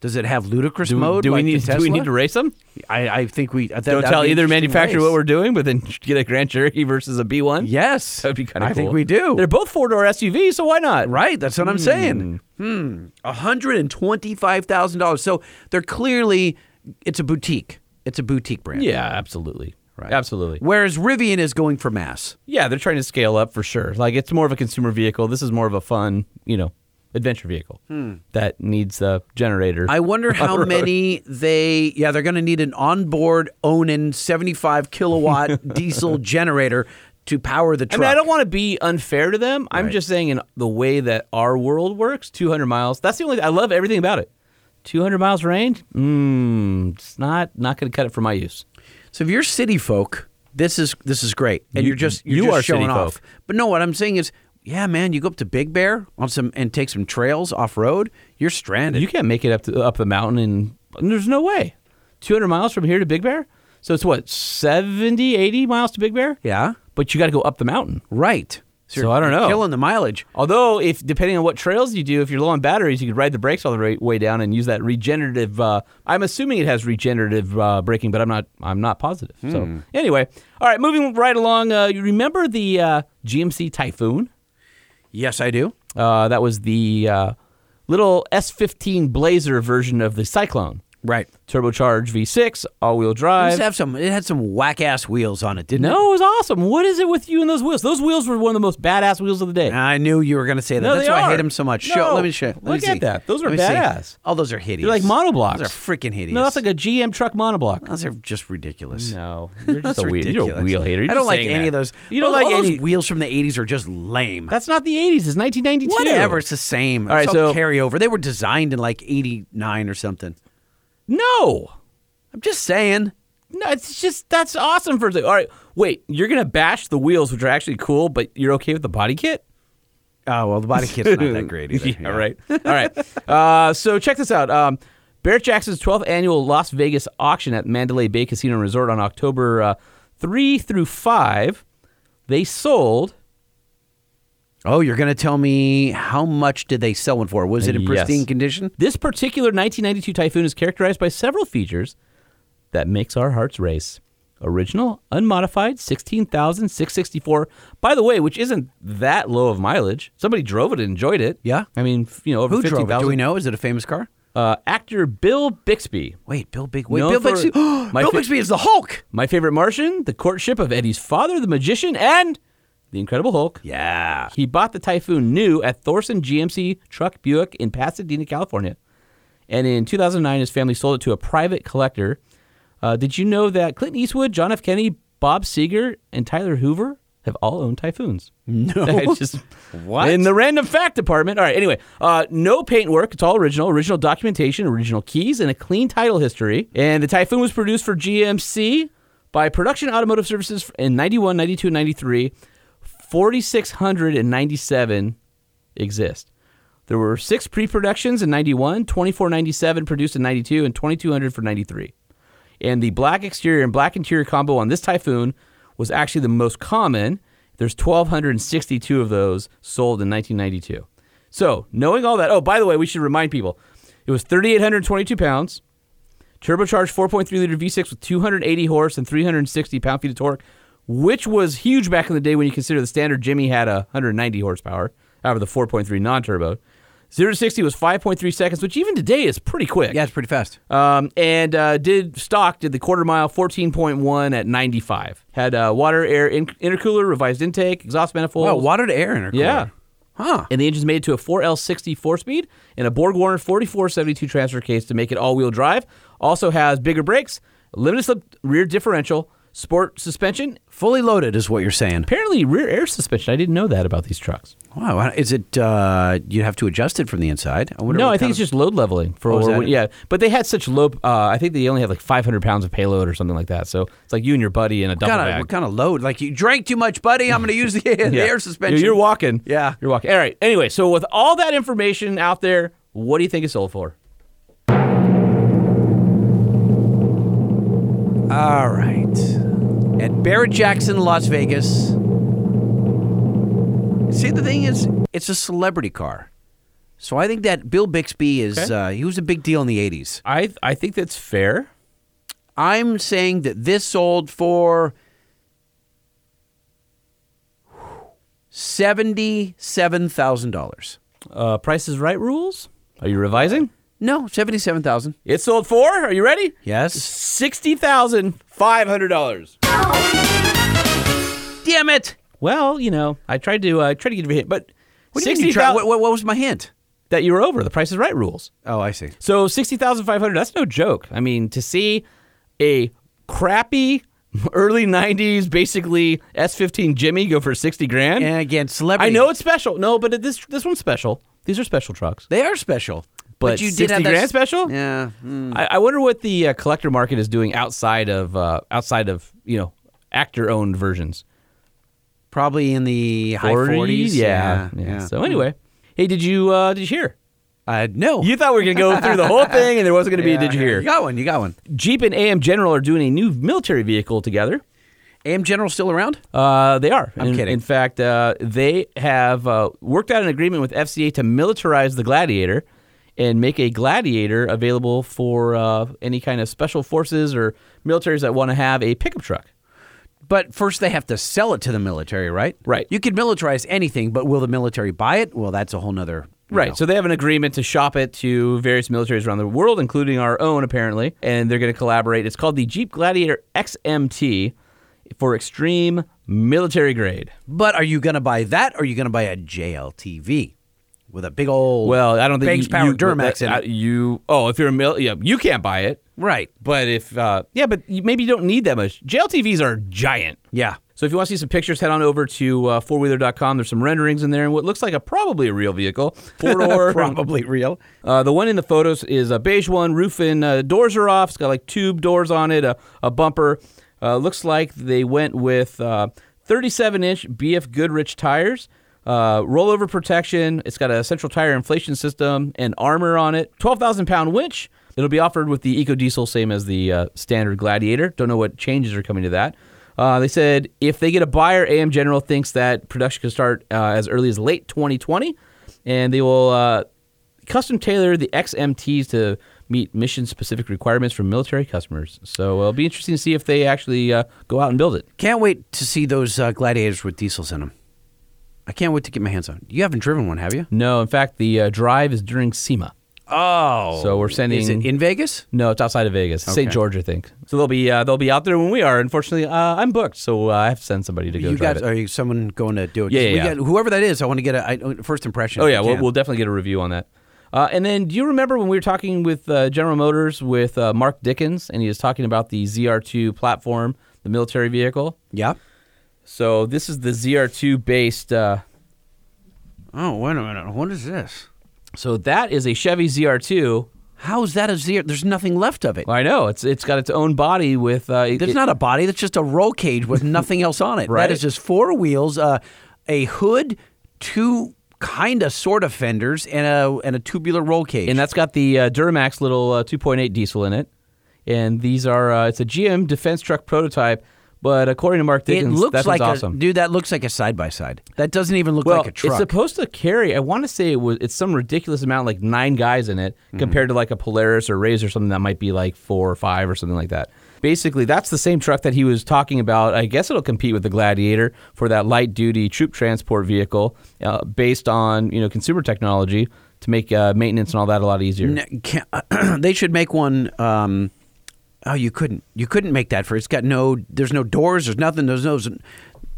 Speaker 1: Does it have ludicrous
Speaker 2: Do,
Speaker 1: mode?
Speaker 2: do
Speaker 1: like
Speaker 2: we need
Speaker 1: the
Speaker 2: do we need to
Speaker 1: Tesla?
Speaker 2: race them?
Speaker 1: I, I think we that,
Speaker 2: Don't tell either manufacturer what we're doing, but then get a Grand Cherokee versus a B one.
Speaker 1: Yes,
Speaker 2: that'd be kind of.
Speaker 1: I think we do.
Speaker 2: They're both four-door SUVs, so why not?
Speaker 1: Right, that's what I'm saying. Hmm, hundred and twenty-five thousand dollars. So they're clearly it's a boutique. It's a boutique brand.
Speaker 2: Yeah, absolutely. Right. Absolutely.
Speaker 1: Whereas Rivian is going for mass.
Speaker 2: Yeah, they're trying to scale up for sure. Like it's more of a consumer vehicle. This is more of a fun, you know, adventure vehicle that needs a generator.
Speaker 1: Hmm. I wonder how many they. Yeah, they're going to need an onboard Onan 75 kilowatt diesel generator to power the
Speaker 2: I
Speaker 1: truck.
Speaker 2: mean, I don't want to be unfair to them. I'm
Speaker 1: Right.
Speaker 2: just saying in the way that our world works, 200 miles. That's the only. I love everything about it. 200 miles range. Mmm, it's not not going to cut it for my use.
Speaker 1: so if you're city folk, this is this is great, and you, are just you're
Speaker 2: you
Speaker 1: just
Speaker 2: are city
Speaker 1: showing off.
Speaker 2: folk.
Speaker 1: But no, what I'm saying is, yeah, man, you go up to Big Bear on some and take some trails off road, you're stranded.
Speaker 2: You can't make it up to, up the mountain, and there's no way. 200 miles from here to Big Bear. So it's what 70, 80 miles to Big Bear.
Speaker 1: yeah,
Speaker 2: but you got to go up the mountain.
Speaker 1: right.
Speaker 2: So I don't
Speaker 1: you're
Speaker 2: know.
Speaker 1: killing the mileage.
Speaker 2: Although, if depending on what trails you do, if you're low on batteries, you could ride the brakes all the ra- way down and use that regenerative. Uh, I'm assuming it has regenerative uh, braking, but I'm not. I'm not positive. So anyway, all right, moving right along. Uh, you remember the uh, GMC Typhoon?
Speaker 1: Yes, I do.
Speaker 2: Uh, that was the uh, little S15 Blazer version of the Cyclone,
Speaker 1: Right.
Speaker 2: turbocharged V6, all-wheel drive.
Speaker 1: It have some. It had some whack ass wheels on it, didn't it?
Speaker 2: no, it was awesome. What is it with you and those wheels? Those wheels were one of the most badass wheels of the day.
Speaker 1: I knew you were going to say that.
Speaker 2: No,
Speaker 1: That's
Speaker 2: they
Speaker 1: why I
Speaker 2: are.
Speaker 1: hate them so much.
Speaker 2: No.
Speaker 1: Show, let me show. Let me
Speaker 2: Look at
Speaker 1: see.
Speaker 2: that. Those are
Speaker 1: Let me see.
Speaker 2: badass.
Speaker 1: Oh, those are hideous.
Speaker 2: They're like monoblocks.
Speaker 1: Those are freaking hideous.
Speaker 2: No, that's like a GM truck monoblock.
Speaker 1: Those are just ridiculous.
Speaker 2: No, you're
Speaker 1: That's
Speaker 2: just a wheel. You're a
Speaker 1: ridiculous.
Speaker 2: wheel hater. You're
Speaker 1: I
Speaker 2: just
Speaker 1: don't like
Speaker 2: saying
Speaker 1: any
Speaker 2: that.
Speaker 1: of those.
Speaker 2: You don't
Speaker 1: Those-
Speaker 2: like
Speaker 1: all
Speaker 2: any.
Speaker 1: those wheels from the '80s are just lame.
Speaker 2: That's not the 80s. It's 1992.
Speaker 1: Whatever, it's the same.
Speaker 2: All right,
Speaker 1: it's all
Speaker 2: so-
Speaker 1: carryover. They were designed in like '89 or something.
Speaker 2: No,
Speaker 1: I'm just saying.
Speaker 2: no, it's just that's awesome for. All right, wait. You're gonna bash the wheels, which are actually cool, but you're okay with the body kit?
Speaker 1: Oh well, the body kit's not that great either.
Speaker 2: yeah, right. All right. Uh, so check this out. Um, Barrett Jackson's 12th annual Las Vegas auction at Mandalay Bay Casino and Resort on October uh, 3 through 5. They sold
Speaker 1: Oh, you're gonna tell me how much did they sell one for? Was it in
Speaker 2: Yes.
Speaker 1: pristine condition?
Speaker 2: This particular 1992 Typhoon is characterized by several features that makes our hearts race. Original, unmodified, 16,664. By the way, which isn't that low of mileage. Somebody drove it and enjoyed it.
Speaker 1: Yeah.
Speaker 2: I mean, f- you know, over
Speaker 1: Who drove it?
Speaker 2: 15,000.
Speaker 1: Do we know? Is it a famous car?
Speaker 2: Uh, actor Bill Bixby.
Speaker 1: Wait, Bill Big. Wait,
Speaker 2: Known
Speaker 1: Bill
Speaker 2: for-
Speaker 1: Bixby.
Speaker 2: my
Speaker 1: Bill
Speaker 2: fa-
Speaker 1: Bixby is the Hulk.
Speaker 2: My Favorite Martian, The Courtship of Eddie's Father, The Magician, and The Incredible Hulk.
Speaker 1: Yeah.
Speaker 2: He bought the Typhoon new at Thorson GMC Truck Buick in Pasadena, California. And in 2009, his family sold it to a private collector. Uh, did you know that Clint Eastwood, John F. Kennedy, Bob Seger, and Tyler Hoover have all owned Typhoons? No. just,
Speaker 1: What?
Speaker 2: In the random fact department. All right, anyway, uh, no paint work. It's all original. Original documentation, original keys, and a clean title history. And the Typhoon was produced for GMC by Production Automotive Services in 91, 92, 93. 4,697 exist. There were six pre productions in 91, 2497 produced in 92, and 2200 for 93. And the black exterior and black interior combo on this Typhoon was actually the most common. There's 1,262 of those sold in 1992. So, knowing all that, oh, by the way, we should remind people it was 3,822 pounds, turbocharged 4.3 liter V6 with 280 horse and 360 pound feet of torque, which was huge back in the day when you consider the standard Jimmy had a 190 horsepower out of the 4.3 non turbo. 0 to 60 was 5.3 seconds, which even today is pretty quick.
Speaker 1: Yeah, it's pretty fast.
Speaker 2: Um, and uh, did stock did the quarter mile 14.1 at 95. Had uh, water air in- intercooler, revised intake, exhaust manifold.
Speaker 1: Wow, water to air intercooler.
Speaker 2: Yeah.
Speaker 1: Huh.
Speaker 2: And the engine's made it to a 4L60 four speed and a Borg Warner 4472 transfer case to make it all wheel drive. Also has bigger brakes, limited slip rear differential, sport suspension,
Speaker 1: Fully loaded is what you're saying.
Speaker 2: apparently rear air suspension. I didn't know that about these trucks.
Speaker 1: Wow. Is it, uh, you have to adjust it from the inside? I wonder
Speaker 2: No,
Speaker 1: what
Speaker 2: I think
Speaker 1: kind
Speaker 2: it's
Speaker 1: of-
Speaker 2: just load leveling for
Speaker 1: Oh, is
Speaker 2: or
Speaker 1: that
Speaker 2: when-
Speaker 1: it?
Speaker 2: yeah. But they had such low. Uh, I think they only had like 500 pounds of payload or something like that. So it's like you and your buddy in a double
Speaker 1: What kind, of,
Speaker 2: bag.
Speaker 1: what kind of load? Like you drank too much, buddy. I'm going to use the, the
Speaker 2: Yeah.
Speaker 1: air suspension.
Speaker 2: You're walking.
Speaker 1: Yeah.
Speaker 2: you're walking. All right. Anyway, so with all that information out there, what do you think it sold for?
Speaker 1: All right. At Barrett Jackson, Las Vegas. See, the thing is, it's a celebrity car. So I think that Bill Bixby is,
Speaker 2: Okay.
Speaker 1: uh, he was a big deal in the 80s.
Speaker 2: I I think that's fair.
Speaker 1: I'm saying that this sold for $77,000.
Speaker 2: Uh, Price is Right rules. Are you revising?
Speaker 1: No, 77,000.
Speaker 2: It sold for. Are you ready?
Speaker 1: Yes.
Speaker 2: Sixty thousand five hundred dollars.
Speaker 1: Damn it.
Speaker 2: Well, you know, I tried to uh, try to get you a hit, but
Speaker 1: What, do you mean
Speaker 2: sixty
Speaker 1: you try, what,
Speaker 2: thousand
Speaker 1: what, what was my hint?
Speaker 2: that you were over the Price is Right rules.
Speaker 1: Oh, I see.
Speaker 2: So sixty thousand five hundred. That's no joke. I mean, to see a crappy early '90s, basically S15 Jimmy go for sixty grand.
Speaker 1: And again, celebrity.
Speaker 2: I know it's special. No, but it, this this one's special. These are special trucks.
Speaker 1: They are special.
Speaker 2: But,
Speaker 1: you did
Speaker 2: 60
Speaker 1: have that
Speaker 2: grand
Speaker 1: s-
Speaker 2: special.
Speaker 1: Yeah. mm.
Speaker 2: I, I wonder what the uh, collector market is doing outside of uh, outside of you know actor owned versions.
Speaker 1: Probably in the high 40s.
Speaker 2: yeah. yeah. So anyway, hey, did you uh, did you hear?
Speaker 1: Uh, no. Uh,
Speaker 2: You thought we were gonna go through the whole thing, and there wasn't gonna be a did you hear?
Speaker 1: You got one. You got one.
Speaker 2: Jeep and AM General are doing a new military vehicle together.
Speaker 1: AM General still around?
Speaker 2: Uh, they are.
Speaker 1: I'm
Speaker 2: in,
Speaker 1: kidding.
Speaker 2: In fact, uh, they have uh, worked out an agreement with FCA to militarize the Gladiator and make a Gladiator available for uh, any kind of special forces or militaries that want to have a pickup truck.
Speaker 1: But first, they have to sell it to the military, right?
Speaker 2: Right.
Speaker 1: You could militarize anything, but will the military buy it? Well, that's a whole nother. you
Speaker 2: Right.
Speaker 1: know.
Speaker 2: So they have an agreement to shop it to various militaries around the world, including our own, apparently. And they're going to collaborate. It's called the Jeep Gladiator XMT for extreme military grade.
Speaker 1: But are you going to buy that? Or are you going to buy a JLTV with a big old?
Speaker 2: Well, I don't think
Speaker 1: Banks
Speaker 2: you,
Speaker 1: Power
Speaker 2: you,
Speaker 1: Duramax in
Speaker 2: uh,
Speaker 1: it.
Speaker 2: You oh, if you're a mil, yeah, you can't buy it.
Speaker 1: right.
Speaker 2: But if uh, yeah, but you, maybe you don't need that much. JLTVs are giant.
Speaker 1: Yeah.
Speaker 2: So if you want to see some pictures, head on over to uh, fourwheeler.com. There's some renderings in there and what looks like a probably a real vehicle. Four door,
Speaker 1: Probably real.
Speaker 2: Uh, the one in the photos is a beige one. Roof and uh, doors are off. It's got like tube doors on it, a, a bumper. Uh, looks like they went with uh, 37 inch BF Goodrich tires, uh, rollover protection. It's got a central tire inflation system and armor on it. 12,000 pound winch. It'll be offered with the Eco Diesel, same as the uh, standard Gladiator. Don't know what changes are coming to that. Uh, they said if they get a buyer, AM General thinks that production could start uh, as early as late 2020, and they will uh, custom tailor the XMTs to meet mission specific requirements from military customers. So uh, it'll be interesting to see if they actually uh, go out and build it.
Speaker 1: Can't wait to see those uh, gladiators with diesels in them. I can't wait to get my hands on. it. You haven't driven one, have you?
Speaker 2: No, in fact, the uh, drive is during SEMA.
Speaker 1: Oh,
Speaker 2: So we're sending-
Speaker 1: Is it in Vegas?
Speaker 2: No, it's outside of Vegas, It's St.
Speaker 1: Okay.
Speaker 2: George, I think. So they'll be uh, they'll be out there when we are. Unfortunately, uh, I'm booked, so uh, I have to send somebody to go
Speaker 1: you
Speaker 2: drive
Speaker 1: got
Speaker 2: it.
Speaker 1: are you someone going to do it?
Speaker 2: Yeah,
Speaker 1: We
Speaker 2: yeah, yeah.
Speaker 1: got- whoever that is, I want to get a I, uh, first impression.
Speaker 2: Oh
Speaker 1: if
Speaker 2: yeah,
Speaker 1: we
Speaker 2: we'll,
Speaker 1: can.
Speaker 2: we'll definitely get a review on that. Uh, and then, do you remember when we were talking with uh, General Motors with uh, Mark Dickens, and he was talking about the ZR2 platform, the military vehicle?
Speaker 1: yeah.
Speaker 2: So this is the ZR2 based. Uh,
Speaker 1: Oh wait a minute, what is this?
Speaker 2: so that is a Chevy ZR2.
Speaker 1: How is that a zero? There's nothing left of it.
Speaker 2: Well, I know it's it's got its own body with. Uh,
Speaker 1: That's
Speaker 2: it-
Speaker 1: not a body. That's just a roll cage with nothing else on it.
Speaker 2: Right.
Speaker 1: That is just four wheels, uh, a hood, two kind of sort of fenders, and a and a tubular roll cage.
Speaker 2: and that's got the uh, Duramax little uh, 2.8 diesel in it. And these are uh, it's a GM defense truck prototype, but according to Mark
Speaker 1: it
Speaker 2: Dickens,
Speaker 1: looks
Speaker 2: that
Speaker 1: like
Speaker 2: one's
Speaker 1: a
Speaker 2: awesome.
Speaker 1: dude. That looks like a side by side. That doesn't even look
Speaker 2: well,
Speaker 1: like a truck.
Speaker 2: it's supposed to carry. I want to say it was it's some ridiculous amount, like nine guys in it,
Speaker 1: Mm-hmm.
Speaker 2: compared to like a Polaris or Razor, something that might be like four or five or something like that. Basically, that's the same truck that he was talking about. I guess it'll compete with the Gladiator for that light duty troop transport vehicle, uh, based on you know consumer technology to make uh, maintenance and all that a lot easier.
Speaker 1: N- can- they should make one. Um, oh, you couldn't. You couldn't make that for. It's got no. There's no doors. There's nothing. There's no.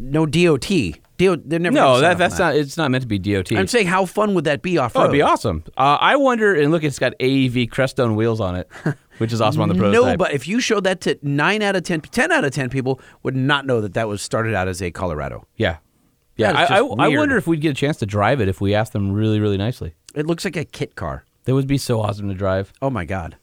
Speaker 1: No DOT. Do, they're never gonna
Speaker 2: No,
Speaker 1: sign
Speaker 2: that,
Speaker 1: off on
Speaker 2: that's not. It's not meant to be DOT.
Speaker 1: I'm saying, how fun would that be off
Speaker 2: oh,
Speaker 1: road?
Speaker 2: it'd be awesome. Uh, I wonder. And look, it's got AEV Crestone wheels on it, which is awesome on the prototype.
Speaker 1: No, but if you showed that to nine out of 10, 10 out of ten people would not know that that was started out as a Colorado.
Speaker 2: yeah, yeah.
Speaker 1: That is
Speaker 2: I, I,
Speaker 1: just
Speaker 2: I
Speaker 1: weird.
Speaker 2: wonder if we'd get a chance to drive it if we asked them really, really nicely.
Speaker 1: It looks like a kit car.
Speaker 2: That would be so awesome to drive.
Speaker 1: Oh my god,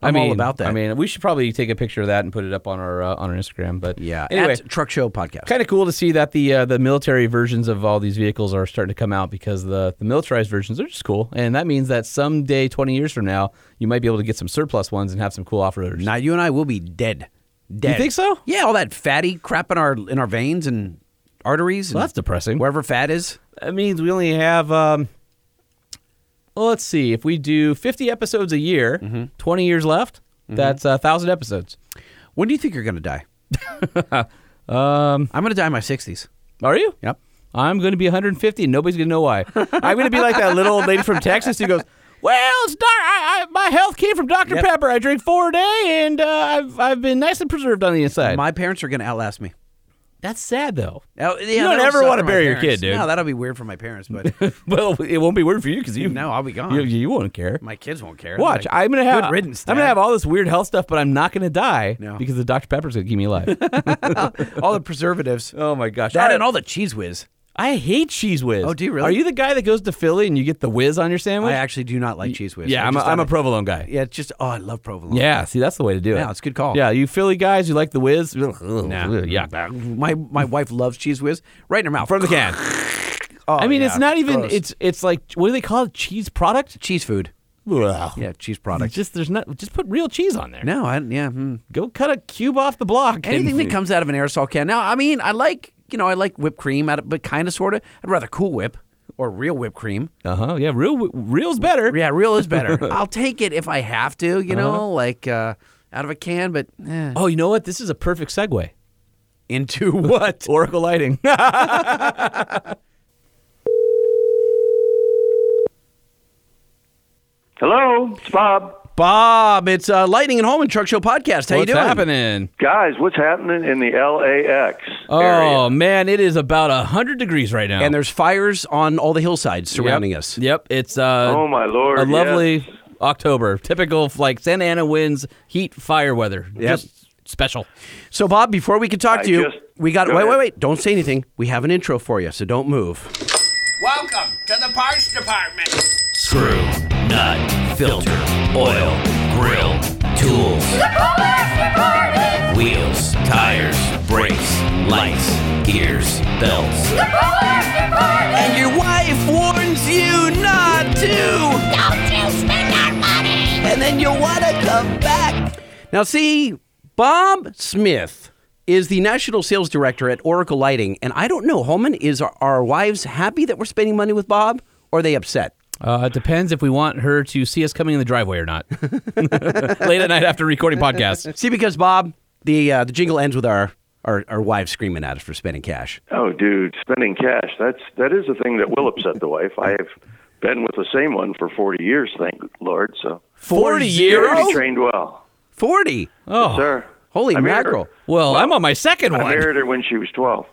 Speaker 2: I
Speaker 1: I'm
Speaker 2: mean,
Speaker 1: all about that.
Speaker 2: I mean, we should probably take a picture of that and put it up on our uh, on our Instagram. But
Speaker 1: yeah.
Speaker 2: anyway,
Speaker 1: At truck show podcast.
Speaker 2: kind of cool to see that the uh, the military versions of all these vehicles are starting to come out because the the militarized versions are just cool, and that means that someday, twenty years from now, you might be able to get some surplus ones and have some cool off roaders.
Speaker 1: Now you and I will be dead. Dead.
Speaker 2: think so?
Speaker 1: Yeah, all that fatty crap in our in our veins and arteries.
Speaker 2: Well,
Speaker 1: and
Speaker 2: that's depressing.
Speaker 1: Wherever fat is.
Speaker 2: That means we only have. Um, well, let's see. If we do fifty episodes a year,
Speaker 1: Mm-hmm.
Speaker 2: twenty years left. That's a thousand episodes.
Speaker 1: When do you think you're going to die? um, I'm going to die in my 60s.
Speaker 2: Are you?
Speaker 1: Yep.
Speaker 2: I'm going to be 150, and nobody's going to know why. I'm going to be like that little old lady from Texas who goes, "Well, it's doc- I, I, my health came from Dr.
Speaker 1: Yep.
Speaker 2: Pepper. I drink four a day, and uh, I've I've been nice and preserved on the inside."
Speaker 1: My parents are going to outlast me.
Speaker 2: That's sad, though.
Speaker 1: Oh, yeah,
Speaker 2: don't
Speaker 1: that'll
Speaker 2: ever
Speaker 1: suck
Speaker 2: wanna
Speaker 1: for my
Speaker 2: bury your
Speaker 1: parents.
Speaker 2: kid, dude.
Speaker 1: No, that'll be weird for my parents, but
Speaker 2: well, it won't be weird for you because you
Speaker 1: no, I'll be gone.
Speaker 2: you, you won't care.
Speaker 1: my kids won't care.
Speaker 2: Watch,
Speaker 1: Like,
Speaker 2: I'm gonna have
Speaker 1: good riddance.
Speaker 2: I'm
Speaker 1: Dad.
Speaker 2: gonna have all this weird health stuff, but I'm not gonna die
Speaker 1: No.
Speaker 2: because the Dr. Pepper's gonna keep me alive.
Speaker 1: all the preservatives.
Speaker 2: oh my gosh!
Speaker 1: That
Speaker 2: All
Speaker 1: and
Speaker 2: right.
Speaker 1: all the cheese whiz.
Speaker 2: I hate cheese whiz.
Speaker 1: Oh, do you really?
Speaker 2: Are you the guy that goes to Philly and you get the whiz on your sandwich?
Speaker 1: I actually do not like cheese whiz.
Speaker 2: yeah,
Speaker 1: I
Speaker 2: I'm a,
Speaker 1: just
Speaker 2: I'm a
Speaker 1: thought it-
Speaker 2: provolone guy.
Speaker 1: Yeah, it's just oh, I love provolone.
Speaker 2: Yeah, see, that's the way to do it.
Speaker 1: Yeah, it's a good call.
Speaker 2: Yeah, you Philly guys, you like the whiz? Nah.
Speaker 1: Oh,
Speaker 2: Yeah.
Speaker 1: my my wife loves cheese whiz right in her mouth Oh,
Speaker 2: From the can. I mean, it's
Speaker 1: yeah,
Speaker 2: not even,
Speaker 1: gross.
Speaker 2: it's it's like, what do they call it? Cheese product?
Speaker 1: cheese food. Yeah, cheese product.
Speaker 2: Just, there's not, just put real cheese on there.
Speaker 1: No, I yeah. hmm.
Speaker 2: Go cut a cube off the block.
Speaker 1: Anything
Speaker 2: and-
Speaker 1: that comes out of an aerosol can. Now, I mean, I like you know I like whipped cream out of, but kind of sort of. I'd rather Cool Whip or real whipped cream.
Speaker 2: Uh huh. Yeah, real, real's better.
Speaker 1: Yeah, real is better. I'll take it if I have to. You know,
Speaker 2: Uh-huh.
Speaker 1: like uh, out of a can, but eh.
Speaker 2: Oh, you know what? This is a perfect segue.
Speaker 1: into what?
Speaker 2: Oracle lighting.
Speaker 10: Hello, it's Bob.
Speaker 1: Bob, it's uh, Lightning and Holman Truck Show Podcast. How you
Speaker 2: What's
Speaker 1: doing?
Speaker 2: happening?
Speaker 10: Guys, what's happening in the LAX
Speaker 2: Oh,
Speaker 10: area?
Speaker 2: man, it is about 100 degrees right now.
Speaker 1: And there's fires on all the hillsides surrounding
Speaker 2: Yep.
Speaker 1: us.
Speaker 2: Yep, it's uh,
Speaker 10: Oh, my Lord,
Speaker 2: a lovely
Speaker 10: yes.
Speaker 2: October, typical like Santa Ana winds, heat, fire weather,
Speaker 1: Yep.
Speaker 2: just special.
Speaker 1: So, Bob, before we can talk
Speaker 10: I
Speaker 1: to you,
Speaker 10: just-
Speaker 1: we got
Speaker 10: go
Speaker 1: wait, wait,
Speaker 10: ahead.
Speaker 1: wait! Don't say anything. We have an intro for you, so don't move.
Speaker 11: Welcome to the parts department.
Speaker 3: Screw, nut, filter, oil, grill, tools. Wheels, tires, brakes, lights, gears, belts.
Speaker 1: And your wife warns you not to,
Speaker 8: Don't you spend our money!
Speaker 1: and then you want to come back. Now, see, Bob Smith is the national sales director at Oracle Lighting, and I don't know, Holman, is our, our wives happy that we're spending money with Bob, or are they upset?
Speaker 2: Uh, it depends if we want her to see us coming in the driveway or not. Late at night after recording podcasts.
Speaker 1: See, because Bob, the uh, the jingle ends with our, our our wives screaming at us for spending cash.
Speaker 10: Oh, dude, spending cash. That's that is a thing that will upset the wife. I have Been with the same one for 40 years, thank Lord. So
Speaker 1: 40 years?
Speaker 10: Pretty trained well.
Speaker 1: 40.
Speaker 10: Oh, sir.
Speaker 1: Holy
Speaker 10: I married her.
Speaker 1: mackerel.
Speaker 7: Well, I'm on my second
Speaker 10: I
Speaker 7: one.
Speaker 10: married her when she was 12.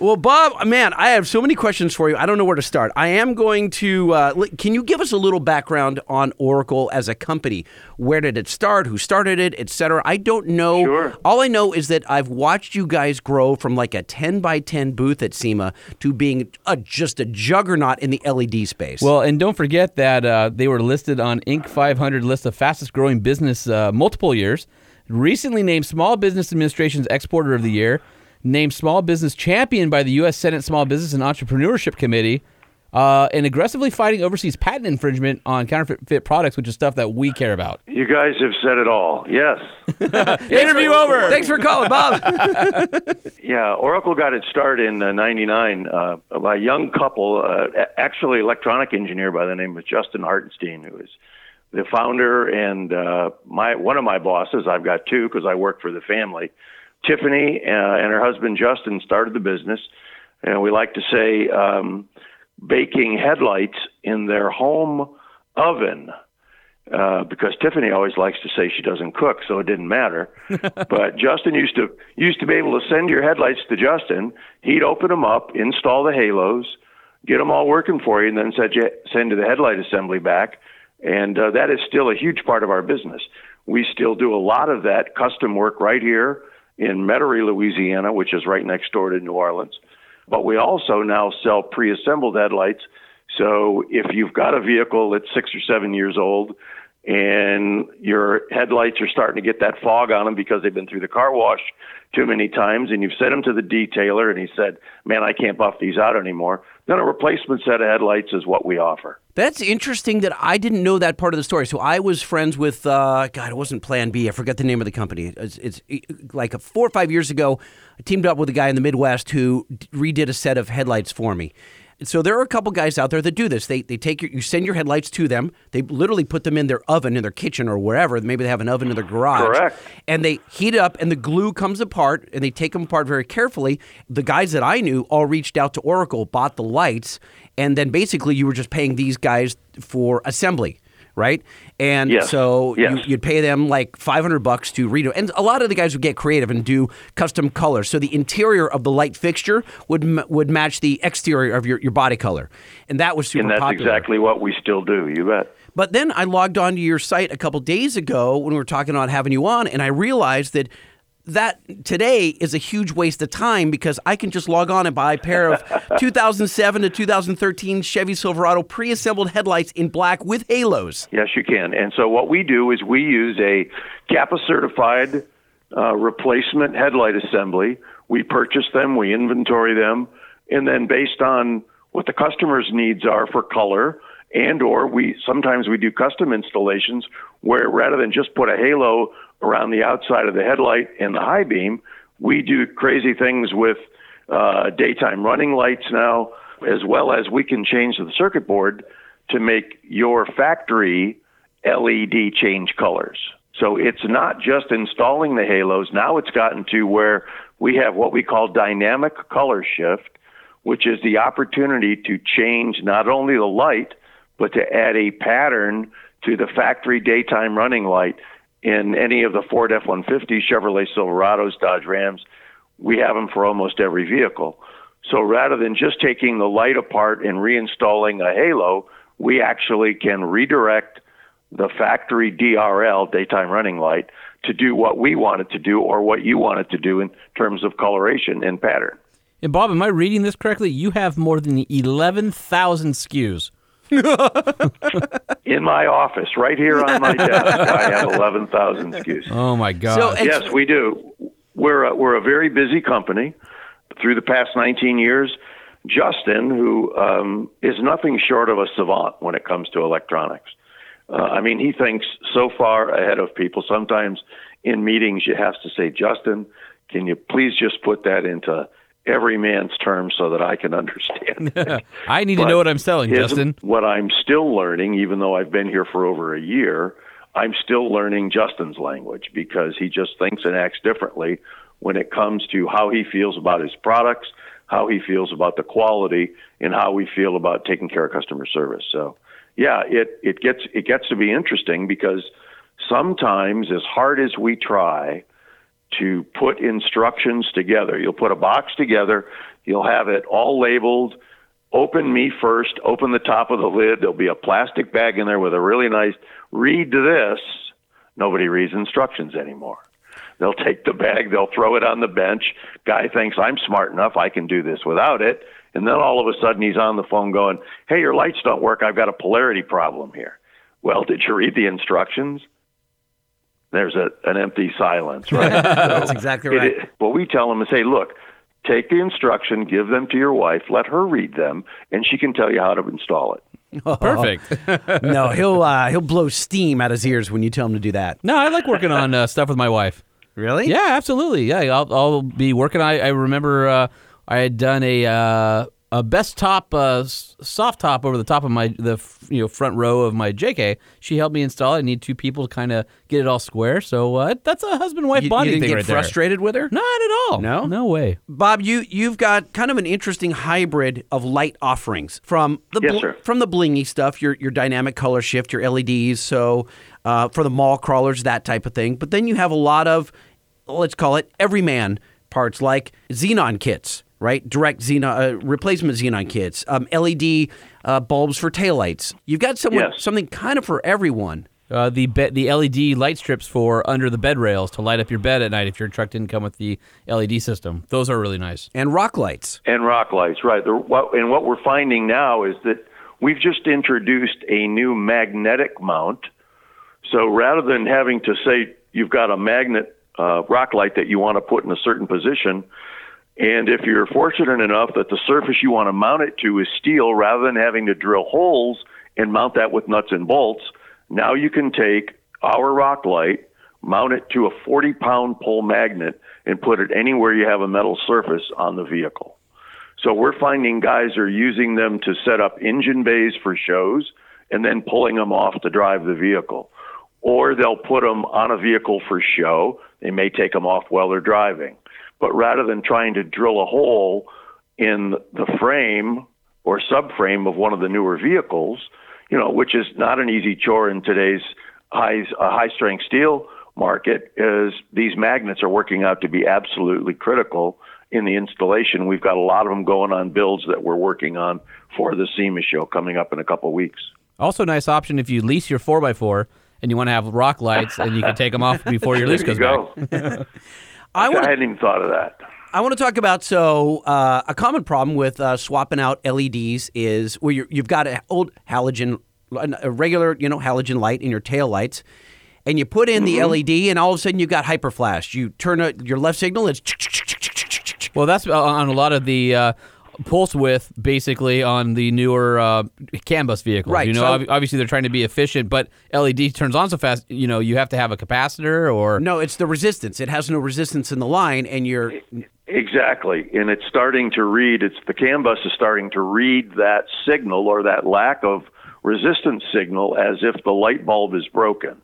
Speaker 1: Well, Bob, man, I have so many questions for you. I don't know where to start. I am going to. Uh, li- can you give us a little background on Oracle as a company? Where did it start? Who started it, et cetera? I don't know.
Speaker 10: Sure.
Speaker 1: All I know is that I've watched you guys grow from like a 10 by 10 booth at SEMA to being a, just a juggernaut in the LED space.
Speaker 2: Well, and don't forget that uh, they were listed on Inc. 500 list of fastest growing business uh, multiple years. Recently named Small Business Administration's Exporter of the Year, named Small Business Champion by the U.S. Senate Small Business and Entrepreneurship Committee, uh, and aggressively fighting overseas patent infringement on counterfeit fit products, which is stuff that we care about.
Speaker 10: You guys have said it all. Yes.
Speaker 7: Interview over.
Speaker 1: thanks for calling, Bob.
Speaker 10: Yeah, Oracle got its start in uh, 99 uh, by a young couple, uh, a- actually electronic engineer by the name of Justin Hartenstein, who is the founder and uh, my one of my bosses. I've got two because I work for the family. Tiffany uh, and her husband Justin started the business, and we like to say um, baking headlights in their home oven. Uh, because Tiffany always likes to say she doesn't cook, so it didn't matter. but Justin used to used to be able to send your headlights to Justin. He'd open them up, install the halos, get them all working for you, and then send you, send the headlight assembly back. And uh, that is still a huge part of our business. We still do a lot of that custom work right here in Metairie, Louisiana, which is right next door to New Orleans. But we also now sell pre-assembled headlights. So if you've got a vehicle that's six or seven years old and your headlights are starting to get that fog on them because they've been through the car wash too many times and you've sent them to the detailer and he said, man, I can't buff these out anymore, then a replacement set of headlights is what we offer.
Speaker 1: That's interesting that I didn't know that part of the story. So I was friends with, uh, God, it wasn't Plan B. I forget the name of the company. It's, it's eh, like a four or five years ago, I teamed up with a guy in the Midwest who d- redid a set of headlights for me. So there are a couple guys out there that do this. They, they take your, you send your headlights to them. They literally put them in their oven, in their kitchen or wherever. Maybe they have an oven in their garage.
Speaker 10: Correct.
Speaker 1: And they heat up and the glue comes apart and they take them apart very carefully. The guys that I knew all reached out to Oracle, bought the lights, and then basically you were just paying these guys for assembly, right? And
Speaker 10: Yes.
Speaker 1: so
Speaker 10: Yes.
Speaker 1: You, you'd pay them like 500 bucks to redo. And a lot of the guys would get creative and do custom colors. So the interior of the light fixture would m- would match the exterior of your, your body color. And that was super
Speaker 10: And that's
Speaker 1: popular.
Speaker 10: exactly what we still do, you bet.
Speaker 1: But then I logged onto your site a couple days ago when we were talking about having you on, and I realized that that today is a huge waste of time because I can just log on and buy a pair of 2007 to 2013 Chevy Silverado pre-assembled headlights in black with halos.
Speaker 10: Yes, you can. And so what we do is we use a Kappa certified uh, replacement headlight assembly. We purchase them, we inventory them, and then based on what the customer's needs are for color and or we sometimes we do custom installations where rather than just put a halo around the outside of the headlight and the high beam, we do crazy things with uh, daytime running lights now, as well as we can change the circuit board to make your factory LED change colors. So it's not just installing the halos. Now it's gotten to where we have what we call dynamic color shift, which is the opportunity to change not only the light, but to add a pattern to the factory daytime running light in any of the Ford F 150, Chevrolet Silverados, Dodge Rams. We have them for almost every vehicle. So rather than just taking the light apart and reinstalling a halo, we actually can redirect the factory DRL, daytime running light, to do what we want it to do or what you want it to do in terms of coloration and pattern.
Speaker 2: And Bob, am I reading this correctly? You have more than 11,000 SKUs.
Speaker 10: In my office, right here on my desk, I have 11,000 SKUs.
Speaker 2: Oh my God.
Speaker 1: So ex-
Speaker 10: yes, we do. We're a, we're a very busy company. Through the past 19 years, Justin, who um, is nothing short of a savant when it comes to electronics. Uh, I mean, he thinks so far ahead of people. Sometimes in meetings, you have to say, Justin, can you please just put that into every man's terms so that I can understand? it?"
Speaker 2: I need to
Speaker 10: but
Speaker 2: know what I'm selling,
Speaker 10: is
Speaker 2: Justin.
Speaker 10: What I'm still learning, even though I've been here for over a year, I'm still learning Justin's language because he just thinks and acts differently when it comes to how he feels about his products, how he feels about the quality and how we feel about taking care of customer service. So, yeah, it it gets it gets to be interesting because sometimes as hard as we try to put instructions together, you'll put a box together, you'll have it all labeled, open me first, open the top of the lid, there'll be a plastic bag in there with a really nice read this. Nobody reads instructions anymore. They'll take the bag, they'll throw it on the bench. Guy thinks I'm smart enough, I can do this without it. And then all of a sudden he's on the phone going, Hey, your lights don't work. I've got a polarity problem here. Well, did you read the instructions? There's a, an empty silence, right?
Speaker 1: That's exactly right.
Speaker 10: It is- what we tell them is, hey, look, take the instruction, give them to your wife, let her read them, and she can tell you how to install it.
Speaker 7: Perfect.
Speaker 1: no, he'll uh, he'll blow steam out his ears when you tell him to do that.
Speaker 2: No, I like working on uh, stuff with my wife.
Speaker 1: Really?
Speaker 2: Yeah, absolutely. Yeah, I'll, I'll be working. I, I remember uh, I had done a uh, a best top uh, s- soft top over the top of my the f- you know front row of my JK. She helped me install it. I need two people to kind of get it all square. So uh, that's a husband wife
Speaker 1: You, you
Speaker 2: bonding
Speaker 1: didn't
Speaker 2: thing
Speaker 1: get
Speaker 2: right
Speaker 1: frustrated with her?
Speaker 2: there. Not at all.
Speaker 1: No?
Speaker 2: no way.
Speaker 1: Bob, you you've got kind of an interesting hybrid of light offerings from the
Speaker 10: Yes, sir.
Speaker 1: from the blingy stuff, your your dynamic color shift, your LEDs, so uh, for the mall crawlers, that type of thing. But then you have a lot of let's call it everyman parts like xenon kits, right? Direct xenon uh, replacement xenon kits, um, LED uh, bulbs for taillights. You've got someone,
Speaker 10: Yes.
Speaker 1: something kind of for everyone.
Speaker 2: Uh, the be- the LED light strips for under the bed rails to light up your bed at night if your truck didn't come with the LED system. Those are really nice.
Speaker 1: And rock lights.
Speaker 10: And rock lights, right. The, what, and what we're finding now is that we've just introduced a new magnetic mount. So rather than having to say you've got a magnet uh, rock light that you want to put in a certain position, and if you're fortunate enough that the surface you want to mount it to is steel, rather than having to drill holes and mount that with nuts and bolts, now you can take our rock light, mount it to a 40 pound pole magnet, and put it anywhere you have a metal surface on the vehicle. So we're finding guys are using them to set up engine bays for shows and then pulling them off to drive the vehicle. Or they'll put them on a vehicle for show. They may take them off while they're driving. But rather than trying to drill a hole in the frame or subframe of one of the newer vehicles, you know, which is not an easy chore in today's high uh, high strength steel market, is these magnets are working out to be absolutely critical in the installation. We've got a lot of them going on builds that we're working on for the SEMA show coming up in a couple weeks.
Speaker 2: Also, a nice option if you lease your 4x4 and you want to have rock lights and you can take them off before your lease
Speaker 10: There
Speaker 2: goes
Speaker 10: you
Speaker 2: back.
Speaker 10: go.
Speaker 1: I
Speaker 10: I
Speaker 1: want
Speaker 10: hadn't even thought of that.
Speaker 1: I want to talk about so uh, a common problem with uh, swapping out LEDs is well you're, you've got an old halogen, a regular you know halogen light in your tail lights, and you put in the LED, and all of a sudden you've got hyperflash. You turn a, your left signal, it's
Speaker 2: Well, that's uh, on a lot of the uh, pulse width, basically, on the newer uh, canvas vehicles.
Speaker 1: Right,
Speaker 2: You know,
Speaker 1: so-
Speaker 2: ob- obviously they're trying to be efficient, but LED turns on so fast, you know, you have to have a capacitor or.
Speaker 1: no, it's the resistance. It has no resistance in the line, and you're
Speaker 10: Exactly. And it's starting to read, it's the CAN bus is starting to read that signal or that lack of resistance signal as if the light bulb is broken.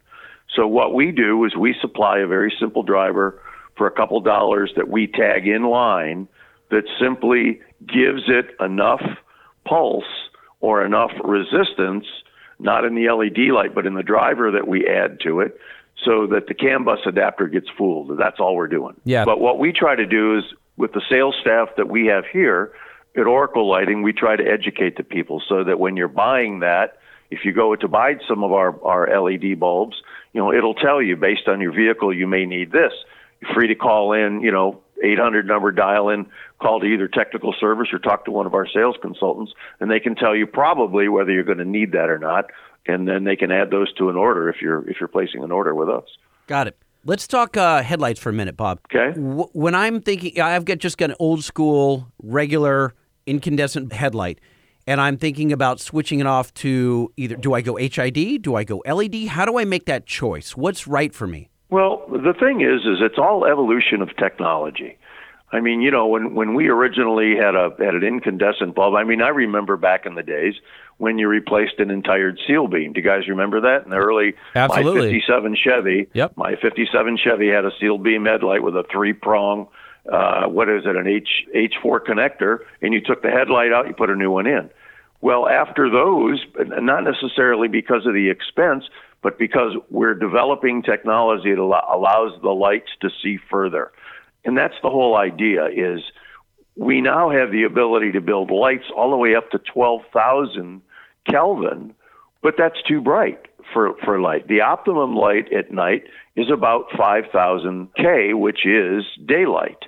Speaker 10: So what we do is we supply a very simple driver for a couple dollars that we tag in line that simply gives it enough pulse or enough resistance, not in the LED light, but in the driver that we add to it, so that the CAN bus adapter gets fooled. That's all we're doing.
Speaker 2: Yeah.
Speaker 10: But what we try to do is with the sales staff that we have here at Oracle Lighting, we try to educate the people so that when you're buying that, if you go to buy some of our, our LED bulbs, you know, it'll tell you based on your vehicle, you may need this. You're free to call in, you know, 800 number dial in, call to either technical service or talk to one of our sales consultants, and they can tell you probably whether you're going to need that or not. And then they can add those to an order if you're if you're placing an order with us.
Speaker 1: Got it. Let's talk uh, headlights for a minute, Bob.
Speaker 10: Okay.
Speaker 1: W- when I'm thinking, I've got just got an old school, regular incandescent headlight, and I'm thinking about switching it off to either do I go HID, do I go LED? How do I make that choice? What's right for me?
Speaker 10: Well, the thing is, is it's all evolution of technology. I mean, you know, when when we originally had a had an incandescent bulb, I mean, I remember back in the days when you replaced an entire seal beam. Do you guys remember that in the early
Speaker 2: Absolutely.
Speaker 10: my '57 Chevy?
Speaker 2: Yep.
Speaker 10: My '57 Chevy had a seal beam headlight with a three prong uh, what is it, an H H4 connector, and you took the headlight out, you put a new one in. Well, after those, and not necessarily because of the expense, but because we're developing technology that allo- allows the lights to see further, and that's the whole idea. Is we now have the ability to build lights all the way up to 12,000 Kelvin, but that's too bright for, for light. The optimum light at night is about 5,000 K, which is daylight.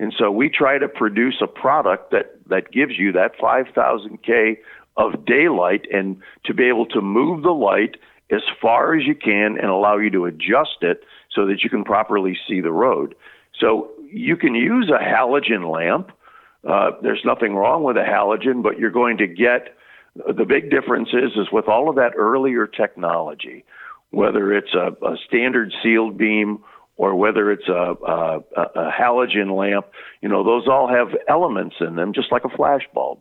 Speaker 10: And so we try to produce a product that, that gives you that 5,000 K of daylight and to be able to move the light as far as you can and allow you to adjust it so that you can properly see the road. So you can use a halogen lamp. Uh, there's nothing wrong with a halogen, but you're going to get the big difference is is with all of that earlier technology, whether it's a, a standard sealed beam or whether it's a, a, a halogen lamp, you know, those all have elements in them, just like a flash bulb.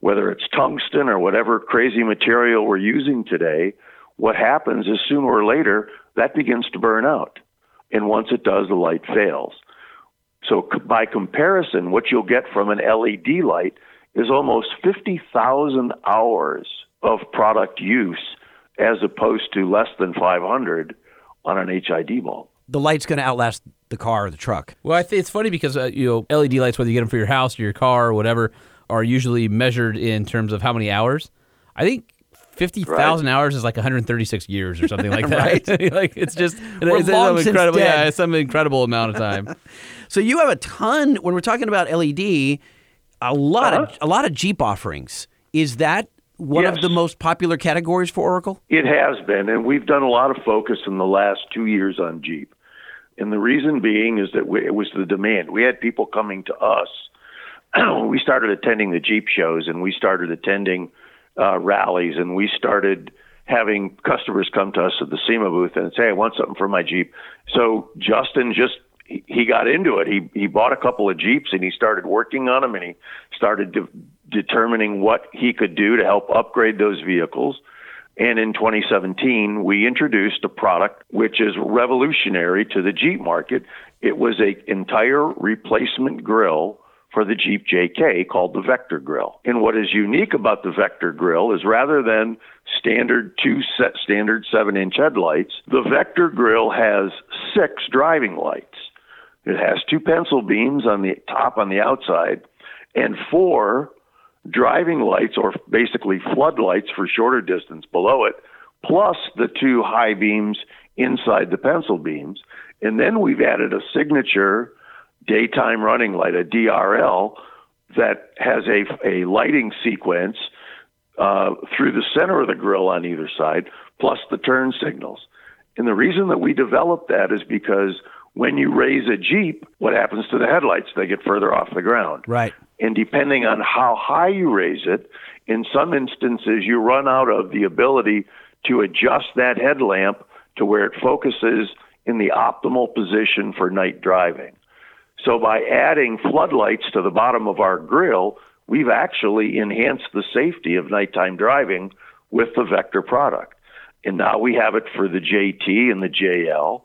Speaker 10: Whether it's tungsten or whatever crazy material we're using today, what happens is sooner or later that begins to burn out. And once it does, the light fails. So, c- by comparison, what you'll get from an LED light is almost 50,000 hours of product use as opposed to less than 500 on an HID bulb.
Speaker 1: The light's going to outlast the car or the truck.
Speaker 2: Well, I think it's funny because uh, you know LED lights, whether you get them for your house or your car or whatever, are usually measured in terms of how many hours. I think fifty thousand hours is like 136 years or something like that. like it's just
Speaker 1: We're
Speaker 2: it's
Speaker 1: long
Speaker 2: some
Speaker 1: since
Speaker 2: incredible,
Speaker 1: dead.
Speaker 2: yeah, it's some incredible amount of time.
Speaker 1: So you have a ton when we're talking about LED, a lot of a lot of Jeep offerings. Is that one of
Speaker 10: Yes.
Speaker 1: the most popular categories for Oracle?
Speaker 10: It has been, and we've done a lot of focus in the last two years on Jeep. And the reason being is that we, it was the demand. We had people coming to us. we started attending the Jeep shows, and we started attending uh, rallies, and we started having customers come to us at the SEMA booth and say, "I want something for my Jeep." So Justin just he he got into it. He he bought a couple of Jeeps and he started working on them, and he started de- determining what he could do to help upgrade those vehicles. And in 2017, we introduced a product which is revolutionary to the Jeep market. It was a entire replacement grill for the Jeep JK called the Vector Grill. And what is unique about the Vector Grill is rather than standard two set standard 7-inch headlights, the Vector Grill has 6 driving lights. It has two pencil beams on the top on the outside and four driving lights or basically floodlights for shorter distance below it, plus the two high beams inside the pencil beams. And then we've added a signature daytime running light, a DRL, that has a, a lighting sequence uh, through the center of the grill on either side, plus the turn signals. And the reason that we developed that is because when you raise a Jeep, what happens to the headlights? They get further off the ground.
Speaker 1: Right.
Speaker 10: And depending on how high you raise it, in some instances, you run out of the ability to adjust that headlamp to where it focuses in the optimal position for night driving. So by adding floodlights to the bottom of our grill, we've actually enhanced the safety of nighttime driving with the Vector product. And now we have it for the JT and the JL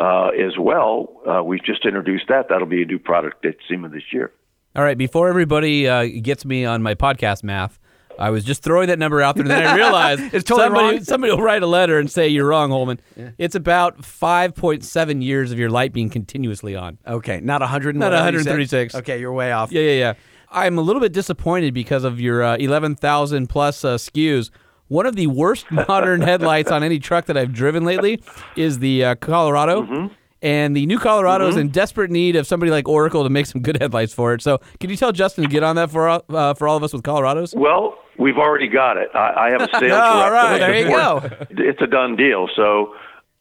Speaker 10: uh, as well. Uh, we've just introduced that. That'll be a new product at SEMA this year.
Speaker 2: All right, before everybody uh, gets me on my podcast math, I was just throwing that number out there, and then I realized
Speaker 1: It's totally
Speaker 2: somebody,
Speaker 1: wrong.
Speaker 2: somebody will write a letter and say you're wrong, Holman. It's about 5.7 years of your light being continuously on.
Speaker 1: Okay, not 100.
Speaker 2: Not 136.
Speaker 1: Okay, you're way off.
Speaker 2: Yeah, yeah, yeah. I'm a little bit disappointed because of your uh, 11,000 plus uh, SKUs. One of the worst modern headlights on any truck that I've driven lately is the uh, Colorado. And the new Colorado is in desperate need of somebody like Oracle to make some good headlights for it. So, can you tell Justin to get on that for all, uh, for all of us with Colorados?
Speaker 10: Well, we've already got it. I, I have a sales rep.
Speaker 2: all right, there you go.
Speaker 10: It's a done deal. So,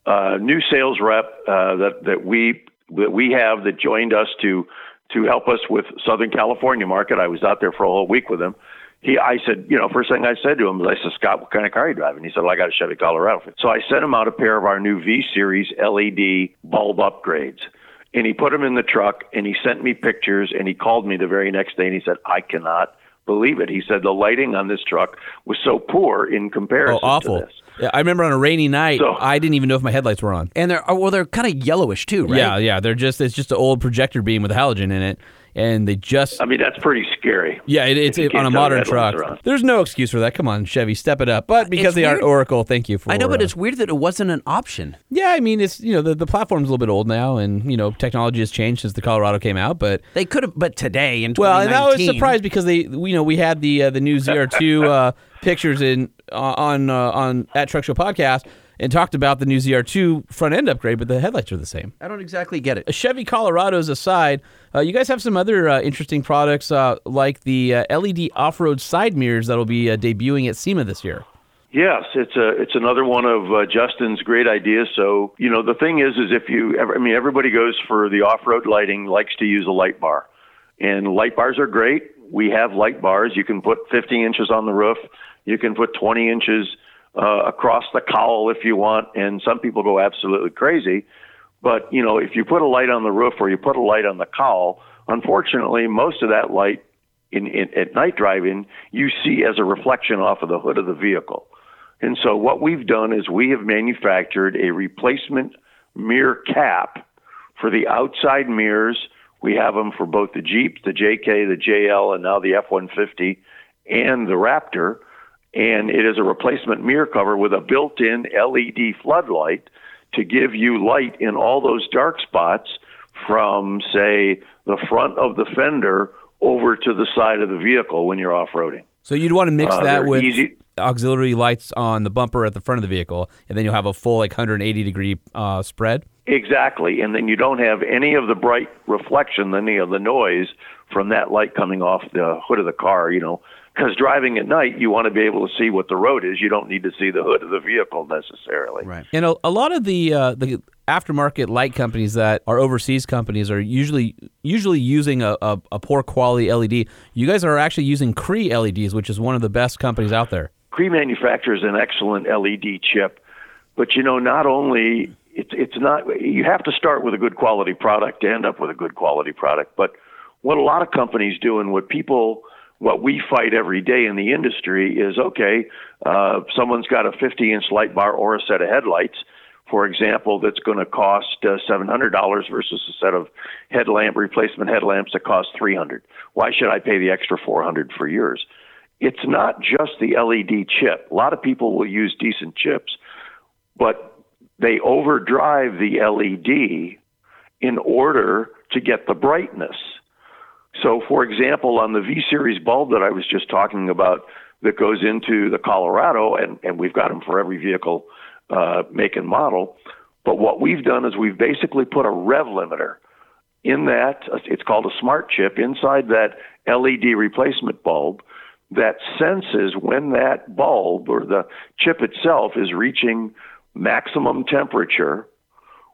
Speaker 10: uh, new sales rep uh, that that we that we have that joined us to to help us with Southern California market. I was out there for a whole week with him. He, I said, you know, first thing I said to him was, I said, Scott, what kind of car you driving? He said, well, I got a Chevy Colorado. So I sent him out a pair of our new V Series LED bulb upgrades. And he put them in the truck and he sent me pictures and he called me the very next day and he said, I cannot believe it. He said, the lighting on this truck was so poor in comparison
Speaker 2: Oh, awful.
Speaker 10: to this.
Speaker 2: Yeah, I remember on a rainy night,
Speaker 10: So-
Speaker 2: I didn't even know if my headlights were on.
Speaker 1: And they're oh, well, they're kind of yellowish too, right?
Speaker 2: Yeah, yeah, they're just it's just an old projector beam with a halogen in it, and they just
Speaker 10: I mean, that's pretty scary.
Speaker 2: yeah, it, it's
Speaker 10: if you
Speaker 2: on a
Speaker 10: can't tell
Speaker 2: modern
Speaker 10: the headlights are
Speaker 2: truck.
Speaker 10: on.
Speaker 2: There's no excuse for that. Come on, Chevy, step it up. But because
Speaker 1: It's
Speaker 2: they aren't
Speaker 1: weird.
Speaker 2: Oracle, thank you for.
Speaker 1: I know, but
Speaker 2: uh,
Speaker 1: it's weird that it wasn't an option.
Speaker 2: yeah. I mean, it's you know the the platform's a little bit old now, and you know technology has changed since the Colorado came out, but
Speaker 1: They could have, but today in
Speaker 2: Well, and I was
Speaker 1: 2019
Speaker 2: surprised because they, we- you know, we had the uh, the new ZR2 uh, pictures in on uh, on at Truck Show podcast and talked about the new ZR2 front end upgrade, but the headlights are the same.
Speaker 1: I don't exactly get it.
Speaker 2: Chevy Colorado's aside, uh, you guys have some other uh, interesting products uh, like the uh, LED off-road side mirrors that'll be uh, debuting at SEMA this year.
Speaker 10: Yes, it's a it's another one of uh, Justin's great ideas. So you know the thing is, is if you ever, I mean everybody goes for the off road lighting, likes to use a light bar, and light bars are great. We have light bars. You can put 50 inches on the roof. You can put 20 inches uh, across the cowl if you want. And some people go absolutely crazy. But you know, if you put a light on the roof or you put a light on the cowl, unfortunately, most of that light in, in at night driving you see as a reflection off of the hood of the vehicle. And so what we've done is we have manufactured a replacement mirror cap for the outside mirrors. We have them for both the Jeep, the JK, the JL, and now the F-150 and the Raptor. And it is a replacement mirror cover with a built-in LED floodlight to give you light in all those dark spots from, say, the front of the fender over to the side of the vehicle when you're off-roading.
Speaker 2: So you'd want to mix
Speaker 10: Uh,
Speaker 2: that
Speaker 10: they're
Speaker 2: with
Speaker 10: easy-
Speaker 2: auxiliary lights on the bumper at the front of the vehicle, and then you'll have a full like 180 degree uh, spread.
Speaker 10: Exactly, and then you don't have any of the bright reflection, any of the noise from that light coming off the hood of the car. You know, because driving at night, you want to be able to see what the road is. You don't need to see the hood of the vehicle necessarily.
Speaker 1: Right.
Speaker 2: And a, a lot of the uh, the aftermarket light companies that are overseas companies are usually usually using a, a, a poor quality LED. You guys are actually using Cree LEDs, which is one of the best companies out there.
Speaker 10: Cree manufactures an excellent LED chip, but you know, not only it's it's not you have to start with a good quality product to end up with a good quality product. But what a lot of companies do and what people what we fight every day in the industry is okay, uh, someone's got a 50 inch light bar or a set of headlights, for example, that's going to cost uh, $700 versus a set of headlamp replacement headlamps that cost 300. Why should I pay the extra 400 for yours? it's not just the LED chip. A lot of people will use decent chips, but they overdrive the LED in order to get the brightness. So, for example, on the V series bulb that I was just talking about that goes into the Colorado, and, and we've got them for every vehicle uh, make and model. But what we've done is we've basically put a rev limiter in that it's called a smart chip inside that LED replacement bulb that senses when that bulb or the chip itself is reaching maximum temperature.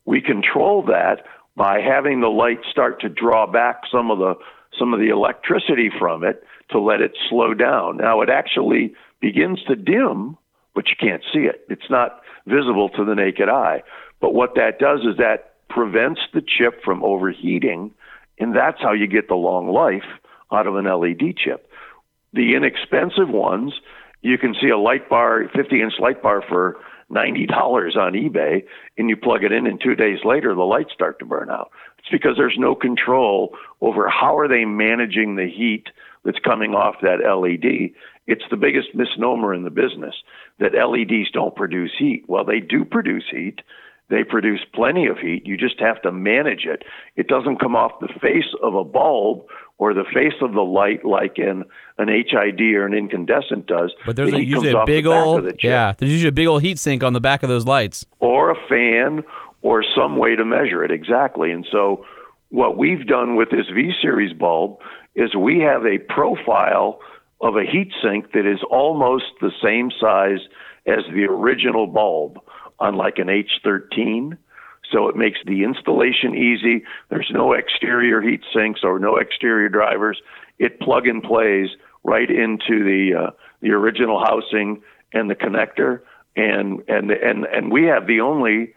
Speaker 10: We control that by having the light start to draw back some of the some of the electricity from it to let it slow down. Now it actually begins to dim, but you can't see it. It's not visible to the naked eye. But what that does is that prevents the chip from overheating, and that's how you get the long life out of an LED chip. The inexpensive ones, you can see a light bar, 50 inch light bar for $90 on eBay, and you plug it in, and two days later, the lights start to burn out. It's because there's no control over how are they managing the heat that's coming off that LED. It's the biggest misnomer in the business that LEDs don't produce heat. Well, they do produce heat. They produce plenty of heat. You just have to manage it. It doesn't come off the face of a bulb or the face of the light like in an HID or an incandescent does.
Speaker 2: But there's
Speaker 10: The
Speaker 2: a,
Speaker 10: heat comes
Speaker 2: usually a
Speaker 10: off the
Speaker 2: big
Speaker 10: back of
Speaker 2: old
Speaker 10: the chip.
Speaker 2: yeah, there's usually a big old heat sink on the back of those lights.
Speaker 10: or a fan or some way to measure it exactly. And so what we've done with this V series bulb is we have a profile of a heat sink that is almost the same size as the original bulb on like an H13. So it makes the installation easy. There's no exterior heat sinks or no exterior drivers. It plug and plays right into the uh, the original housing and the connector. And and and and we have the only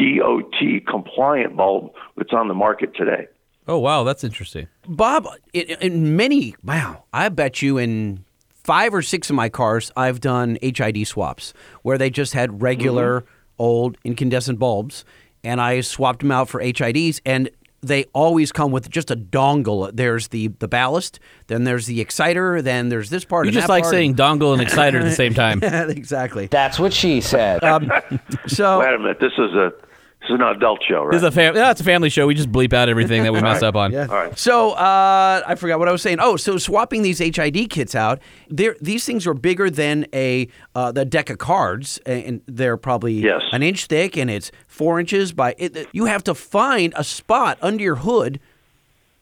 Speaker 10: DOT compliant bulb that's on the market today.
Speaker 2: Oh wow, that's interesting.
Speaker 1: Bob, in, in many, wow, I bet you in five or six of my cars, I've done HID swaps where they just had regular
Speaker 2: Mm-hmm.
Speaker 1: old incandescent bulbs, and I swapped them out for HIDs, and they always come with just a dongle. There's the the ballast, then there's the exciter, then there's this part.
Speaker 2: You
Speaker 1: and
Speaker 2: just
Speaker 1: that
Speaker 2: like
Speaker 1: part.
Speaker 2: saying dongle and exciter at the same time.
Speaker 1: exactly.
Speaker 11: That's what she said.
Speaker 1: So
Speaker 10: Wait a minute. This is a this is an adult show, right?
Speaker 2: This is a fam- yeah, it's a family show. We just bleep out everything that we mess up on.
Speaker 10: All right.
Speaker 1: So uh, I forgot what I was saying. Oh, so swapping these HID kits out, they're- these things are bigger than a uh, the deck of cards, and they're probably
Speaker 10: Yes.
Speaker 1: an inch thick, and it's four inches by. It, you have to find a spot under your hood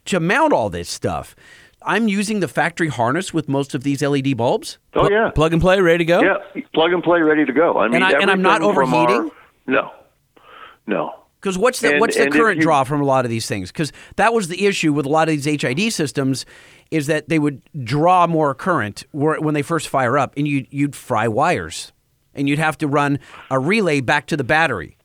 Speaker 1: to mount all this stuff. I'm using the factory harness with most of these LED bulbs.
Speaker 10: Oh yeah.
Speaker 2: Plug and play, ready to go.
Speaker 10: Yeah, plug and play, ready to go. I mean,
Speaker 1: I- and I'm not
Speaker 10: everything from our-
Speaker 1: overheating?
Speaker 10: no, no.
Speaker 1: Because what's the
Speaker 10: And-
Speaker 1: what's the
Speaker 10: and if
Speaker 1: current
Speaker 10: you-
Speaker 1: draw from a lot of these things? Because that was the issue with a lot of these HID systems, is that they would draw more current where, when they first fire up, and you you'd fry wires, and you'd have to run a relay back to the battery.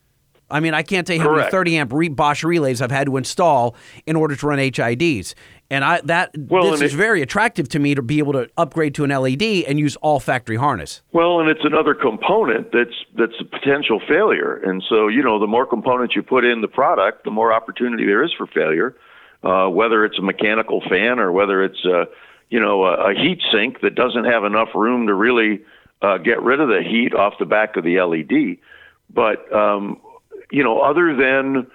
Speaker 1: I mean, I can't tell you how many
Speaker 10: Correct.
Speaker 1: 30 amp re- Bosch relays I've had to install in order to run HIDs, and I that
Speaker 10: Well,
Speaker 1: this
Speaker 10: and
Speaker 1: is
Speaker 10: it-
Speaker 1: very attractive to me to be able to upgrade to an LED and use all factory harness.
Speaker 10: Well, and it's another component that's that's a potential failure. And so, you know, the more components you put in the product, the more opportunity there is for failure. Uh, whether it's a mechanical fan or whether it's a, you know a, a heat sink that doesn't have enough room to really uh, get rid of the heat off the back of the LED. But um, you know, other than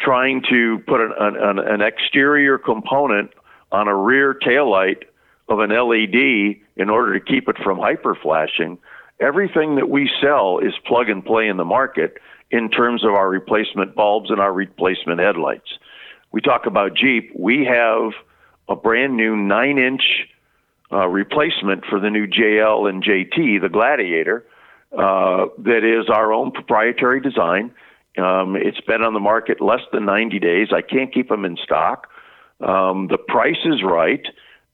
Speaker 10: trying to put an, an, an exterior component on a rear taillight of an LED in order to keep it from hyper flashing, everything that we sell is plug and play in the market in terms of our replacement bulbs and our replacement headlights. We talk about Jeep, we have a brand new nine inch uh, replacement for the new JL and JT, the Gladiator, uh, that is our own proprietary design. Um, it's been on the market less than 90 days. I can't keep them in stock. Um, the price is right,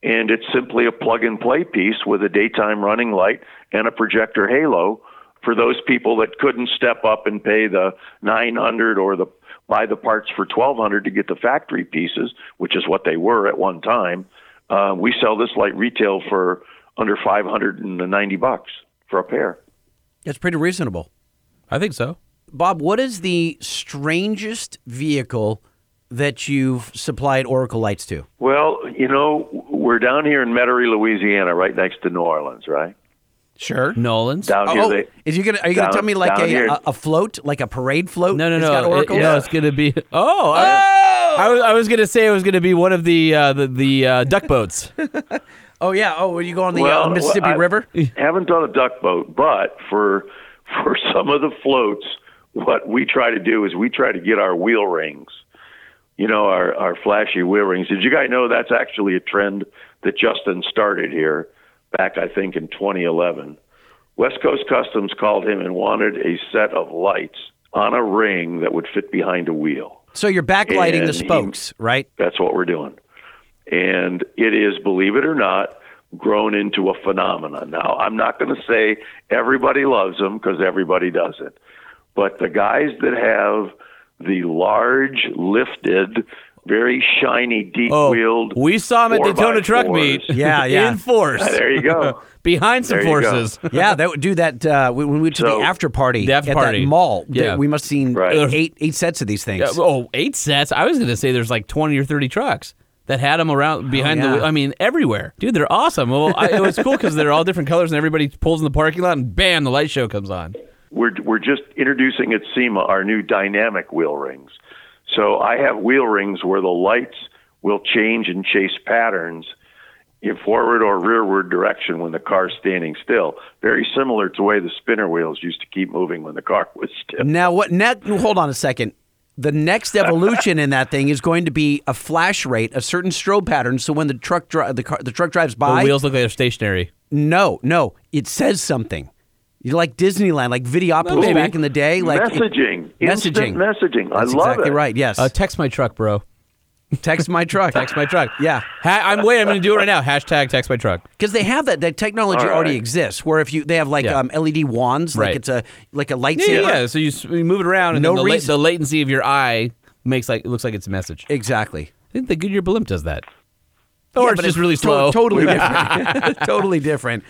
Speaker 10: and it's simply a plug and play piece with a daytime running light and a projector halo for those people that couldn't step up and pay the 900 or the buy the parts for 1200 to get the factory pieces, which is what they were at one time. Uh, we sell this light retail for under 590 bucks for a pair.
Speaker 1: That's pretty reasonable.
Speaker 2: I think so.
Speaker 1: Bob, what is the strangest vehicle that you've supplied Oracle lights to?
Speaker 10: Well, you know, we're down here in Metairie, Louisiana, right next to New Orleans, right?
Speaker 1: Sure.
Speaker 2: Nolan's.
Speaker 10: Down
Speaker 1: Oh,
Speaker 10: here, they,
Speaker 1: is you gonna are you gonna
Speaker 10: down-
Speaker 1: tell me like
Speaker 10: down
Speaker 1: a,
Speaker 10: here.
Speaker 1: a, a float, like a parade float?
Speaker 2: No, no,
Speaker 1: It's
Speaker 2: no.
Speaker 1: got
Speaker 2: It-
Speaker 1: Oracle.
Speaker 2: no, it's gonna be. Oh, I, I was. I was gonna say it was gonna be one of the uh, the the uh, duck boats.
Speaker 1: Oh yeah. Oh, well, you go on the
Speaker 10: Well,
Speaker 1: uh, Mississippi
Speaker 10: well, I-
Speaker 1: River.
Speaker 10: haven't done a duck boat, but for for some of the floats, what we try to do is we try to get our wheel rings. You know, our our flashy wheel rings. Did you guys know that's actually a trend that Justin started here back I think in 2011. West Coast Customs called him and wanted a set of lights on a ring that would fit behind a wheel.
Speaker 1: So you're backlighting
Speaker 10: And
Speaker 1: the
Speaker 10: he-
Speaker 1: spokes, right?
Speaker 10: That's what we're doing. And it is, believe it or not, grown into a phenomenon. Now, I'm not going to say everybody loves them because everybody doesn't. But the guys that have the large, lifted, very shiny, deep wheeled.
Speaker 2: Oh, we saw him at Daytona Truck Meet.
Speaker 1: Yeah, yeah.
Speaker 2: In force,
Speaker 10: There you go.
Speaker 2: behind some
Speaker 10: There you go.
Speaker 2: forces.
Speaker 1: Yeah, that would do that uh, when we went to
Speaker 10: So-
Speaker 1: the after party
Speaker 2: The after
Speaker 1: at
Speaker 2: party.
Speaker 1: that mall. th-
Speaker 2: Yeah.
Speaker 1: we must have seen
Speaker 10: Right.
Speaker 1: eight eight sets of these things.
Speaker 2: Yeah, oh, eight sets. I was gonna say there's like twenty or thirty trucks that had them around behind
Speaker 1: Oh, yeah.
Speaker 2: the. I mean, everywhere, dude. They're awesome. Well, I, it was cool because they're all different colors, and everybody pulls in the parking lot, and bam, the light show comes on.
Speaker 10: we're we're just introducing at SEMA our new dynamic wheel rings. So I have wheel rings where the lights will change and chase patterns in forward or rearward direction when the car's standing still. Very similar to the way the spinner wheels used to keep moving when the car was still.
Speaker 1: Now what? Now hold on a second. The next evolution in that thing is going to be a flash rate, a certain strobe pattern. So when the truck dri- the car, the truck drives
Speaker 2: The
Speaker 1: by,
Speaker 2: wheels look like they're stationary.
Speaker 1: no, no, it says something. You like Disneyland, like Videopolis
Speaker 2: Maybe.
Speaker 1: back in the day, like it-
Speaker 10: messaging, instant
Speaker 1: messaging,
Speaker 10: messaging. I
Speaker 1: That's
Speaker 10: love
Speaker 1: exactly
Speaker 10: it.
Speaker 1: right. Yes,
Speaker 2: Uh, text my truck, bro.
Speaker 1: text my truck.
Speaker 2: Text my truck.
Speaker 1: Yeah.
Speaker 2: Ha- I'm wait. I'm gonna do it right now. Hashtag text my truck.
Speaker 1: because they have that. That technology
Speaker 10: All right.
Speaker 1: already exists. Where if you they have like
Speaker 2: Yeah.
Speaker 1: um, LED wands, like
Speaker 2: Right.
Speaker 1: it's a like a
Speaker 2: Yeah,
Speaker 1: lightsaber.
Speaker 2: yeah. So you, s- you move it around, and
Speaker 1: No
Speaker 2: then the, la-
Speaker 1: reason-
Speaker 2: the latency of your eye makes like it looks like it's a message. I
Speaker 1: Exactly.
Speaker 2: think the Goodyear blimp does that. Or
Speaker 1: Yeah,
Speaker 2: it's
Speaker 1: but
Speaker 2: just really
Speaker 1: to-
Speaker 2: slow.
Speaker 1: totally different. totally different.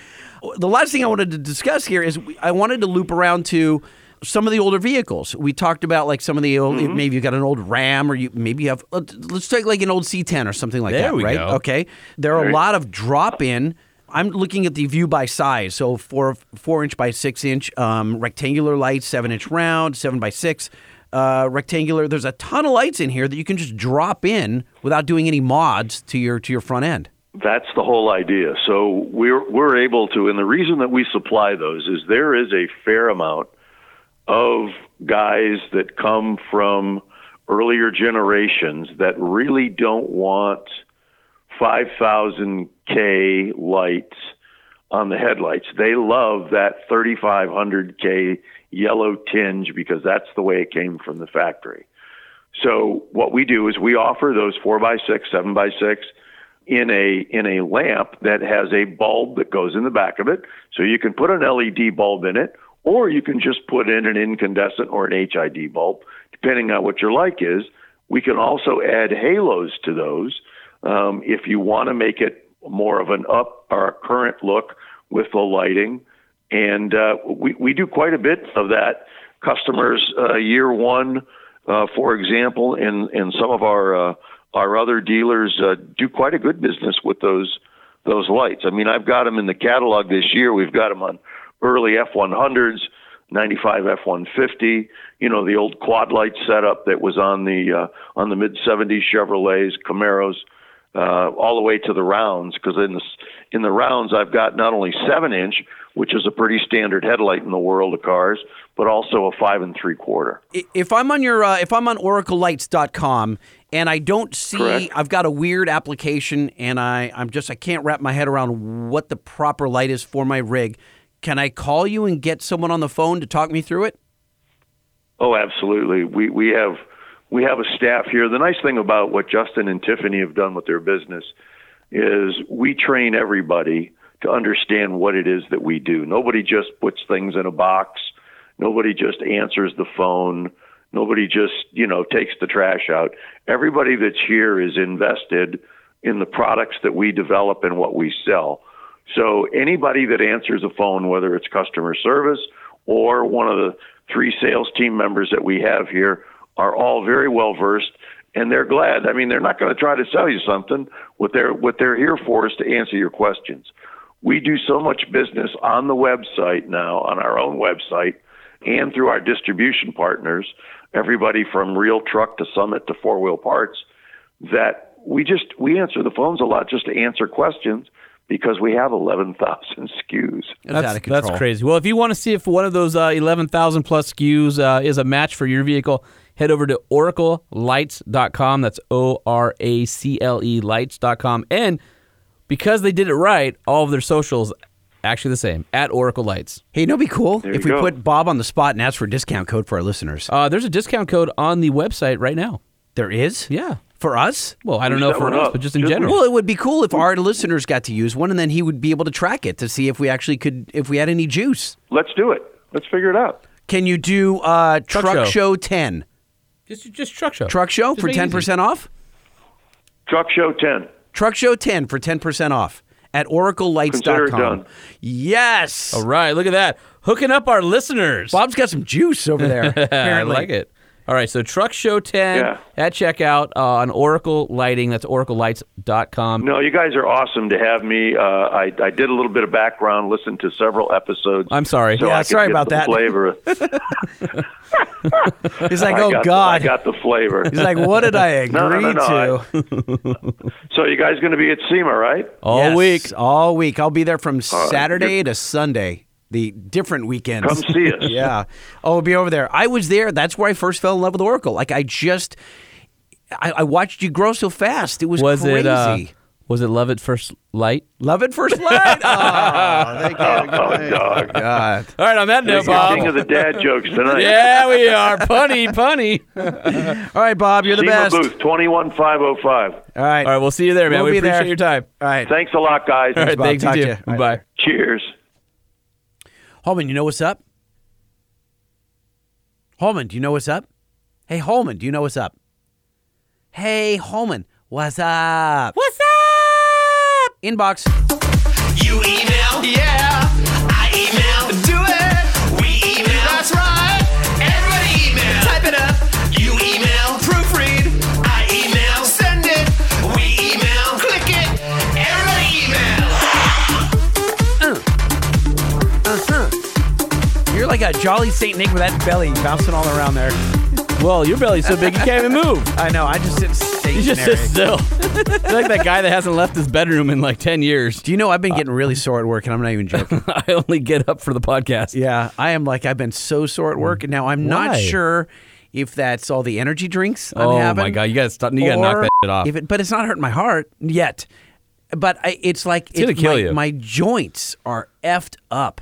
Speaker 1: The last thing I wanted to discuss here is we- I wanted to loop around to some of the older vehicles. We talked about like some of the old,
Speaker 2: Mm-hmm.
Speaker 1: maybe you got an old Ram or you maybe you have, let- let's take like an old C10 or something like that,
Speaker 2: we
Speaker 1: right?
Speaker 2: go.
Speaker 1: Okay. There are a lot of drop in. I'm looking at the view by size. So four, four inch by six inch um, rectangular lights, seven inch round, seven by six uh, rectangular. There's a ton of lights in here that you can just drop in without doing any mods to your to your front end.
Speaker 10: That's the whole idea. So we're we're able to, and the reason that we supply those is there is a fair amount of guys that come from earlier generations that really don't want 5000k lights on the headlights. They love that 3500k yellow tinge because that's the way it came from the factory. So what we do is we offer those four by six, seven by six in a in a lamp that has a bulb that goes in the back of it. So you can put an LED bulb in it, or you can just put in an incandescent or an HID bulb, depending on what your like is. We can also add halos to those um, if you want to make it more of an up or a current look with the lighting. And uh, we, we do quite a bit of that. Customers, uh, year one, uh, for example, and, and some of our, uh, our other dealers uh, do quite a good business with those, those lights. I mean, I've got them in the catalog this year. We've got them on early F 100s, 95 F 150, you know, the old quad light setup that was on the, uh, on the mid 70s Chevrolets, Camaros uh, all the way to the rounds because in the in the rounds I've got not only seven inch, which is a pretty standard headlight in the world of cars, but also a five and three quarter.
Speaker 1: I- If I'm on your uh, if I'm on oraclelights.com and I don't see
Speaker 10: Correct.
Speaker 1: I've got a weird application and I I'm just I can't wrap my head around what the proper light is for my rig, can I call you and get someone on the phone to talk me through it?
Speaker 10: Oh, absolutely. We we have we have a staff here. The nice thing about what Justin and Tiffany have done with their business is we train everybody to understand what it is that we do. Nobody just puts things in a box. Nobody just answers the phone. Nobody just, you know, takes the trash out. Everybody that's here is invested in the products that we develop and what we sell. So anybody that answers a phone, whether it's customer service or one of the three sales team members that we have here, are all very well versed, and they're glad. I mean, they're not going to try to sell you something. What they're what they're here for is to answer your questions. We do so much business on the website now, on our own website, and through our distribution partners, everybody from Real Truck to Summit to Four Wheel Parts, that we just we answer the phones a lot just to answer questions because we have 11,000 SKUs.
Speaker 1: It's out of
Speaker 2: that's
Speaker 1: control.
Speaker 2: crazy. Well, if you want to see if one of those uh, 11,000 plus SKUs uh, is a match for your vehicle, head over to oraclelights.com. That's O R A C L E lights.com. And because they did it right, all of their socials actually the same at Oracle Lights.
Speaker 1: Hey, you know, it'd be cool if we
Speaker 10: you go.
Speaker 1: put Bob on the spot and ask for a discount code for our listeners.
Speaker 2: Uh, there's a discount code on the website right now.
Speaker 1: there is,
Speaker 2: Yeah.
Speaker 1: for us.
Speaker 2: Well, I don't know
Speaker 10: that
Speaker 2: for
Speaker 10: one
Speaker 2: us,
Speaker 10: up?
Speaker 2: but just in
Speaker 10: Just-
Speaker 2: general.
Speaker 1: Well, it would be cool if our listeners got to use one, and then he would be able to track it to see if we actually could, if we had any juice.
Speaker 10: Let's do it. Let's figure it out.
Speaker 1: Can you do uh, truck,
Speaker 2: Show.
Speaker 1: show ten?
Speaker 2: Just, just truck show.
Speaker 1: Truck Show
Speaker 2: Just
Speaker 1: for
Speaker 2: make it
Speaker 1: ten
Speaker 2: easy.
Speaker 1: percent off.
Speaker 10: Truck Show 10.
Speaker 1: Truck Show ten for ten percent off at
Speaker 10: Consider it
Speaker 1: oraclelights.com.
Speaker 10: done.
Speaker 1: Yes,
Speaker 2: All right, look at that. Hooking up our listeners.
Speaker 1: Bob's got some juice over there. apparently,
Speaker 2: Uh, I like it. All right, so truck show 10
Speaker 10: Yeah.
Speaker 2: at checkout uh, on Oracle Lighting. That's oraclelights.com.
Speaker 10: No, you guys are awesome to have me. Uh, I, I did a little bit of background, listened to several episodes.
Speaker 2: I'm sorry. Oh,
Speaker 10: So
Speaker 1: Yeah,
Speaker 10: I could
Speaker 1: sorry
Speaker 10: get
Speaker 1: about
Speaker 10: the
Speaker 1: that.
Speaker 10: Flavor.
Speaker 1: He's like,
Speaker 10: I
Speaker 1: oh
Speaker 10: got-
Speaker 1: God.
Speaker 10: I got the flavor.
Speaker 1: He's like, what did I agree
Speaker 10: No, no, no, no, I-
Speaker 1: to?
Speaker 10: so you guys going to be at SEMA, right?
Speaker 2: All
Speaker 1: Yes,
Speaker 2: week.
Speaker 1: all week. I'll be there from Saturday to Sunday, the different weekends.
Speaker 10: Come see us.
Speaker 1: yeah. Oh, I'll be over there. I was there. That's where I first fell in love with Oracle. Like I just, I, I watched you grow so fast. It was,
Speaker 2: Was
Speaker 1: crazy.
Speaker 2: it uh, was it Love at First Light?
Speaker 1: love at first light. Oh, thank you.
Speaker 10: Oh, dog.
Speaker 1: God.
Speaker 2: All right, on that note,
Speaker 10: You're King
Speaker 2: Bob.
Speaker 10: of the dad jokes tonight.
Speaker 2: Yeah, we are. Punny, punny. All
Speaker 1: All right, Bob, you're the
Speaker 10: SEMA
Speaker 1: best.
Speaker 10: booth, 21505.
Speaker 1: All right.
Speaker 2: right, we'll see you there, man.
Speaker 1: We'll
Speaker 2: we
Speaker 1: be there.
Speaker 2: appreciate your time.
Speaker 1: All right.
Speaker 10: Thanks a lot, guys.
Speaker 2: All right,
Speaker 1: Bob.
Speaker 2: thanks,
Speaker 1: Talk
Speaker 2: you
Speaker 1: to
Speaker 2: too.
Speaker 1: you. All right.
Speaker 2: Bye.
Speaker 10: Cheers.
Speaker 1: Holman, you know what's up? Holman, do you know what's up? Hey, Holman, do you know what's up? Hey, Holman, what's up?
Speaker 2: What's up?
Speaker 1: Inbox.
Speaker 3: You email? Yeah. I email? Do it. We email? That's right. Everybody email. Type it up. You email? Proofread. I email? Send it. We email? Click it. Everybody email.
Speaker 1: You're like a jolly Saint Nick with that belly bouncing all around there.
Speaker 2: Well, your belly's so big you can't even move.
Speaker 1: I know. I just sit
Speaker 2: You just
Speaker 1: stationary.
Speaker 2: sit still. You're like that guy that hasn't left his bedroom in like 10 years.
Speaker 1: Do you know I've been getting really sore at work, and I'm not even joking.
Speaker 2: I only get up for the podcast.
Speaker 1: yeah, I am like I've been so sore at work, and now I'm not
Speaker 2: Why?
Speaker 1: sure if that's all the energy drinks I'm
Speaker 2: oh
Speaker 1: having.
Speaker 2: my god, you gotta stop. You gotta knock
Speaker 1: or
Speaker 2: that shit off.
Speaker 1: If it, but it's not hurting my heart yet. But I, it's like it's
Speaker 2: gonna kill
Speaker 1: my,
Speaker 2: you.
Speaker 1: my joints are effed up.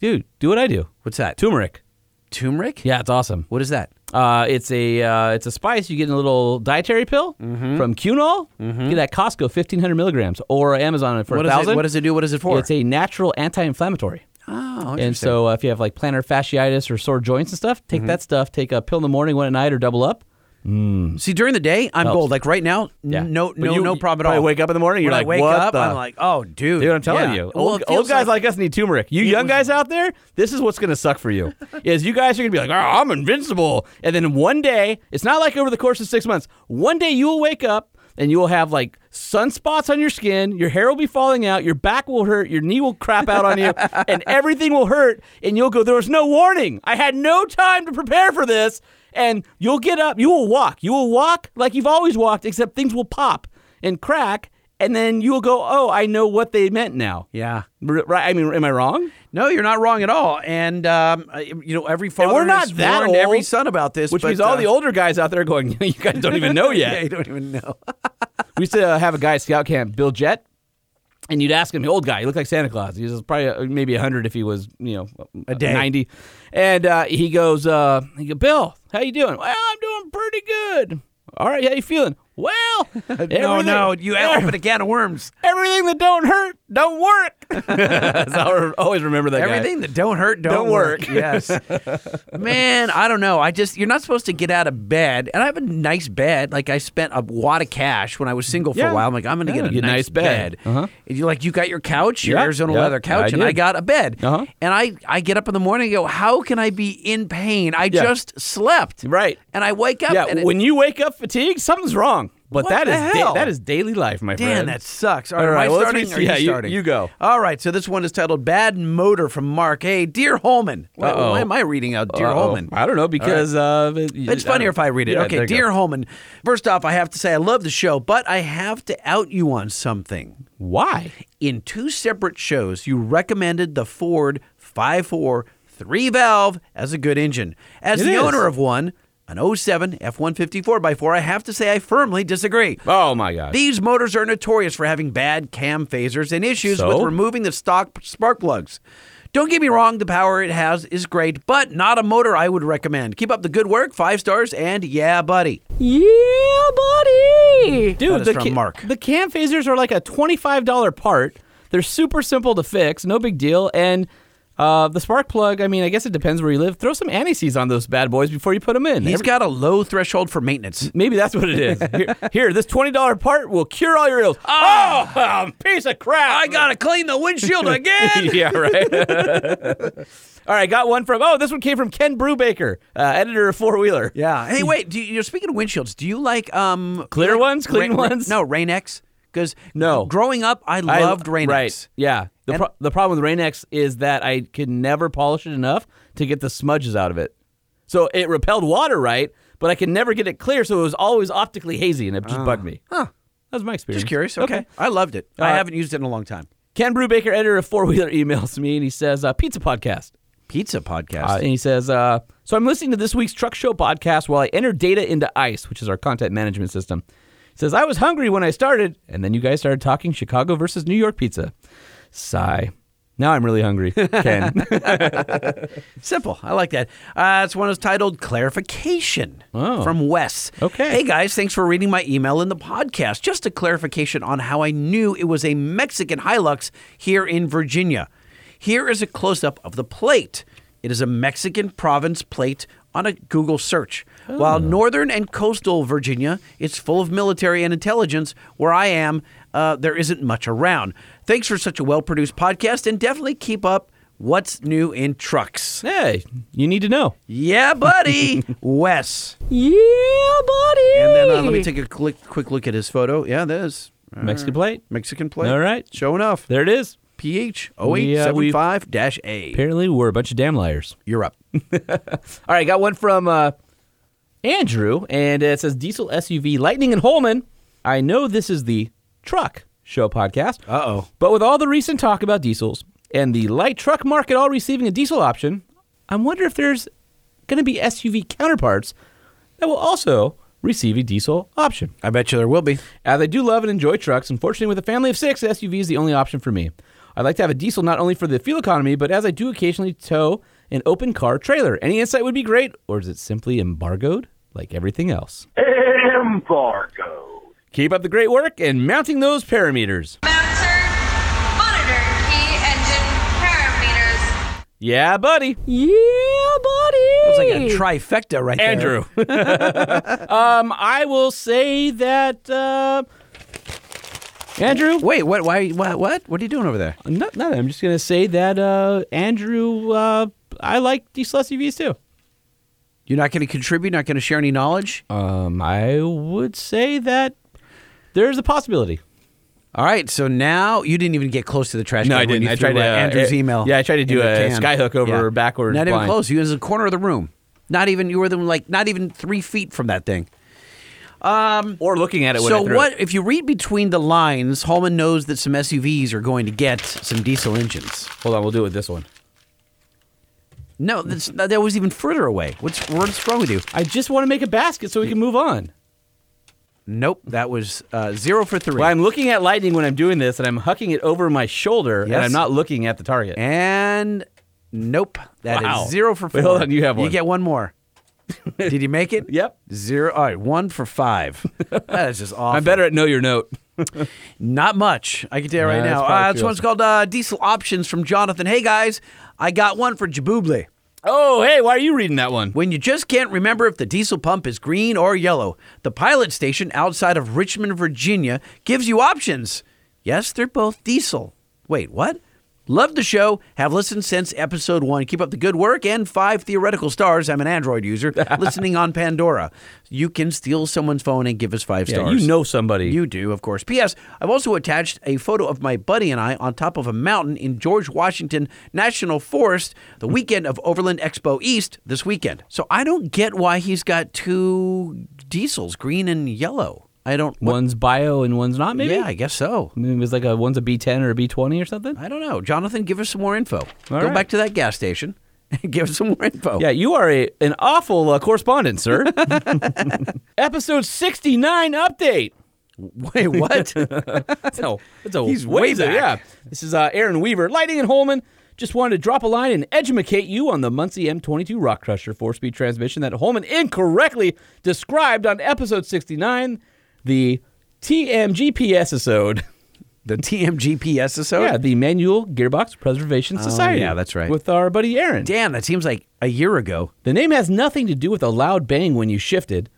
Speaker 2: Dude, do what I do.
Speaker 1: What's that?
Speaker 2: Turmeric.
Speaker 1: Turmeric?
Speaker 2: Yeah, it's awesome.
Speaker 1: What is that?
Speaker 2: Uh, it's a uh, it's a spice you get in a little dietary pill
Speaker 1: Mm-hmm.
Speaker 2: from Cunol. Get at Costco, fifteen hundred milligrams, or Amazon for
Speaker 1: What
Speaker 2: a
Speaker 1: does, it,
Speaker 2: thousand.
Speaker 1: what does it do? What is it for?
Speaker 2: It's a natural anti-inflammatory.
Speaker 1: oh,
Speaker 2: And
Speaker 1: interesting. Mm-hmm.
Speaker 2: so uh, if you have like plantar fasciitis or sore joints and stuff, take that stuff. Take a pill in the morning, one at night, or double up.
Speaker 1: See, during the day, I'm
Speaker 2: Helps.
Speaker 1: gold. Like right now,
Speaker 2: Yeah.
Speaker 1: n no,
Speaker 2: But
Speaker 1: no,
Speaker 2: you-
Speaker 1: no
Speaker 2: you
Speaker 1: problem at
Speaker 2: probably
Speaker 1: all.
Speaker 2: wake up in the morning, you're
Speaker 1: When
Speaker 2: like,
Speaker 1: I wake
Speaker 2: "What
Speaker 1: up,
Speaker 2: the-"
Speaker 1: I'm like, oh, dude,
Speaker 2: Dude, I'm telling
Speaker 1: yeah.
Speaker 2: you,
Speaker 1: Well,
Speaker 2: old,
Speaker 1: it
Speaker 2: old
Speaker 1: feels
Speaker 2: guys like, us need turmeric. You young
Speaker 1: was-
Speaker 2: guys out there, this is what's going to suck for you. is you guys are going to be like, oh, I'm invincible, and then one day, it's not like over the course of six months. One day you will wake up and you will have like sunspots on your skin, your hair will be falling out, your back will hurt, your knee will crap out on you, and everything will hurt, and you'll go, there was no warning. I had no time to prepare for this, and you'll get up, you will walk, you will walk like you've always walked, except things will pop and crack. And then you will go, oh, I know what they meant now.
Speaker 1: yeah.
Speaker 2: R- Right? I mean, am I wrong?
Speaker 1: No, you're not wrong at all. And um, I- you know, every father
Speaker 2: we're not
Speaker 1: has
Speaker 2: that
Speaker 1: warned every
Speaker 2: old,
Speaker 1: son about this,
Speaker 2: Which
Speaker 1: but,
Speaker 2: means all
Speaker 1: uh,
Speaker 2: the older guys out there are going, you guys don't even know
Speaker 1: Yeah, you
Speaker 2: yet.
Speaker 1: don't even know.
Speaker 2: we used to uh, have a guy at scout camp, Bill Jett, and you'd ask him, the old guy, he looked like Santa Claus. He was probably uh, maybe 100 if he was, you know, a
Speaker 1: day.
Speaker 2: 90. And uh, he goes, uh, he go, Bill, how you doing? Well, I'm doing pretty good. All right, how you feeling? Well,
Speaker 1: No,
Speaker 2: everything-
Speaker 1: no, you open a can of worms.
Speaker 2: everything that don't hurt don't work. So I'll always remember that guy.
Speaker 1: Everything that don't hurt don't,
Speaker 2: Don't work.
Speaker 1: Yes. Man, I don't know. I just you're not supposed to get out of bed, and I have a nice bed. Like I spent a wad of cash when I was single for
Speaker 2: Yeah.
Speaker 1: a while. I'm like, I'm going to
Speaker 2: Yeah,
Speaker 1: get a
Speaker 2: get a
Speaker 1: nice,
Speaker 2: nice bed. Uh-huh.
Speaker 1: And you like you got your couch, your
Speaker 2: Yeah,
Speaker 1: Arizona
Speaker 2: yeah,
Speaker 1: leather couch,
Speaker 2: I
Speaker 1: and I
Speaker 2: did.
Speaker 1: got a bed.
Speaker 2: Uh-huh.
Speaker 1: And I I get up in the morning and go, how can I be in pain? I
Speaker 2: Yeah.
Speaker 1: just slept.
Speaker 2: Right.
Speaker 1: And I wake up.
Speaker 2: Yeah,
Speaker 1: and it-
Speaker 2: when you wake up fatigued, something's wrong. But
Speaker 1: What
Speaker 2: that
Speaker 1: the
Speaker 2: is da-
Speaker 1: hell?
Speaker 2: that is daily life, my
Speaker 1: Damn,
Speaker 2: friend.
Speaker 1: that sucks. All right,
Speaker 2: All
Speaker 1: am
Speaker 2: right,
Speaker 1: I
Speaker 2: well, let's
Speaker 1: starting
Speaker 2: read-
Speaker 1: or are you
Speaker 2: yeah, you-
Speaker 1: starting?
Speaker 2: you go.
Speaker 1: All right, so this one is titled Bad Motor from Mark. Hey, Dear Holman. Why,
Speaker 2: Uh-oh.
Speaker 1: why am I reading out Dear
Speaker 2: Uh-oh.
Speaker 1: Holman?
Speaker 2: I don't know because uh, it-
Speaker 1: It's
Speaker 2: I don't-
Speaker 1: funnier if I read it.
Speaker 2: Yeah, there
Speaker 1: okay,
Speaker 2: you go.
Speaker 1: Dear Holman, first off, I have to say I love the show, but I have to out you on something.
Speaker 2: Why?
Speaker 1: In two separate shows, you recommended the Ford 5.4 3 valve as a good engine. As
Speaker 2: It
Speaker 1: the
Speaker 2: is.
Speaker 1: owner of one, an 07 F 154 by 4 I have to say I firmly disagree.
Speaker 2: Oh my god.
Speaker 1: These motors are notorious for having bad cam phasers and issues
Speaker 2: So?
Speaker 1: with removing the stock spark plugs. Don't get me wrong, the power it has is great, but not a motor I would recommend. Keep up the good work, five stars, and yeah, buddy.
Speaker 2: yeah, buddy. Dude,
Speaker 1: That is
Speaker 2: the
Speaker 1: from
Speaker 2: ca-
Speaker 1: Mark.
Speaker 2: The cam phasers are like a twenty-five dollar part. They're super simple to fix, no big deal. And uh, the spark plug, I mean, I guess it depends where you live. Throw some anti-seize on those bad boys before you put them in.
Speaker 1: He's
Speaker 2: Every-
Speaker 1: got a low threshold for maintenance.
Speaker 2: Maybe that's what it is. Here, here, this twenty dollar part will cure all your ills. Oh,
Speaker 1: Ah.
Speaker 2: piece of crap!
Speaker 1: I gotta clean the windshield again.
Speaker 2: yeah, right. all right, got one from. Oh, this one came from Ken Brubaker, uh, editor of Four Wheeler.
Speaker 1: yeah. Hey, wait. Do you, you're speaking of windshields. Do you like um
Speaker 2: Clear
Speaker 1: like
Speaker 2: ones? Clean
Speaker 1: Ra- Ra-
Speaker 2: ones?
Speaker 1: No, Rain X. Because
Speaker 2: No.
Speaker 1: growing up, I
Speaker 2: I-
Speaker 1: loved Rain
Speaker 2: Right.
Speaker 1: X.
Speaker 2: Yeah. The,
Speaker 1: And-
Speaker 2: pro- the problem with Rain-X is that I could never polish it enough to get the smudges out of it. So it repelled water, right? But I could never get it clear, so it was always optically hazy, and it just bugged me. Huh. That was my experience.
Speaker 1: Ah. Just curious. Okay. I loved it.
Speaker 2: Uh,
Speaker 1: I haven't used it in a long time.
Speaker 2: Ken Brubaker, editor of Four Wheeler, emails me and he says, uh, Pizza Podcast.
Speaker 1: Pizza podcast.
Speaker 2: Uh, and he says, uh, So I'm listening to this week's Truck Show podcast while I enter data into ICE, which is our content management system. He says, I was hungry when I started, and then you guys started talking Chicago versus New York pizza. Sigh. Now I'm really hungry, Ken.
Speaker 1: Simple. I like that. Uh, this one is titled Clarification from Wes.
Speaker 2: Okay.
Speaker 1: Hey, guys. Thanks for reading my email in the podcast. Just a clarification on how I knew it was a Mexican Hilux here in Virginia. Here is a close up of the plate. It is a Mexican province plate on a Google search. While northern and coastal Virginia is full of military and intelligence, where I am, uh, there isn't much around. Thanks for such a well produced podcast and definitely keep up what's new in trucks.
Speaker 2: Hey, you need to know.
Speaker 1: Yeah, buddy. Wes.
Speaker 2: Yeah, buddy.
Speaker 1: And then uh, let me take a quick, quick look at his photo. Yeah, there's
Speaker 2: Mexican plate.
Speaker 1: Mexican plate.
Speaker 2: All right.
Speaker 1: Showing off.
Speaker 2: There it is.
Speaker 1: PH
Speaker 2: Yeah, we-
Speaker 1: 0875 A.
Speaker 2: Apparently, we're a bunch of damn liars.
Speaker 1: You're up.
Speaker 2: All right, got one from uh, Andrew, and it says Diesel SUV Lightning and Holman. I know this is the truck show podcast. Uh
Speaker 1: Uh-oh.
Speaker 2: But with all the recent talk about diesels and the light truck market all receiving a diesel option, I wonder if there's going to be SUV counterparts that will also receive a diesel option.
Speaker 1: I bet you there will be.
Speaker 2: As I do love and enjoy trucks, unfortunately, with a family of six, the SUV is the only option for me. I'd like to have a diesel not only for the fuel economy, but as I do occasionally tow an open car trailer. Any insight would be great, or is it simply embargoed like everything else?
Speaker 10: Embargo.
Speaker 2: Keep up the great work and mounting those parameters.
Speaker 8: Bouncer, monitor key engine parameters.
Speaker 2: Yeah, buddy. Yeah, buddy.
Speaker 1: It's like a trifecta right there.
Speaker 2: Andrew. um, I will say that uh, Andrew.
Speaker 1: Wait, what? Why? What? What? What are you doing over there?
Speaker 2: No, no, I'm just gonna say that uh, Andrew. Uh, I like diesel SUVs too.
Speaker 1: You're not going to contribute. Not going to share any knowledge.
Speaker 2: Um, I would say that there's a possibility.
Speaker 1: All right. So now you didn't even get close to the trash. can when you threw, uh, Andrew's email.
Speaker 2: eh, Yeah, I tried to do
Speaker 1: in the
Speaker 2: a
Speaker 1: can.
Speaker 2: skyhook over
Speaker 1: Yeah.
Speaker 2: backward.
Speaker 1: Not even
Speaker 2: blind.
Speaker 1: close. You was in the corner of the room. Not even you were the, like not even three feet from that thing.
Speaker 2: Or looking at it. When I
Speaker 1: So
Speaker 2: threw it.
Speaker 1: what? If you read between the lines, Holman knows that some SUVs are going to get some diesel engines.
Speaker 2: Hold on, we'll do it with this one.
Speaker 1: No, that's, that was even further away. What's what's wrong with you?
Speaker 2: I just want to make a basket so we can move on.
Speaker 1: Nope, that was uh, zero for three.
Speaker 2: Well, I'm looking at lightning when I'm doing this, and I'm hucking it over my shoulder, and
Speaker 1: Yes.
Speaker 2: I'm not looking at the target.
Speaker 1: and nope, that is
Speaker 2: Wow.
Speaker 1: zero for four.
Speaker 2: Wait, hold on, you have
Speaker 1: You
Speaker 2: one.
Speaker 1: get one more. Did you make it?
Speaker 2: Yep.
Speaker 1: Zero. All right, one for five. that is just awful.
Speaker 2: I'm better at know your note.
Speaker 1: Not much. I can tell you right
Speaker 2: that's
Speaker 1: now.
Speaker 2: probably
Speaker 1: Uh, this
Speaker 2: true.
Speaker 1: one's called uh, Diesel Options from Jonathan. Hey guys, I got one for Jaboobly.
Speaker 2: Oh, hey, why are you reading that one?
Speaker 1: When you just can't remember if the diesel pump is green or yellow, the pilot station outside of Richmond, Virginia gives you options. Yes, they're both diesel. Wait, what? Love the show. Have listened since episode one. Keep up the good work and five theoretical stars. I'm an Android user listening on Pandora. You can steal someone's phone and give us five
Speaker 2: Yeah,
Speaker 1: stars.
Speaker 2: you know somebody.
Speaker 1: You do, of course. P.S. I've also attached a photo of my buddy and I on top of a mountain in George Washington National Forest the weekend of Overland Expo East this weekend. So I don't get why he's got two diesels, green and yellow. I don't. what-
Speaker 2: one's bio and one's not, maybe?
Speaker 1: Yeah, I guess so.
Speaker 2: I mean, it was like a one's a B10 or a B20 or something.
Speaker 1: I don't know. Jonathan, give us some more info. Go
Speaker 2: right.
Speaker 1: back to that gas station and give us some more info.
Speaker 2: Yeah, you are a, an awful uh, correspondent, sir. Episode 69 update.
Speaker 1: Wait, what?
Speaker 2: No, it's a
Speaker 1: He's
Speaker 2: ways
Speaker 1: way
Speaker 2: out,
Speaker 1: back.
Speaker 2: Yeah, this is uh, Aaron Weaver, Lighting and Holman. Just wanted to drop a line and educate you on the Muncie M22 Rock Crusher four-speed transmission that Holman incorrectly described on episode 69, the TMGPS episode.
Speaker 1: the TMGPS episode?
Speaker 2: Yeah, the Manual Gearbox Preservation Society.
Speaker 1: yeah, that's right.
Speaker 2: With our buddy Aaron.
Speaker 1: Damn, that seems like a year ago.
Speaker 2: The name has nothing to do with a loud bang when you shifted.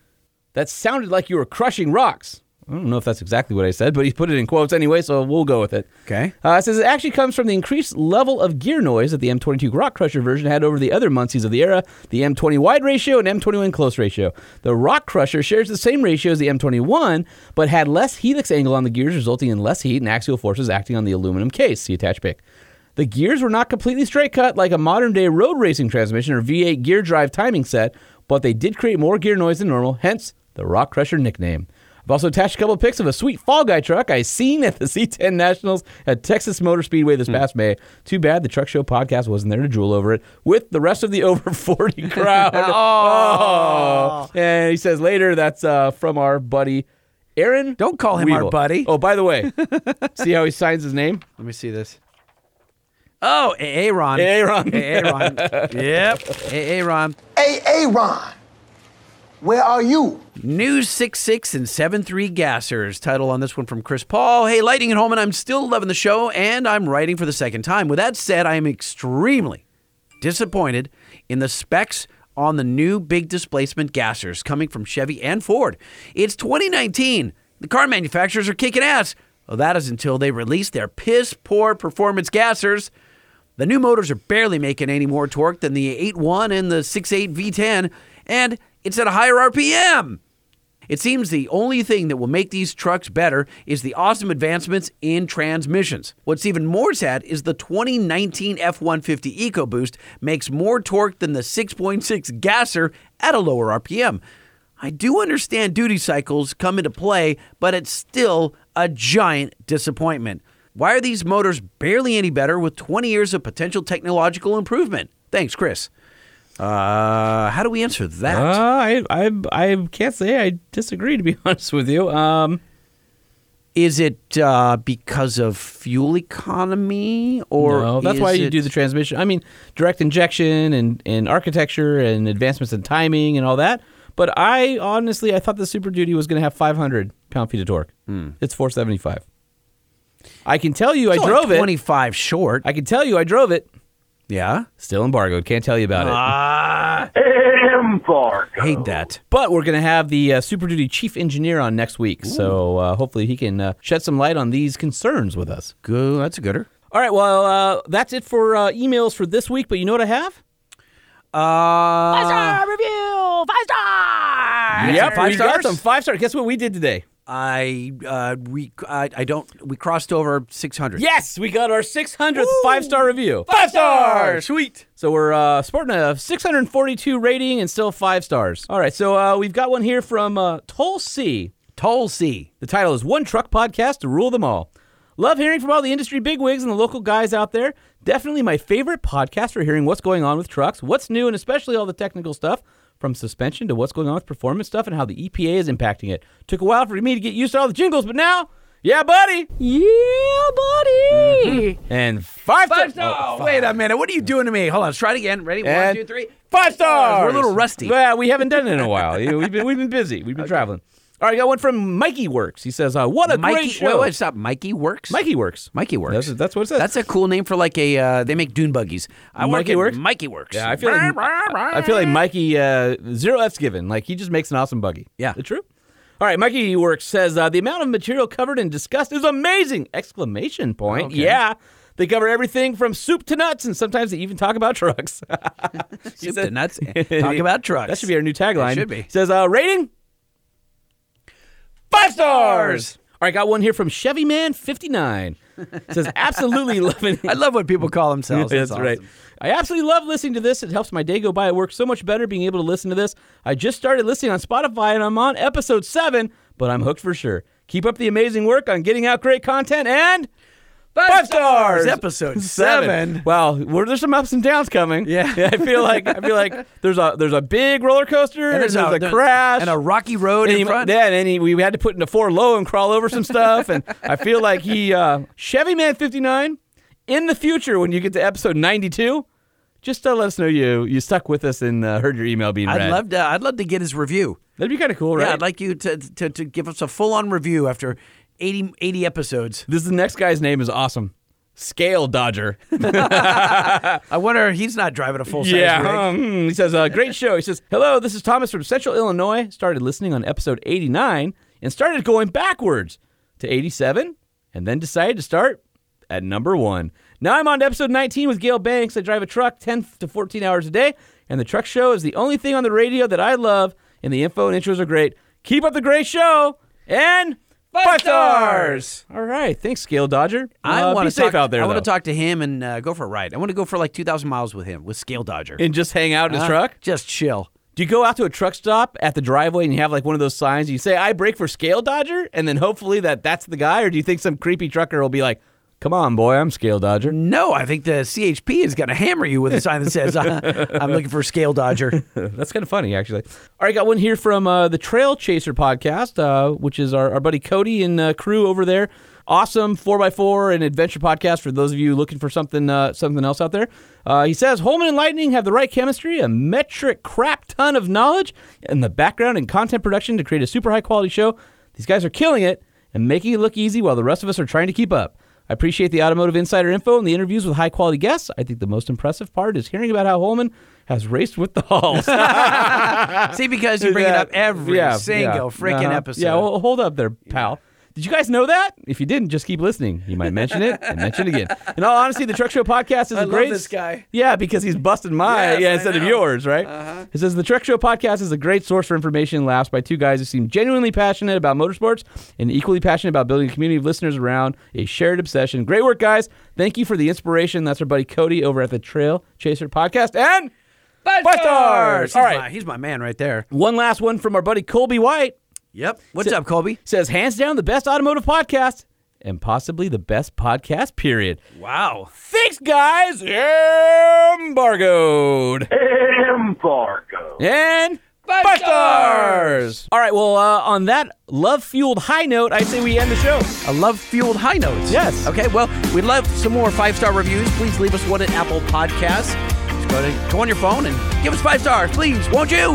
Speaker 2: That sounded like you were crushing rocks. I don't know if that's exactly what I said, but he put it in quotes anyway, so we'll go with it.
Speaker 1: Okay.
Speaker 2: Uh, it says it actually comes from the increased level of gear noise that the M22 Rock Crusher version had over the other Muncies of the era, the M20 wide ratio and M21 close ratio. The Rock Crusher shares the same ratio as the M21, but had less helix angle on the gears, resulting in less heat and axial forces acting on the aluminum case. See attached pic. The gears were not completely straight cut like a modern day road racing transmission or V8 gear drive timing set, but they did create more gear noise than normal, hence the Rock Crusher nickname. I've also attached a couple of pics of a sweet Fall Guy truck I seen at the C10 Nationals at Texas Motor Speedway
Speaker 1: Hmm.
Speaker 2: this past May. Too bad the Truck Show podcast wasn't there to drool over it with the rest of the over 40 crowd. oh. And he says later that's uh, from our buddy Aaron.
Speaker 1: Don't call him our buddy.
Speaker 2: Oh, by the way, see how he signs his name?
Speaker 1: Let me see this. Oh, A- Aaron.
Speaker 2: Aaron.
Speaker 1: A- Aaron. yep. A- Aaron.
Speaker 12: Hey, Aaron, where are you?
Speaker 1: News 66 and 73 Gassers. Title on this one from Chris Paul. Hey, Lightning and Holman, I'm still loving the show and I'm writing for the second time. With that said, I am extremely disappointed in the specs on the new big displacement gassers coming from Chevy and Ford. It's 2019. The car manufacturers are kicking ass. Well, that is until they release their piss poor performance gassers. The new motors are barely making any more torque than the 8.1 and the 6.8 V10, and it's at a higher RPM. It seems the only thing that will make these trucks better is the awesome advancements in transmissions. What's even more sad is the 2019 F 150 EcoBoost makes more torque than the 6.6 gasser at a lower RPM. I do understand duty cycles come into play, but it's still a giant disappointment. Why are these motors barely any better with 20 years of potential technological improvement? Thanks, Chris. Uh, how do we answer that?
Speaker 2: Uh, I, I I can't say I disagree to be honest with you. Um,
Speaker 1: Is it uh, because of fuel economy, or
Speaker 2: no, that's why
Speaker 1: is
Speaker 2: you do
Speaker 1: it-
Speaker 2: the transmission. I mean, direct injection and and architecture and advancements in timing and all that. But I honestly, I thought the Super Duty was going to have 500 pound feet of torque. It's 475. I can tell you,
Speaker 1: Hmm. It's
Speaker 2: I
Speaker 1: only
Speaker 2: drove it.
Speaker 1: 25 short.
Speaker 2: I can tell you, I drove it.
Speaker 1: Yeah,
Speaker 2: still embargoed. Can't tell you about
Speaker 1: Ah.
Speaker 2: it.
Speaker 1: I hate that.
Speaker 2: But we're going to have the uh, Super Duty chief engineer on next week, so uh, hopefully he can uh, shed some light on these concerns with us.
Speaker 1: Good, that's a gooder.
Speaker 2: All right, well, uh, that's it for uh, emails for this week. But you know what I have?
Speaker 1: Uh,
Speaker 2: review, five star.
Speaker 1: You got
Speaker 2: Yep,
Speaker 1: some five
Speaker 2: we got
Speaker 1: stars?
Speaker 2: some five star. Guess what we did today?
Speaker 1: I uh, we I, I don't we crossed over 600.
Speaker 2: Yes, we got our 600th five star review. Five
Speaker 1: stars!
Speaker 2: sweet. So we're uh, sporting a 642 rating and still five stars. All right, so uh, we've got one here from uh, Toll C.
Speaker 1: Tulsi.
Speaker 2: The title is One Truck Podcast to Rule Them All. Love hearing from all the industry bigwigs and the local guys out there. Definitely my favorite podcast for hearing what's going on with trucks, what's new, and especially all the technical stuff from suspension to what's going on with performance stuff and how the EPA is impacting it. Took a while for me to get used to all the jingles, but now, yeah, buddy. Yeah, buddy. And five,
Speaker 1: Five
Speaker 2: star- oh,
Speaker 1: stars. Wait a minute. What are you doing to me? Hold on. Let's try it again. Ready? One,
Speaker 2: And
Speaker 1: two, three.
Speaker 2: Five stars.
Speaker 1: We're a little rusty.
Speaker 2: Yeah, we haven't done it in a while. You know, we've been we've been busy. We've been traveling. All right, I got one from Mikey Works. He says, uh, "What a
Speaker 1: Mikey.
Speaker 2: great show."
Speaker 1: Wait, wait, stop. Mikey works.
Speaker 2: Mikey Works.
Speaker 1: Mikey works.
Speaker 2: That's, that's what it says.
Speaker 1: That's a cool name for like a. Uh, they make dune buggies. I work
Speaker 2: Mikey
Speaker 1: at
Speaker 2: Works?
Speaker 1: Mikey works.
Speaker 2: yeah, I feel like I feel like Mikey uh, zero F's given. Like he just makes an awesome buggy.
Speaker 1: Yeah.
Speaker 2: Is it true. All right, Mikey Works says uh, the amount of material covered and discussed is amazing! Exclamation point. Yeah. They cover everything from soup to nuts, and sometimes they even talk about trucks.
Speaker 1: Soup to nuts. Talk about trucks.
Speaker 2: That should be our new tagline.
Speaker 1: It should be.
Speaker 2: Says uh, rating five stars. All right, got one here from Chevy Man fifty nine. Says absolutely loving.
Speaker 1: I love what people call themselves.
Speaker 2: That's right.
Speaker 1: awesome.
Speaker 2: I absolutely love listening to this. It helps my day go by at work so much better being able to listen to this. I just started listening on Spotify and I'm on episode seven, but I'm hooked for sure. Keep up the amazing work on getting out great content and five, stars.
Speaker 1: Episode seven.
Speaker 2: Wow, well, there's some ups and downs coming.
Speaker 1: Yeah.
Speaker 2: I feel like I feel like there's a there's a big roller coaster and there's, a, crash
Speaker 1: and a rocky road
Speaker 2: and
Speaker 1: in
Speaker 2: he-
Speaker 1: front.
Speaker 2: Yeah, and then he, we had to put in a four low and crawl over some stuff. And I feel like he uh, Chevy Man fifty nine. In the future, when you get to episode ninety two, just uh, let us know you you stuck with us and uh, heard your email being
Speaker 1: I'd
Speaker 2: read.
Speaker 1: love to. I'd love to get his review.
Speaker 2: That'd be kind of cool, right?
Speaker 1: Yeah, I'd like you to, to, to give us a full on review after 80, 80 episodes.
Speaker 2: this. Is the next guy's name is awesome. Scale Dodger.
Speaker 1: I wonder he's not driving a full size rig.
Speaker 2: Yeah. hmm. he says, uh, great show. He says, hello, this is Thomas from Central Illinois. Started listening on episode 89 and started going backwards to 87 and then decided to start at number one. Now I'm on to episode 19 with Gail Banks. I drive a truck 10 to 14 hours a day, and the truck show is the only thing on the radio that I love, and the info and intros are great. Keep up the great show and five, stars. All right. Thanks, Scale Dodger.
Speaker 1: I
Speaker 2: uh,
Speaker 1: want
Speaker 2: be
Speaker 1: to talk
Speaker 2: safe out there,
Speaker 1: I want
Speaker 2: though.
Speaker 1: to talk to him and uh, go for a ride. I want to go for like two thousand miles with him with Scale Dodger.
Speaker 2: and just hang out in his
Speaker 1: Huh?
Speaker 2: truck.
Speaker 1: Just chill.
Speaker 2: Do you go out to a truck stop at the driveway and you have like one of those signs? You say, "I break for Scale Dodger," and then hopefully that that's the guy, or do you think some creepy trucker will be like, "Come on, boy, I'm Scale Dodger."
Speaker 1: No, I think the CHP is going to hammer you with a sign that says, uh, "I'm looking for Scale Dodger."
Speaker 2: that's kind of funny, actually. All right, got one here from uh, the Trail Chaser podcast, uh, which is our, our buddy Cody and uh, crew over there. Awesome four x four and adventure podcast for those of you looking for something uh, something else out there. Uh, he says Holman and Lightning have the right chemistry, a metric crap ton of knowledge, and the background and content production to create a super high quality show. These guys are killing it and making it look easy while the rest of us are trying to keep up. I appreciate the automotive insider info and the interviews with high quality guests. I think the most impressive part is hearing about how Holman has raced with the Hulls.
Speaker 13: See, because you bring it up every
Speaker 2: Yeah,
Speaker 13: single
Speaker 2: yeah.
Speaker 13: freaking
Speaker 2: Uh-huh.
Speaker 13: episode.
Speaker 2: Yeah, well, hold up there, pal. Did you guys know that? If you didn't, just keep listening. You might mention it and mention it again. In all honesty, the Truck Show podcast is
Speaker 13: I
Speaker 2: a
Speaker 13: love
Speaker 2: great.
Speaker 13: this guy.
Speaker 2: Yeah, because he's busting my
Speaker 13: Yes,
Speaker 2: yeah
Speaker 13: I
Speaker 2: instead of
Speaker 13: know.
Speaker 2: yours, right?
Speaker 13: Uh-huh.
Speaker 2: It says the Truck Show podcast is a great source for information and laughs by two guys who seem genuinely passionate about motorsports and equally passionate about building a community of listeners around a shared obsession. Great work, guys! Thank you for the inspiration. That's our buddy Cody over at the Trail Chaser podcast and
Speaker 13: Five
Speaker 2: Five
Speaker 13: stars.
Speaker 2: stars!
Speaker 13: He's
Speaker 2: All right.
Speaker 13: my- he's my man right there.
Speaker 2: One last one from our buddy Colby White.
Speaker 13: Yep. What's up, Colby?
Speaker 2: Says hands down the best automotive podcast and possibly the best podcast period.
Speaker 13: Wow.
Speaker 2: Thanks, guys. Embargoed.
Speaker 10: Embargo.
Speaker 2: And five, stars. All right. Well, uh, on that love fueled high note, I say we end the show.
Speaker 1: I love fueled high notes.
Speaker 2: Yes.
Speaker 1: Okay, well, we'd love some more five star reviews. Please leave us one at Apple Podcasts. Just go, to, go on your phone and give us five stars, please, won't you?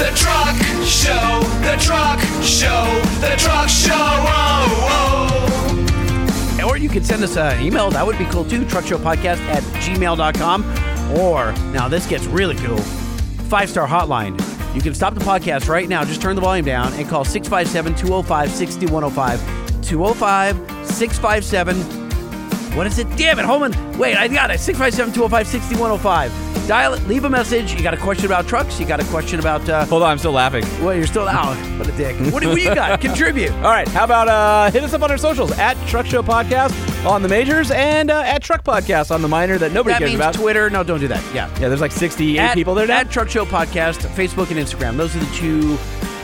Speaker 3: The truck show, the truck show, the truck show. Oh, oh.
Speaker 1: Or you could send us an email. That would be cool too. Truckshowpodcast at gmail.com. Or, now this gets really cool five star hotline. You can stop the podcast right now. Just turn the volume down and call 657 205 6105. 205 657. What is it? Damn it, Holman. Wait, I got it. 657 205 6105. Dial it, leave a message. You got a question about trucks. You got a question about, uh,
Speaker 2: Hold on, I'm still laughing.
Speaker 1: well, you're still out. What a dick. What do what do you got? Contribute.
Speaker 2: All right. How about uh, hit us up on our socials at Truck Show Podcast on the majors and uh, at Truck Podcast on the minor that nobody
Speaker 1: That
Speaker 2: cares
Speaker 1: means
Speaker 2: about.
Speaker 1: Twitter. No, don't do that. Yeah.
Speaker 2: yeah, there's like 68
Speaker 1: at,
Speaker 2: people there now.
Speaker 1: At Truck Show Podcast, Facebook and Instagram. Those are the two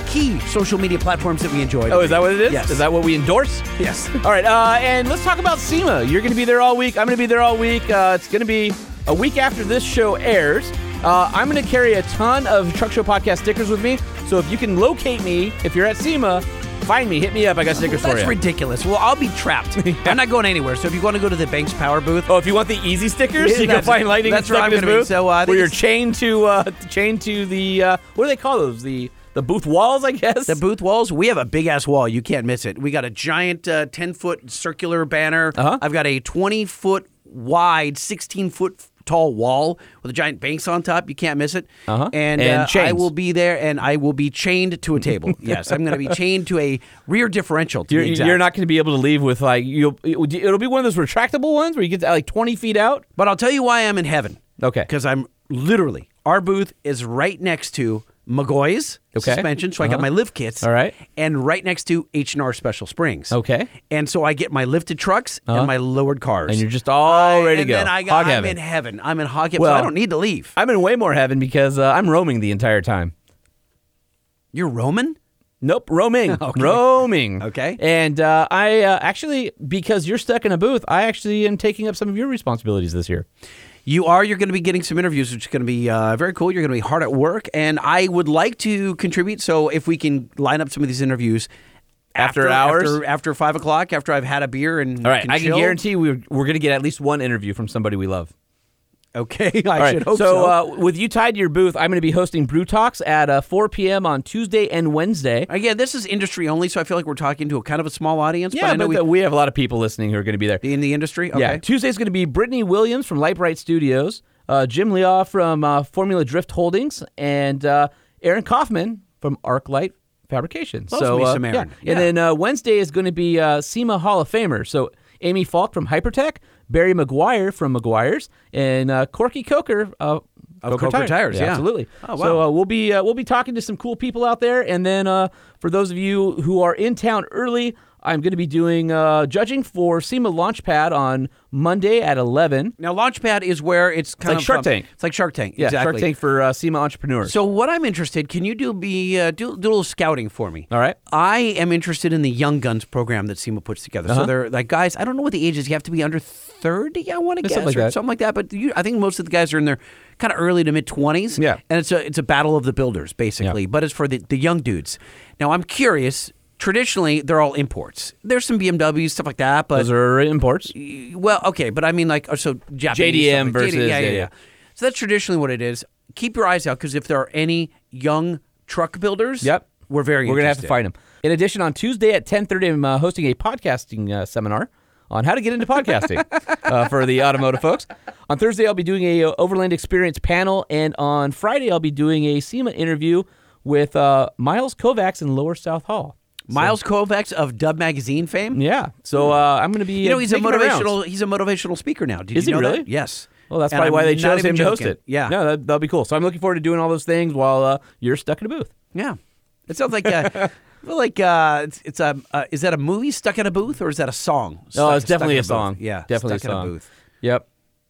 Speaker 1: key social media platforms that we enjoy.
Speaker 2: Oh, is that what it is?
Speaker 1: Yes.
Speaker 2: Is that what we endorse?
Speaker 1: Yes.
Speaker 2: All right, uh, and let's talk about SEMA. You're going to be there all week. I'm going to be there all week. Uh, it's going to be a week after this show airs. Uh, I'm going to carry a ton of Truck Show Podcast stickers with me. So if you can locate me, if you're at SEMA, find me, hit me up. I got stickers
Speaker 1: That's
Speaker 2: for you.
Speaker 1: ridiculous. Well, I'll be trapped. I'm not going anywhere. So if you want to go to the Banks Power booth,
Speaker 2: Oh, if you want the easy stickers,
Speaker 1: Yeah,
Speaker 2: you can
Speaker 1: that's-
Speaker 2: find lightning.
Speaker 1: that's
Speaker 2: stuck
Speaker 1: where I'm
Speaker 2: in his
Speaker 1: gonna be.
Speaker 2: booth,
Speaker 1: So, uh, I think
Speaker 2: where you're
Speaker 1: it's-
Speaker 2: chained to uh, chained to the uh, what do they call those? The the booth walls, I guess.
Speaker 1: the booth walls, we have a big ass wall. You can't miss it. We got a giant 10 foot circular banner.
Speaker 2: Uh-huh.
Speaker 1: I've got a 20 foot wide, 16 foot tall wall with a giant banks on top. You can't miss it.
Speaker 2: Uh-huh.
Speaker 1: And,
Speaker 2: And
Speaker 1: uh, I
Speaker 2: chains.
Speaker 1: will be there and I will be chained to a table. yes, I'm going to be chained to a rear differential. To be
Speaker 2: You're,
Speaker 1: exact.
Speaker 2: you're not going to be able to leave with like you'll. It'll be one of those retractable ones where you get to, like 20 feet out.
Speaker 1: But I'll tell you why I'm in heaven.
Speaker 2: Okay.
Speaker 1: Because I'm literally, our booth is right next to McGoy's
Speaker 2: Okay.
Speaker 1: suspension. So I got
Speaker 2: Uh-huh.
Speaker 1: my lift kits.
Speaker 2: All right.
Speaker 1: And right next to H&R Special Springs.
Speaker 2: Okay.
Speaker 1: And so I get my lifted trucks
Speaker 2: Uh-huh.
Speaker 1: and my lowered cars.
Speaker 2: And you're just all
Speaker 1: I-
Speaker 2: ready to
Speaker 1: and
Speaker 2: go.
Speaker 1: then I
Speaker 2: Hog
Speaker 1: got, I'm
Speaker 2: heaven.
Speaker 1: in heaven. I'm in hog heaven.
Speaker 2: Well-
Speaker 1: so I don't need to leave.
Speaker 2: I'm in way more heaven because uh, I'm roaming the entire time.
Speaker 1: You're Roman?
Speaker 2: Nope, roaming, roaming.
Speaker 1: Okay.
Speaker 2: And uh, I uh, actually, because you're stuck in a booth, I actually am taking up some of your responsibilities this year.
Speaker 1: You are. You're going to be getting some interviews, which is going to be uh, very cool. You're going to be hard at work, and I would like to contribute. So if we can line up some of these interviews
Speaker 2: After hours?
Speaker 1: after, after five o'clock, after I've had a beer, and
Speaker 2: All right, I
Speaker 1: chill.
Speaker 2: can guarantee we're, we're going to get at least one interview from somebody we love.
Speaker 1: Okay, I
Speaker 2: All right,
Speaker 1: should hope so.
Speaker 2: so uh, with you tied to your booth, I'm going to be hosting Brew Talks at uh, 4 p.m. on Tuesday and Wednesday.
Speaker 1: Again, this is industry only, so I feel like we're talking to a kind of a small audience. but I
Speaker 2: Yeah,
Speaker 1: know
Speaker 2: but
Speaker 1: we,
Speaker 2: the- we have a lot of people listening who are going to be there.
Speaker 1: in the industry. Okay.
Speaker 2: Yeah. Tuesday's going to be Brittany Williams from Lightbright Studios, uh, Jim Leoff from uh, Formula Drift Holdings, and uh, Aaron Kaufman from ArcLight Fabrication.
Speaker 1: Love
Speaker 2: so,
Speaker 1: me
Speaker 2: uh,
Speaker 1: some Aaron.
Speaker 2: Yeah. And then uh, Wednesday is going to be uh, SEMA Hall of Famer. So Amy Falk from Hypertech, Barry McGuire from McGuire's, and uh, Corky Coker. Uh,
Speaker 1: Of Coker Tires, yeah.
Speaker 2: absolutely.
Speaker 1: Oh, wow.
Speaker 2: So uh, we'll be uh, we'll be talking to some cool people out there, and then uh, for those of you who are in town early, I'm going to be doing uh, judging for SEMA Launchpad on Monday at 11.
Speaker 1: Now, Launchpad is where it's kind
Speaker 2: like
Speaker 1: of
Speaker 2: Shark
Speaker 1: um,
Speaker 2: Tank.
Speaker 1: It's like Shark Tank.
Speaker 2: Yeah,
Speaker 1: exactly.
Speaker 2: Shark Tank for uh, SEMA entrepreneurs.
Speaker 1: So what I'm interested, can you do be uh, do, do a little scouting for me?
Speaker 2: All right.
Speaker 1: I am interested in the Young Guns program that SEMA puts together.
Speaker 2: Uh-huh.
Speaker 1: So they're like guys. I don't know what the age is. You have to be under thirty. I want to guess
Speaker 2: something like
Speaker 1: or
Speaker 2: that.
Speaker 1: something like that. But you, I think most of the guys are in their kind of early to mid twenties.
Speaker 2: Yeah.
Speaker 1: And it's a it's a battle of the builders basically, but it's for the the young dudes. Now I'm curious. Traditionally, they're all imports. There's some BMWs stuff like that, but
Speaker 2: those are imports.
Speaker 1: well, okay, but I mean, like, oh, so Japanese
Speaker 2: JDM
Speaker 1: stuff, like
Speaker 2: versus-
Speaker 1: yeah, yeah,
Speaker 2: yeah,
Speaker 1: yeah.
Speaker 2: yeah.
Speaker 1: So that's traditionally what it is. Keep your eyes out because if there are any young truck builders,
Speaker 2: Yep.
Speaker 1: we're very.
Speaker 2: We're gonna have to
Speaker 1: interested.
Speaker 2: find them. In addition, on Tuesday at 10:30, I'm uh, hosting a podcasting uh, seminar on how to get into podcasting uh, for the automotive folks. On Thursday, I'll be doing a uh, Overland Experience panel, and on Friday, I'll be doing a SEMA interview with uh, Miles Kovacs in Lower South Hall.
Speaker 1: Miles Kovacs of Dub Magazine fame.
Speaker 2: Yeah, so uh, I'm going to be.
Speaker 1: Hmm. You know he's a
Speaker 2: making my rounds.
Speaker 1: motivational. He's a motivational speaker now. Did
Speaker 2: Is
Speaker 1: you
Speaker 2: he
Speaker 1: know that?
Speaker 2: really?
Speaker 1: Yes.
Speaker 2: Well, that's
Speaker 1: And
Speaker 2: probably
Speaker 1: I'm
Speaker 2: why they
Speaker 1: not
Speaker 2: chose
Speaker 1: even
Speaker 2: him to host
Speaker 1: joking.
Speaker 2: it.
Speaker 1: Yeah.
Speaker 2: no, that, that'll be cool. So I'm looking forward to doing all those things while uh, you're stuck in a booth.
Speaker 1: Yeah. It sounds like a, well, like uh, it's, it's a uh, is that a movie stuck in a booth or is that a song?
Speaker 2: Oh,
Speaker 1: Stuck-
Speaker 2: it's definitely
Speaker 1: stuck in
Speaker 2: a
Speaker 1: booth.
Speaker 2: song.
Speaker 1: Yeah,
Speaker 2: definitely
Speaker 1: stuck
Speaker 2: a song.
Speaker 1: in a booth.
Speaker 2: Yep.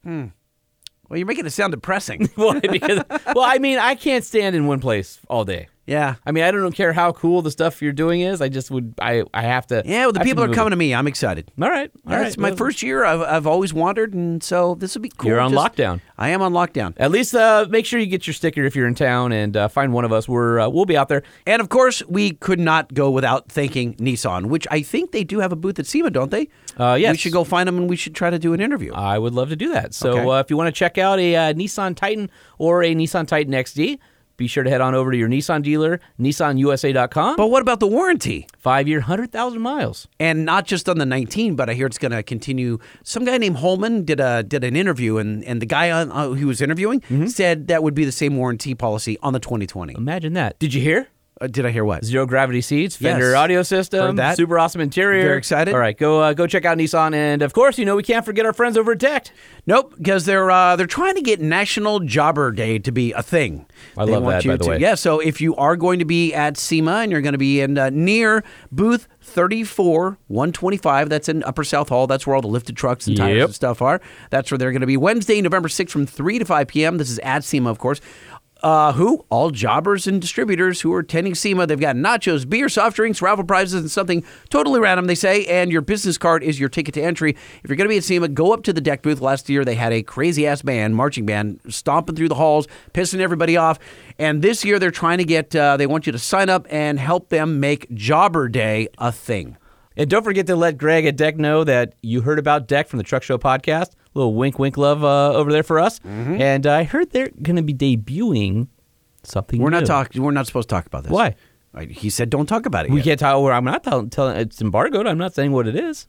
Speaker 1: Well, you're making it sound depressing.
Speaker 2: Why? Because well, I mean, I can't stand in one place all day.
Speaker 1: yeah.
Speaker 2: I mean, I don't care how cool the stuff you're doing is. I just would. I I have to.
Speaker 1: Yeah, well, the
Speaker 2: I have to
Speaker 1: people are
Speaker 2: move.
Speaker 1: coming to me. I'm excited.
Speaker 2: All right. All right.
Speaker 1: That's my
Speaker 2: Well,
Speaker 1: first year. I've, I've always wandered, and so this will be cool.
Speaker 2: You're on
Speaker 1: Just-
Speaker 2: lockdown.
Speaker 1: I am on lockdown.
Speaker 2: At least uh, make sure you get your sticker if you're in town and uh, find one of us. We're uh, we'll be out there.
Speaker 1: And of course, we could not go without thanking Nissan, which I think they do have a booth at SEMA, don't they?
Speaker 2: Uh, yes. Uh,
Speaker 1: We should go find them and we should try to do an interview.
Speaker 2: I would love to do that. So
Speaker 1: Okay.
Speaker 2: uh, if you want to check out a uh, Nissan Titan or a Nissan Titan XD, be sure to head on over to your Nissan dealer, nissanusa.com.
Speaker 1: but what about the warranty?
Speaker 2: Five year, 100,000 miles.
Speaker 1: And not just on the 19, but I hear it's going to continue. Some guy named Holman did a did an interview, and, and the guy on, uh, who was interviewing
Speaker 2: Mm-hmm.
Speaker 1: said that would be the same warranty policy on the 2020.
Speaker 2: Imagine that. Did you hear?
Speaker 1: Uh, did I hear what?
Speaker 2: Zero gravity seats, Fender
Speaker 1: Yes.
Speaker 2: audio system,
Speaker 1: Heard that.
Speaker 2: super awesome interior.
Speaker 1: Very excited.
Speaker 2: All right, go uh, go check out Nissan, and of course, you know we can't forget our friends over at Decked.
Speaker 1: Nope, because they're uh, they're trying to get National Jobber Day to be a thing.
Speaker 2: I
Speaker 1: They
Speaker 2: love
Speaker 1: want
Speaker 2: that,
Speaker 1: you
Speaker 2: by the
Speaker 1: to-
Speaker 2: way.
Speaker 1: Yeah, so if you are going to be at SEMA and you're going to be in uh, near booth 34 125, that's in Upper South Hall. That's where all the lifted trucks and tires
Speaker 2: Yep.
Speaker 1: and stuff are. That's where they're going to be Wednesday, November 6th from 3 to 5 p.m. This is at SEMA, of course. Uh, who? All jobbers and distributors who are attending SEMA. They've got nachos, beer, soft drinks, raffle prizes, and something totally random, they say. And your business card is your ticket to entry. If you're going to be at SEMA, go up to the deck booth. Last year, they had a crazy ass band, marching band, stomping through the halls, pissing everybody off. And this year, they're trying to get, uh, they want you to sign up and help them make Jobber Day a thing.
Speaker 2: And don't forget to let Greg at Deck know that you heard about Deck from the Truck Show podcast. little wink, wink, love uh, over there for us. And I heard they're going to be debuting something.
Speaker 1: We're not
Speaker 2: new.
Speaker 1: talking, we're not supposed to talk about this.
Speaker 2: Why?
Speaker 1: I- He said, don't talk about it.
Speaker 2: We
Speaker 1: yet.
Speaker 2: can't tell. Where I'm not telling. Tell, it's embargoed. I'm not saying what it is.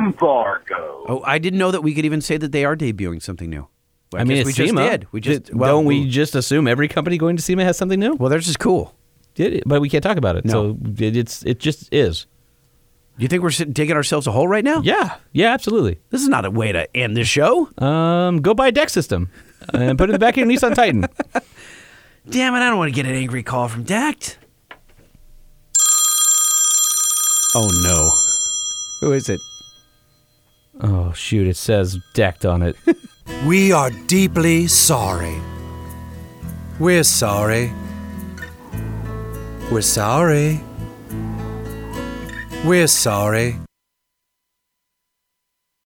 Speaker 10: Embargo.
Speaker 1: Oh, I didn't know that we could even say that they are debuting something new. Well,
Speaker 2: I, mean,
Speaker 1: guess
Speaker 2: it's
Speaker 1: we
Speaker 2: SEMA.
Speaker 1: just did. We just
Speaker 2: Th-
Speaker 1: well,
Speaker 2: don't we just assume every company going to SEMA has something new?
Speaker 1: Well, theirs is cool.
Speaker 2: Did it, but we can't talk about it.
Speaker 1: No.
Speaker 2: So it, it's it just is.
Speaker 1: Do you think we're sitting, digging ourselves a hole right now?
Speaker 2: Yeah. Yeah. Absolutely.
Speaker 1: This is not a way to end this show.
Speaker 2: Um, go buy a deck system and put it in the back of your Nissan Titan.
Speaker 1: Damn it! I don't want to get an angry call from Dact. Oh no! Who is it?
Speaker 2: Oh shoot! It says decked on it.
Speaker 14: We are deeply sorry. We're sorry. We're sorry. We're sorry.